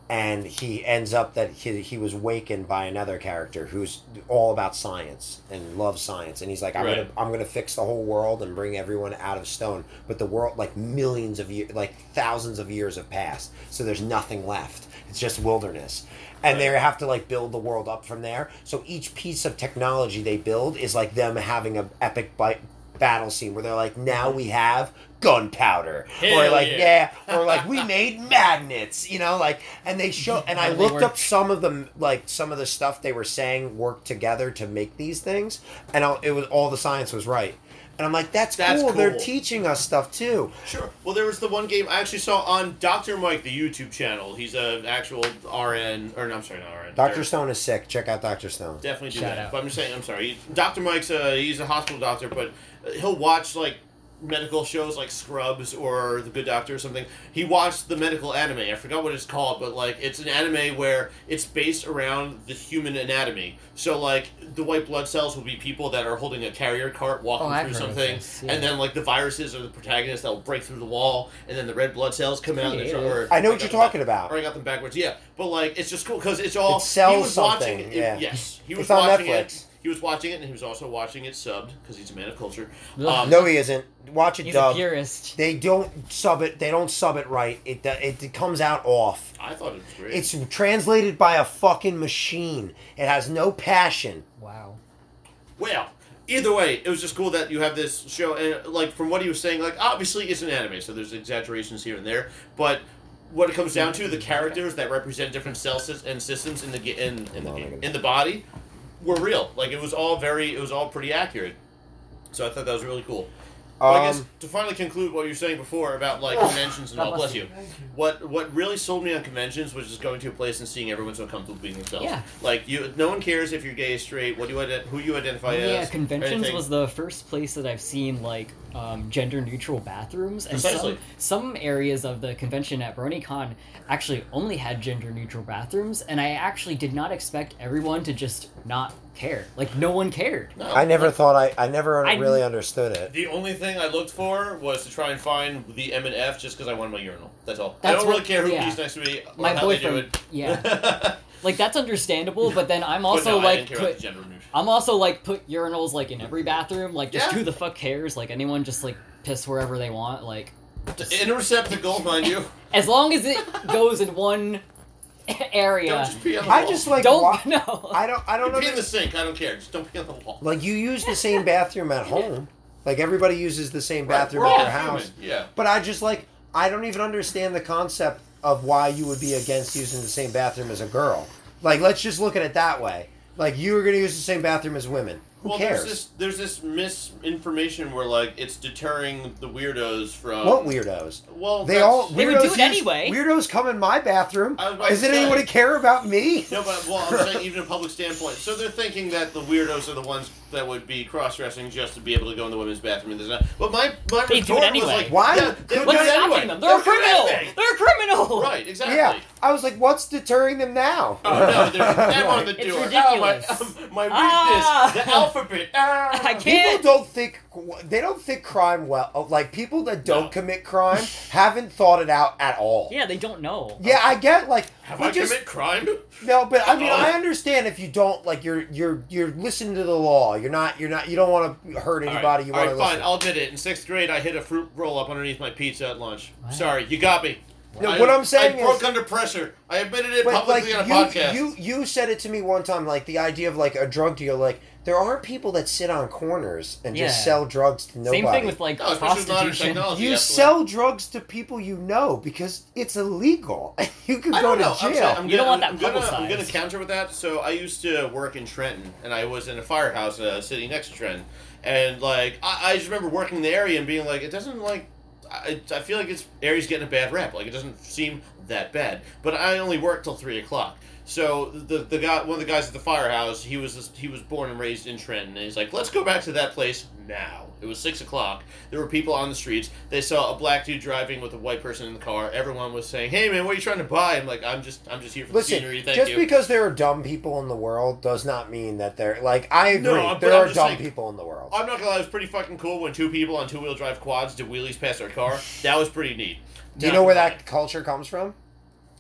Speaker 2: and he ends up that he, he was wakened by another character who's all about science and loves science, and he's like, I'm
Speaker 1: Right.
Speaker 2: gonna I'm gonna fix the whole world and bring everyone out of stone. But the world, like millions of years, like thousands of years have passed, so there's nothing left. It's just wilderness, and they have to like build the world up from there. So each piece of technology they build is like them having an epic bi- battle scene where they're like, now we have gunpowder, or
Speaker 1: Hell
Speaker 2: like
Speaker 1: yeah.
Speaker 2: yeah, or like we made magnets, you know, like and they show and I
Speaker 4: How they
Speaker 2: looked up
Speaker 4: work.
Speaker 2: some of them like some of the stuff they were saying worked together to make these things and i it was all the science was right and i'm like that's,
Speaker 1: That's
Speaker 2: cool. they're
Speaker 1: cool.
Speaker 2: teaching us stuff too
Speaker 1: Sure. Well, there was the one game I actually saw on Doctor Mike, the YouTube channel. He's an actual RN, or no, I'm sorry, not RN.
Speaker 2: dr
Speaker 1: Er,
Speaker 2: stone is sick check out dr stone
Speaker 1: Definitely do
Speaker 4: Shout
Speaker 1: that.
Speaker 4: out.
Speaker 1: But I'm just saying, I'm sorry. Doctor Mike's a he's a hospital doctor, but uh, he'll watch like medical shows like Scrubs or The Good Doctor or something. He watched the medical anime. I forgot what it's called, but like it's an anime where it's based around the human anatomy. So like the white blood cells will be people that are holding a carrier cart walking
Speaker 4: Oh, I've
Speaker 1: through
Speaker 4: heard of
Speaker 1: something,
Speaker 4: this, yeah.
Speaker 1: and then like the viruses are the protagonists that will break through the wall, and then the red blood cells come out. And they try- or,
Speaker 4: Creative.
Speaker 2: i know what you're
Speaker 1: got them back-
Speaker 2: talking about
Speaker 1: Or I got them backwards, yeah. But like, it's just cool because it's all
Speaker 2: It sells
Speaker 1: he was
Speaker 2: something,
Speaker 1: Watching it,
Speaker 2: yeah.
Speaker 1: Yes, he
Speaker 2: It's
Speaker 1: was
Speaker 2: on
Speaker 1: watching
Speaker 2: Netflix.
Speaker 1: it. He was watching it, and he was also watching it subbed because he's a man of culture.
Speaker 4: Ugh.
Speaker 1: Um,
Speaker 2: no he isn't watch it
Speaker 4: He's a
Speaker 2: dub
Speaker 4: purist.
Speaker 2: they don't sub it they don't sub it right it, uh, it comes out off
Speaker 1: I thought it was great.
Speaker 2: it's translated by a fucking machine it has no passion
Speaker 4: Wow.
Speaker 1: well. Either way, it was just cool that you have this show, and like from what he was saying, like obviously it's an anime, so there's exaggerations here and there, but what it comes down to, the characters that represent different cells and systems in the ga- in in the, ga- in the body were real. Like it was all very, it was all pretty accurate. So I thought that was really cool. Well, I guess
Speaker 2: Um,
Speaker 1: to finally conclude what you were saying before about like conventions and
Speaker 4: God
Speaker 1: all,
Speaker 4: bless
Speaker 1: bless
Speaker 4: you.
Speaker 1: you. What what really sold me on conventions was just going to a place and seeing everyone so comfortable being themselves.
Speaker 4: Yeah.
Speaker 1: Like you, no one cares if you're gay, straight, what do you ident- who you
Speaker 2: Oh,
Speaker 1: identify as.
Speaker 4: yeah,
Speaker 1: or
Speaker 4: conventions
Speaker 1: anything.
Speaker 4: was the first place that I've seen like um, gender neutral bathrooms, and some,
Speaker 1: Precisely.
Speaker 4: some areas of the convention at BronyCon actually only had gender neutral bathrooms, and I actually did not expect everyone to just not care. Like no one cared.
Speaker 1: No.
Speaker 2: I never thought I, I never
Speaker 4: I-
Speaker 2: really understood it.
Speaker 1: The only thing I looked for was to try and find the M and F just because I wanted my urinal. That's all. I
Speaker 4: That's
Speaker 1: don't
Speaker 4: what-
Speaker 1: really care who
Speaker 4: yeah.
Speaker 1: pees next to me or
Speaker 4: My
Speaker 1: how they do
Speaker 4: boyfriend,
Speaker 1: it.
Speaker 4: yeah,
Speaker 1: But
Speaker 4: like that's understandable. But then I'm also
Speaker 1: no, I
Speaker 4: like,
Speaker 1: didn't care about
Speaker 4: put,
Speaker 1: the gender neutral.
Speaker 4: I'm also like, put urinals like in every bathroom. Like, just
Speaker 1: Yeah.
Speaker 4: who the fuck cares? Like anyone just like piss wherever they want. Like
Speaker 1: In a receptacle, mind you.
Speaker 4: as long as it goes in one area.
Speaker 1: Don't just pee on the
Speaker 2: I
Speaker 1: wall.
Speaker 2: just like
Speaker 4: Don't-
Speaker 2: wa-
Speaker 4: no.
Speaker 2: I don't I don't
Speaker 1: pee in
Speaker 2: know.
Speaker 1: the sink. I don't care. Just don't pee on the wall.
Speaker 2: Like you use the same bathroom at home. Like everybody uses the same
Speaker 1: Right,
Speaker 2: bathroom
Speaker 1: we're
Speaker 2: at
Speaker 1: all
Speaker 2: their house.
Speaker 1: human, Yeah.
Speaker 2: But I just like I don't even understand the concept of why you would be against using the same bathroom as a girl. Like let's just look at it that way. Like you were going to use the same bathroom as women. Who
Speaker 1: well,
Speaker 2: cares?
Speaker 1: there's this there's this misinformation where like it's deterring the weirdos from
Speaker 2: what weirdos?
Speaker 1: uh, Well,
Speaker 2: They
Speaker 1: that's-
Speaker 2: all
Speaker 4: They would
Speaker 2: weirdos
Speaker 4: do it
Speaker 2: use-
Speaker 4: anyway.
Speaker 2: Weirdos come in my bathroom.
Speaker 1: I was about
Speaker 2: Is
Speaker 1: to
Speaker 2: it
Speaker 1: say.
Speaker 2: anyone to care about me?
Speaker 1: No, but well, I'm saying even a public standpoint. So they're thinking that the weirdos are the ones that would be cross-dressing just to be able to go in the women's bathroom. And this and that. but my my
Speaker 4: They do it
Speaker 1: retort
Speaker 4: anyway.
Speaker 1: was like,
Speaker 2: Why
Speaker 1: Yeah, they
Speaker 2: couldn't
Speaker 1: would
Speaker 4: What's
Speaker 1: do it
Speaker 4: stopping
Speaker 1: anyway.
Speaker 4: them? They're a criminal.
Speaker 1: criminal.
Speaker 4: They're a criminal.
Speaker 1: Right, exactly.
Speaker 2: Yeah, I was like, what's deterring them now?
Speaker 1: Oh no, they're they wanted to
Speaker 4: It's
Speaker 1: do it.
Speaker 4: ridiculous.
Speaker 1: Oh, my, my weakness,
Speaker 4: Ah.
Speaker 1: the alphabet. Ah.
Speaker 4: I can't.
Speaker 2: People don't think they don't think crime well. oh, Like people that don't
Speaker 1: No.
Speaker 2: commit crime haven't thought it out at all.
Speaker 4: Yeah, they don't know.
Speaker 2: Yeah, I get like
Speaker 1: Have
Speaker 2: we
Speaker 1: I
Speaker 2: just
Speaker 1: commit crime?
Speaker 2: no, but I mean
Speaker 1: Uh-oh.
Speaker 2: I understand if you don't like you're you're you're listening to the law. You're not you're not you don't want to hurt
Speaker 1: All right,
Speaker 2: anybody. You
Speaker 1: all
Speaker 2: want
Speaker 1: right,
Speaker 2: to
Speaker 1: fine.
Speaker 2: listen.
Speaker 1: I'll admit it. In sixth grade, I hid a fruit roll up underneath my pizza at lunch.
Speaker 4: Wow.
Speaker 1: Sorry, you got me.
Speaker 2: No,
Speaker 1: I-
Speaker 2: what I'm saying
Speaker 1: I broke
Speaker 2: is-
Speaker 1: under pressure. I admitted it
Speaker 2: But
Speaker 1: publicly on a
Speaker 2: like
Speaker 1: podcast.
Speaker 2: you, you you said it to me one time like the idea of like a drug deal like there are people that sit on corners and
Speaker 4: Yeah.
Speaker 2: just sell drugs to nobody.
Speaker 4: Same thing with like
Speaker 1: no, especially with modern
Speaker 4: prostitution.
Speaker 1: technology.
Speaker 2: you
Speaker 1: absolutely.
Speaker 2: sell drugs to people you know because it's illegal. You could
Speaker 1: I
Speaker 2: go
Speaker 1: don't
Speaker 2: to
Speaker 1: know. I'm,
Speaker 2: jail.
Speaker 1: saying- I'm
Speaker 4: You don't
Speaker 1: gonna,
Speaker 4: want
Speaker 1: I'm,
Speaker 4: that
Speaker 1: gonna, I'm gonna
Speaker 4: publicized.
Speaker 1: counter with that. So I used to work in Trenton, and I was in a firehouse uh, city next to Trenton, and like I, I just remember working in the area and being like, it doesn't like. I, I feel like it's area's getting a bad rep. Like it doesn't seem that bad. But I only worked till three o'clock. So the the guy, one of the guys at the firehouse, he was he was born and raised in Trenton, and he's like, let's go back to that place now. It was six o'clock. There were people on the streets. They saw a black dude driving with a white person in the car. Everyone was saying, "Hey man, what are you trying to buy?" I'm like, "I'm just I'm just here for the scenery.
Speaker 2: Listen,
Speaker 1: Thank
Speaker 2: just
Speaker 1: you."
Speaker 2: because there are dumb people in the world does not mean that they're like I agree.
Speaker 1: No, but
Speaker 2: there
Speaker 1: I'm
Speaker 2: are
Speaker 1: just
Speaker 2: dumb
Speaker 1: saying-
Speaker 2: people in the world.
Speaker 1: I'm not gonna lie, it was pretty fucking cool when two people on two wheel drive quads did wheelies past our car. That was pretty neat.
Speaker 2: Do you
Speaker 1: Not
Speaker 2: know where
Speaker 1: gonna
Speaker 2: that culture comes from?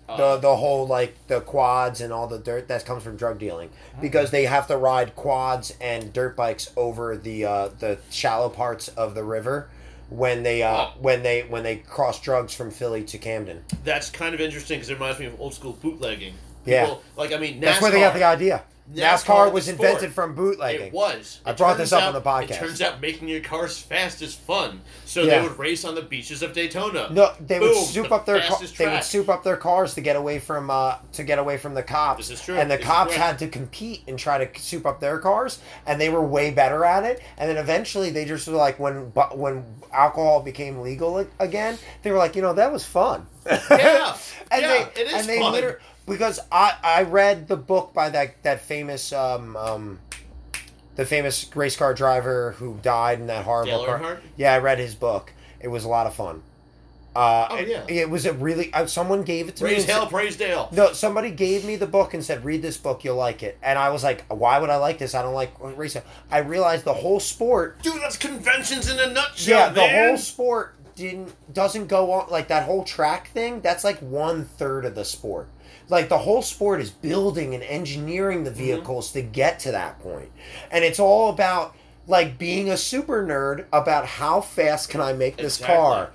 Speaker 1: lie.
Speaker 2: The
Speaker 1: Uh,
Speaker 2: the whole like the quads and all the dirt that comes from drug dealing because they have to ride quads and dirt bikes over the uh, the shallow parts of the river when they uh,
Speaker 1: Oh.
Speaker 2: when they when they cross drugs from Philly to Camden.
Speaker 1: that's kind of interesting because it reminds me of old school bootlegging.
Speaker 2: Yeah.
Speaker 1: People- like I mean, NASCAR,
Speaker 2: That's where they got the idea.
Speaker 1: NASCAR
Speaker 2: NASCAR,
Speaker 1: is
Speaker 2: was
Speaker 1: a sport.
Speaker 2: invented from bootlegging.
Speaker 1: It was.
Speaker 2: I
Speaker 1: It
Speaker 2: brought
Speaker 1: turns
Speaker 2: this up on
Speaker 1: out-
Speaker 2: the podcast.
Speaker 1: It turns out making your cars fast is fun, so
Speaker 2: Yeah.
Speaker 1: they would race on the beaches of Daytona.
Speaker 2: No, they would
Speaker 1: Boom,
Speaker 2: soup
Speaker 1: the
Speaker 2: up their ca-
Speaker 1: fastest
Speaker 2: they would
Speaker 1: track.
Speaker 2: soup up their cars to get away from uh, to get away from the cops.
Speaker 1: This is true.
Speaker 2: And the
Speaker 1: This is
Speaker 2: cops
Speaker 1: correct.
Speaker 2: had to compete and try to soup up their cars, and they were way better at it. And then eventually, they just were like when bu- when alcohol became legal a- again, they were like, you know, that was fun.
Speaker 1: Yeah.
Speaker 2: and
Speaker 1: Yeah,
Speaker 2: they
Speaker 1: it is
Speaker 2: and they
Speaker 1: fun.
Speaker 2: liter- because I I read the book by that that famous um um. The famous race car driver who died in that horrible
Speaker 1: Dale
Speaker 2: car.
Speaker 1: Earnhardt?
Speaker 2: Yeah, I read his book. It was a lot of fun. Uh,
Speaker 1: Oh,
Speaker 2: it-
Speaker 1: yeah.
Speaker 2: It, was a really. Uh, someone gave it to me.
Speaker 1: Praise
Speaker 2: and
Speaker 1: hell,
Speaker 2: said-
Speaker 1: praise Dale.
Speaker 2: no, somebody gave me the book and said, "Read this book, you'll like it." And I was like, "Why would I like this? I don't like racing." I realized the whole sport.
Speaker 1: Dude, that's conventions in a nutshell.
Speaker 2: Yeah, the
Speaker 1: man.
Speaker 2: whole sport didn't doesn't go on like that whole track thing. That's like one third of the sport. Like the whole sport is building and engineering
Speaker 1: Mm-hmm.
Speaker 2: the vehicles to get to that point, and it's all about like being a super nerd about how fast can I make this
Speaker 1: Exactly.
Speaker 2: car.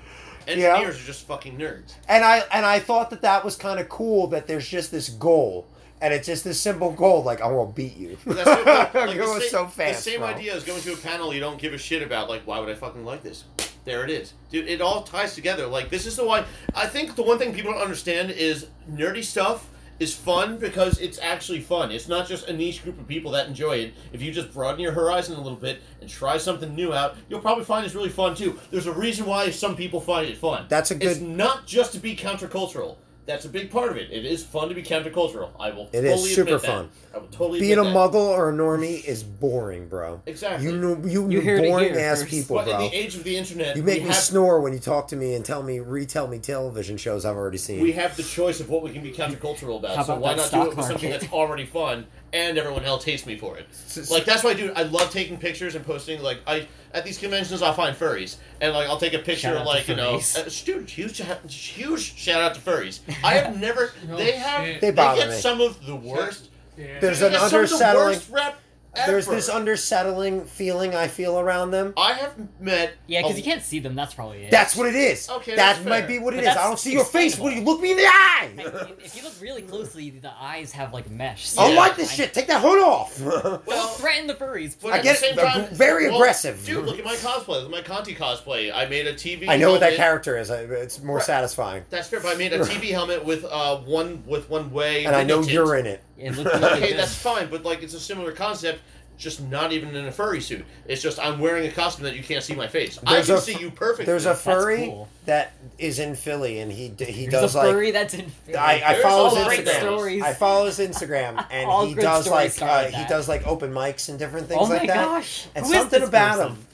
Speaker 1: Engineers
Speaker 2: Yeah.
Speaker 1: are just fucking nerds.
Speaker 2: and I and I thought that that was kind of cool that there's just this goal and it's just this simple goal like I won't beat you.
Speaker 1: But That's so cool. Like,
Speaker 2: It
Speaker 1: the
Speaker 2: was
Speaker 1: same,
Speaker 2: so fast.
Speaker 1: The same
Speaker 2: bro.
Speaker 1: idea as going to a panel you don't give a shit about. Like, why would I fucking like this? There it is, dude. It all ties together. Like, this is the why. I think the one thing people don't understand is nerdy stuff is fun because it's actually fun. It's not just a niche group of people that enjoy it. If you just broaden your horizon a little bit and try something new out, you'll probably find it's really fun too. There's a reason why some people find it fun.
Speaker 2: That's a
Speaker 1: It's
Speaker 2: good-
Speaker 1: not just to be countercultural. that's a big part of it. It is fun to be countercultural. I will.
Speaker 2: It
Speaker 1: fully
Speaker 2: is super
Speaker 1: admit that.
Speaker 2: fun.
Speaker 1: I will totally.
Speaker 2: Being a
Speaker 1: admit that.
Speaker 2: muggle or a normie is boring, bro.
Speaker 1: Exactly.
Speaker 2: You know, you,
Speaker 4: You heard it here
Speaker 2: boring ass
Speaker 4: first.
Speaker 2: people,
Speaker 1: But in
Speaker 2: bro.
Speaker 1: the age of the internet,
Speaker 2: You make
Speaker 1: we
Speaker 2: me
Speaker 1: have,
Speaker 2: snore when you talk to me and tell me, retell me television shows I've already seen.
Speaker 1: We have the choice of what we can be countercultural about.
Speaker 4: How
Speaker 1: so
Speaker 4: about
Speaker 1: why
Speaker 4: that
Speaker 1: not do
Speaker 4: stock
Speaker 1: it with something
Speaker 4: market?
Speaker 1: that's already fun and everyone else hates me for it? Like that's why, dude. I love taking pictures and posting. Like I at these conventions, I'll find furries and like I'll take a picture
Speaker 4: Shout out
Speaker 1: of
Speaker 4: to
Speaker 1: like you know,
Speaker 4: furries.
Speaker 1: uh, dude. Huge, huge shout out to furries. I have never.
Speaker 5: Oh,
Speaker 1: they have.
Speaker 5: shit.
Speaker 2: They bother
Speaker 1: get
Speaker 2: me.
Speaker 1: some of the worst.
Speaker 5: Yeah.
Speaker 2: There's
Speaker 1: they
Speaker 2: an
Speaker 1: get some of the
Speaker 2: undersettling-
Speaker 1: worst rep
Speaker 2: There's
Speaker 1: ever.
Speaker 2: this undersettling feeling I feel around them.
Speaker 1: I have met.
Speaker 4: Yeah, because
Speaker 1: a-
Speaker 4: you can't see them. That's probably it.
Speaker 2: That's what it is.
Speaker 1: Okay,
Speaker 2: that
Speaker 1: that's
Speaker 2: might
Speaker 1: fair.
Speaker 2: be what it
Speaker 4: But
Speaker 2: is. I
Speaker 4: that's
Speaker 2: don't see your face. What do you
Speaker 4: explainable.
Speaker 2: look me in the
Speaker 4: I
Speaker 2: eye?
Speaker 4: mean, if you look really closely, the eyes have like mesh.
Speaker 2: I don't
Speaker 1: Yeah.
Speaker 2: like this shit. Take that hood off.
Speaker 1: Well,
Speaker 4: Don't threaten the furries.
Speaker 1: but
Speaker 2: I
Speaker 1: at
Speaker 2: get
Speaker 1: the same
Speaker 2: it. They're
Speaker 1: time-
Speaker 2: very
Speaker 1: well,
Speaker 2: aggressive.
Speaker 1: Dude, look at my cosplay. Look at my Conti cosplay. I made a TV.
Speaker 2: I know what that
Speaker 1: helmet-
Speaker 2: character is. I- It's more
Speaker 1: Right.
Speaker 2: satisfying,
Speaker 1: That's fair. But I made a TV helmet with uh one with one way.
Speaker 2: and I know
Speaker 1: window
Speaker 2: you're
Speaker 1: tint.
Speaker 2: in it.
Speaker 4: It looked really
Speaker 1: Okay,
Speaker 4: good.
Speaker 1: that's fine. But like, it's a similar concept. Just not even in a furry suit. It's just I'm wearing a costume that you can't see my face.
Speaker 2: There's
Speaker 1: I can
Speaker 2: a-
Speaker 1: see you perfectly.
Speaker 2: There's a furry
Speaker 4: cool.
Speaker 2: that is in Philly, and he d- he
Speaker 4: There's
Speaker 2: does
Speaker 4: a
Speaker 2: like
Speaker 4: furry that's in.
Speaker 2: I, I
Speaker 1: There's
Speaker 2: follow
Speaker 1: all
Speaker 2: his
Speaker 1: great
Speaker 2: Instagram.
Speaker 4: stories.
Speaker 2: I follow his Instagram,
Speaker 4: All
Speaker 2: and he
Speaker 4: good
Speaker 2: does
Speaker 4: stories
Speaker 2: like
Speaker 4: start
Speaker 2: uh,
Speaker 4: with
Speaker 2: he
Speaker 4: that.
Speaker 2: does like open mics and different things
Speaker 4: oh my
Speaker 2: like that.
Speaker 4: gosh!
Speaker 2: And
Speaker 4: Who is
Speaker 2: something
Speaker 4: this
Speaker 2: about
Speaker 4: person?
Speaker 2: him,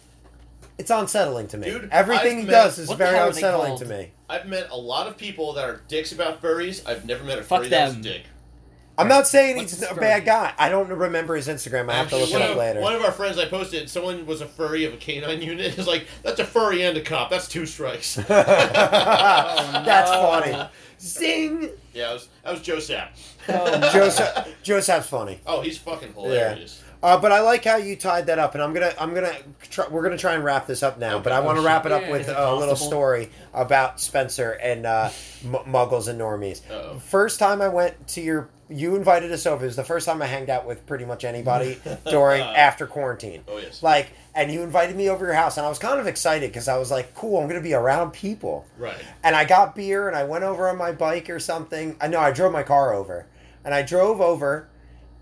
Speaker 2: it's unsettling to me.
Speaker 1: Dude,
Speaker 2: Everything
Speaker 1: I've
Speaker 2: he
Speaker 1: met-
Speaker 2: does is
Speaker 4: What the
Speaker 2: very
Speaker 4: hell are they
Speaker 2: unsettling
Speaker 4: called?
Speaker 2: to me.
Speaker 1: I've met a lot of people that are dicks about furries. I've never met a
Speaker 4: Fuck
Speaker 1: furry that's a
Speaker 4: them.
Speaker 1: dick.
Speaker 2: I'm not saying
Speaker 4: What's
Speaker 2: he's
Speaker 4: the
Speaker 2: a
Speaker 4: story?
Speaker 2: bad guy. I don't remember his Instagram. I have to
Speaker 1: Actually,
Speaker 2: look it
Speaker 1: one
Speaker 2: up
Speaker 1: of-
Speaker 2: later.
Speaker 1: One of our friends I posted, someone was a furry of a canine unit. It's like, that's a furry and a cop. That's two strikes. yeah,
Speaker 2: That's funny. Zing.
Speaker 1: that was, that was Joe Sapp.
Speaker 2: Oh. Joseph, Joseph's funny.
Speaker 1: Oh, he's fucking hilarious.
Speaker 2: Uh, but I like how you tied that up, and I'm gonna, I'm gonna, try, we're gonna try and wrap this up now. But I
Speaker 1: Oh,
Speaker 2: want to wrap it up
Speaker 5: Yeah.
Speaker 2: with
Speaker 5: Is
Speaker 4: it
Speaker 2: a little
Speaker 4: possible?
Speaker 2: story about Spencer and uh, m- Muggles and Normies.
Speaker 1: Uh-oh.
Speaker 2: First time I went to your, you invited us over. It was the first time I hanged out with pretty much anybody during after quarantine.
Speaker 1: Uh. Oh, yes.
Speaker 2: Like, and you invited me over to your house, and I was kind of excited because I was like, cool, I'm gonna be around people
Speaker 1: Right.
Speaker 2: and I got beer and I went over on my bike or something. I know I drove my car over, and I drove over,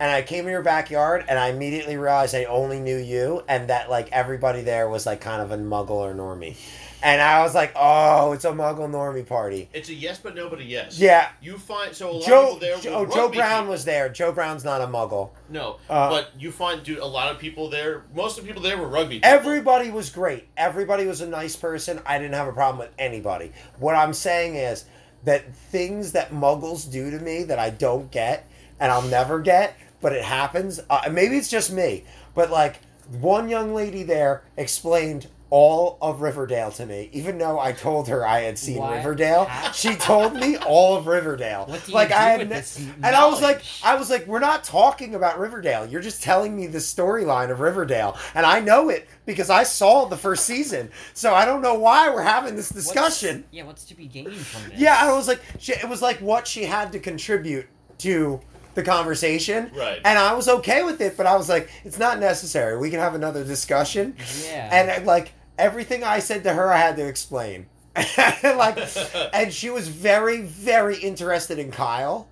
Speaker 2: and I came in your backyard, and I immediately realized I only knew you, and that like everybody there was like kind of a muggle or normie, and I was like, oh, it's a muggle normie party.
Speaker 1: It's a yes, but no, but a yes.
Speaker 2: Yeah.
Speaker 1: You find, so a lot
Speaker 2: Joe,
Speaker 1: of people there.
Speaker 2: Joe-
Speaker 1: will
Speaker 2: oh,
Speaker 1: run
Speaker 2: Joe
Speaker 1: me
Speaker 2: Brown
Speaker 1: people.
Speaker 2: was there. Joe Brown's not a muggle.
Speaker 1: No,
Speaker 2: Uh,
Speaker 1: but you find, dude, a lot of people there. Most of the people there were rugby. people.
Speaker 2: Everybody was great. Everybody was a nice person. I didn't have a problem with anybody. What I'm saying is that things that muggles do to me that I don't get and I'll never get, but it happens. Uh, maybe it's just me, but like one young lady there explained all of Riverdale to me, even though I told her I had seen
Speaker 4: What?
Speaker 2: Riverdale. She told me all of Riverdale.
Speaker 4: What do you
Speaker 2: like
Speaker 4: do
Speaker 2: I had,
Speaker 4: with
Speaker 2: ne-
Speaker 4: this
Speaker 2: and I was like,
Speaker 4: knowledge?
Speaker 2: I was like, we're not talking about Riverdale. You're just telling me the storyline of Riverdale, and I know it because I saw the first season. So I don't know why we're having this
Speaker 4: What's-
Speaker 2: discussion.
Speaker 4: yeah, what's to be gained from this?
Speaker 2: Yeah, I was like, she, it was like what she had to contribute to the conversation,
Speaker 1: Right.
Speaker 2: And I was okay with it, but I was like, it's not necessary. We can have another discussion.
Speaker 4: Yeah.
Speaker 2: And uh, like everything I said to her, I had to explain. like, and she was very, very interested in Kyle,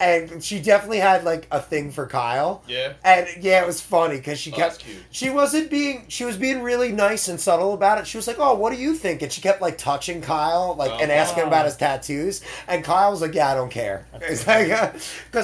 Speaker 2: and she definitely had like a thing for Kyle.
Speaker 1: Yeah.
Speaker 2: And yeah, it was funny because she
Speaker 1: Oh,
Speaker 2: kept.
Speaker 1: that's cute.
Speaker 2: She wasn't being. She was being really nice and subtle about it. She was like, "Oh, what do you think?" And she kept like touching Kyle, like, and
Speaker 1: Oh.
Speaker 2: asking him about his tattoos. And Kyle was like, "Yeah, I don't care," because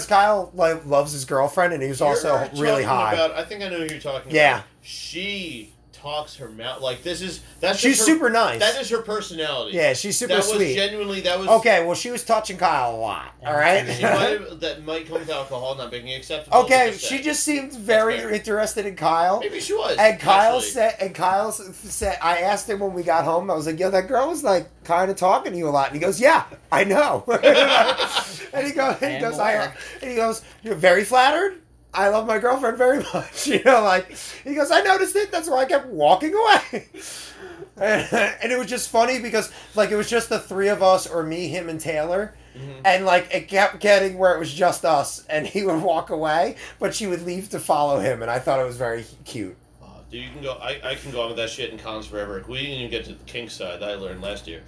Speaker 2: Kyle like loves his girlfriend, and he was also
Speaker 1: You're
Speaker 2: really
Speaker 1: talking
Speaker 2: high.
Speaker 1: About, I think I know who you're talking
Speaker 2: Yeah.
Speaker 1: about. She talks her mouth. Like, this is. that's
Speaker 2: She's
Speaker 1: just her-
Speaker 2: super nice.
Speaker 1: That is her personality.
Speaker 2: yeah, she's super
Speaker 1: that
Speaker 2: sweet.
Speaker 1: was genuinely. That was.
Speaker 2: okay, well, she was touching Kyle a lot. All right.
Speaker 1: She might have- that might come with alcohol not being acceptable.
Speaker 2: okay,
Speaker 1: Like I said.
Speaker 2: she just seemed very
Speaker 1: fair.
Speaker 2: interested in Kyle.
Speaker 1: Maybe she was.
Speaker 2: And Kyle
Speaker 1: actually.
Speaker 2: said, and Kyle s- said, I asked him when we got home. I was like, "Yo, that girl was like kind of talking to you a lot." And he goes, "Yeah, I know." and he goes, and he
Speaker 4: am
Speaker 2: goes, I,
Speaker 4: aware."
Speaker 2: and he goes, "You're very flattered. I love my girlfriend very much." You know, like he goes, "I noticed it. That's why I kept walking away." and, and it was just funny because like it was just the three of us, or me, him, and Taylor.
Speaker 1: Mm-hmm.
Speaker 2: And like it kept getting where it was just us, and he would walk away, but she would leave to follow him, and I thought it was very cute.
Speaker 1: Oh, dude, you can go. I, I can go on with that shit in cons forever. We didn't even get to the kink side. That I learned last year.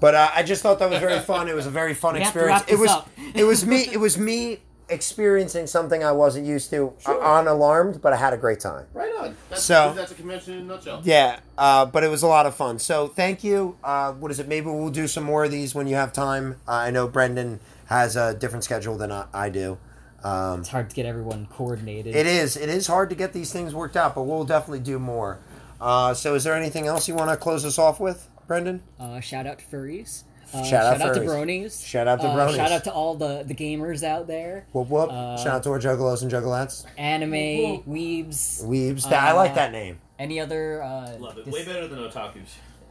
Speaker 2: But uh, I just thought that was very fun. It was a very fun
Speaker 4: We have to
Speaker 2: experience.
Speaker 4: wrap
Speaker 2: It
Speaker 4: this
Speaker 2: was
Speaker 4: up.
Speaker 2: it was me it was me experiencing something I wasn't used to uh, on alarmed, but I had a great time.
Speaker 1: Right on. That's,
Speaker 2: So-
Speaker 1: that's a convention in a nutshell.
Speaker 2: Yeah, uh, but it was a lot of fun. So thank you. Uh, what is it? Maybe we'll do some more of these when you have time. Uh, I know Brendan has a different schedule than I, I do. Um,
Speaker 4: It's hard to get everyone coordinated.
Speaker 2: it is. It is hard to get these things worked out, but we'll definitely do more. Uh, so is there anything else you want to close us off with, Brendan?
Speaker 4: Uh, shout out to furries. Uh,
Speaker 2: Shout out
Speaker 4: to
Speaker 2: furries.
Speaker 4: bronies.
Speaker 2: Shout out to
Speaker 4: Uh,
Speaker 2: bronies.
Speaker 4: Shout out to all the, the gamers out there.
Speaker 2: Whoop whoop!
Speaker 4: Uh,
Speaker 2: Shout out to our juggalos and juggalettes.
Speaker 4: Anime,
Speaker 5: Whoa.
Speaker 4: weebs,
Speaker 2: Weebs. That- I like
Speaker 4: uh,
Speaker 2: that name.
Speaker 4: any other. Uh,
Speaker 1: Love it.
Speaker 4: dis-
Speaker 1: Way better than otakus.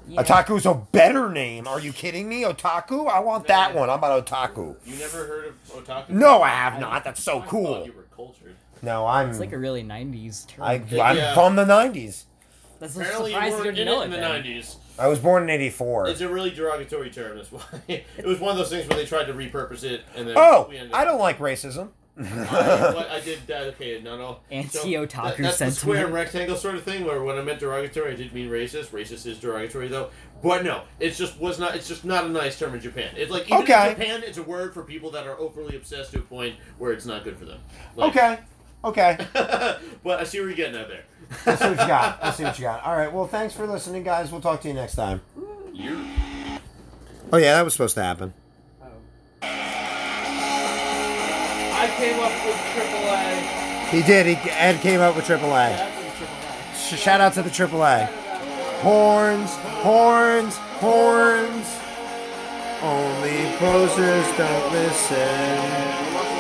Speaker 4: yeah.
Speaker 2: Otaku's a better name. Are you kidding me? Otaku? I want that one. I'm about otaku.
Speaker 1: You never heard of otaku?
Speaker 2: No, I have not. That's so
Speaker 1: I thought
Speaker 2: cool.
Speaker 1: you were cultured.
Speaker 2: No, I'm.
Speaker 4: It's like a really 90s term.
Speaker 2: I,
Speaker 1: Yeah.
Speaker 2: I'm from the '90s.
Speaker 4: That's a
Speaker 1: Apparently, you
Speaker 4: surprise you
Speaker 1: weren't
Speaker 4: didn't
Speaker 1: in
Speaker 4: know
Speaker 1: it
Speaker 4: it.
Speaker 1: in the
Speaker 4: then.
Speaker 1: nineties.
Speaker 2: I was born in '84.
Speaker 1: It's a really derogatory term. That's why it was one of those things where they tried to repurpose it, and then
Speaker 2: Oh,
Speaker 1: we ended
Speaker 2: I
Speaker 1: up-
Speaker 2: don't like racism.
Speaker 1: I, what I did that. Okay, no, no.
Speaker 4: Anti-otaku
Speaker 1: that- That's the
Speaker 4: sentiment.
Speaker 1: square and rectangle sort of thing. Where when I meant derogatory, I did mean racist. Racist is derogatory though. But no, it's just was not. It's just not a nice term in Japan. It's like even
Speaker 2: Okay.
Speaker 1: in Japan, it's a word for people that are overly obsessed to a point where it's not good for them. Like-
Speaker 2: Okay, okay.
Speaker 1: but I see where you're getting at there.
Speaker 2: Let's see what you got. Let's see what you got. All right. Well, thanks for listening, guys. We'll talk to you next time.
Speaker 1: You.
Speaker 2: Oh yeah, that was supposed to happen.
Speaker 5: I came up with triple A.
Speaker 2: He did. He Ed came up with AAA. Sh- shout out to the AAA. Horns, horns, horns. Only posers don't listen.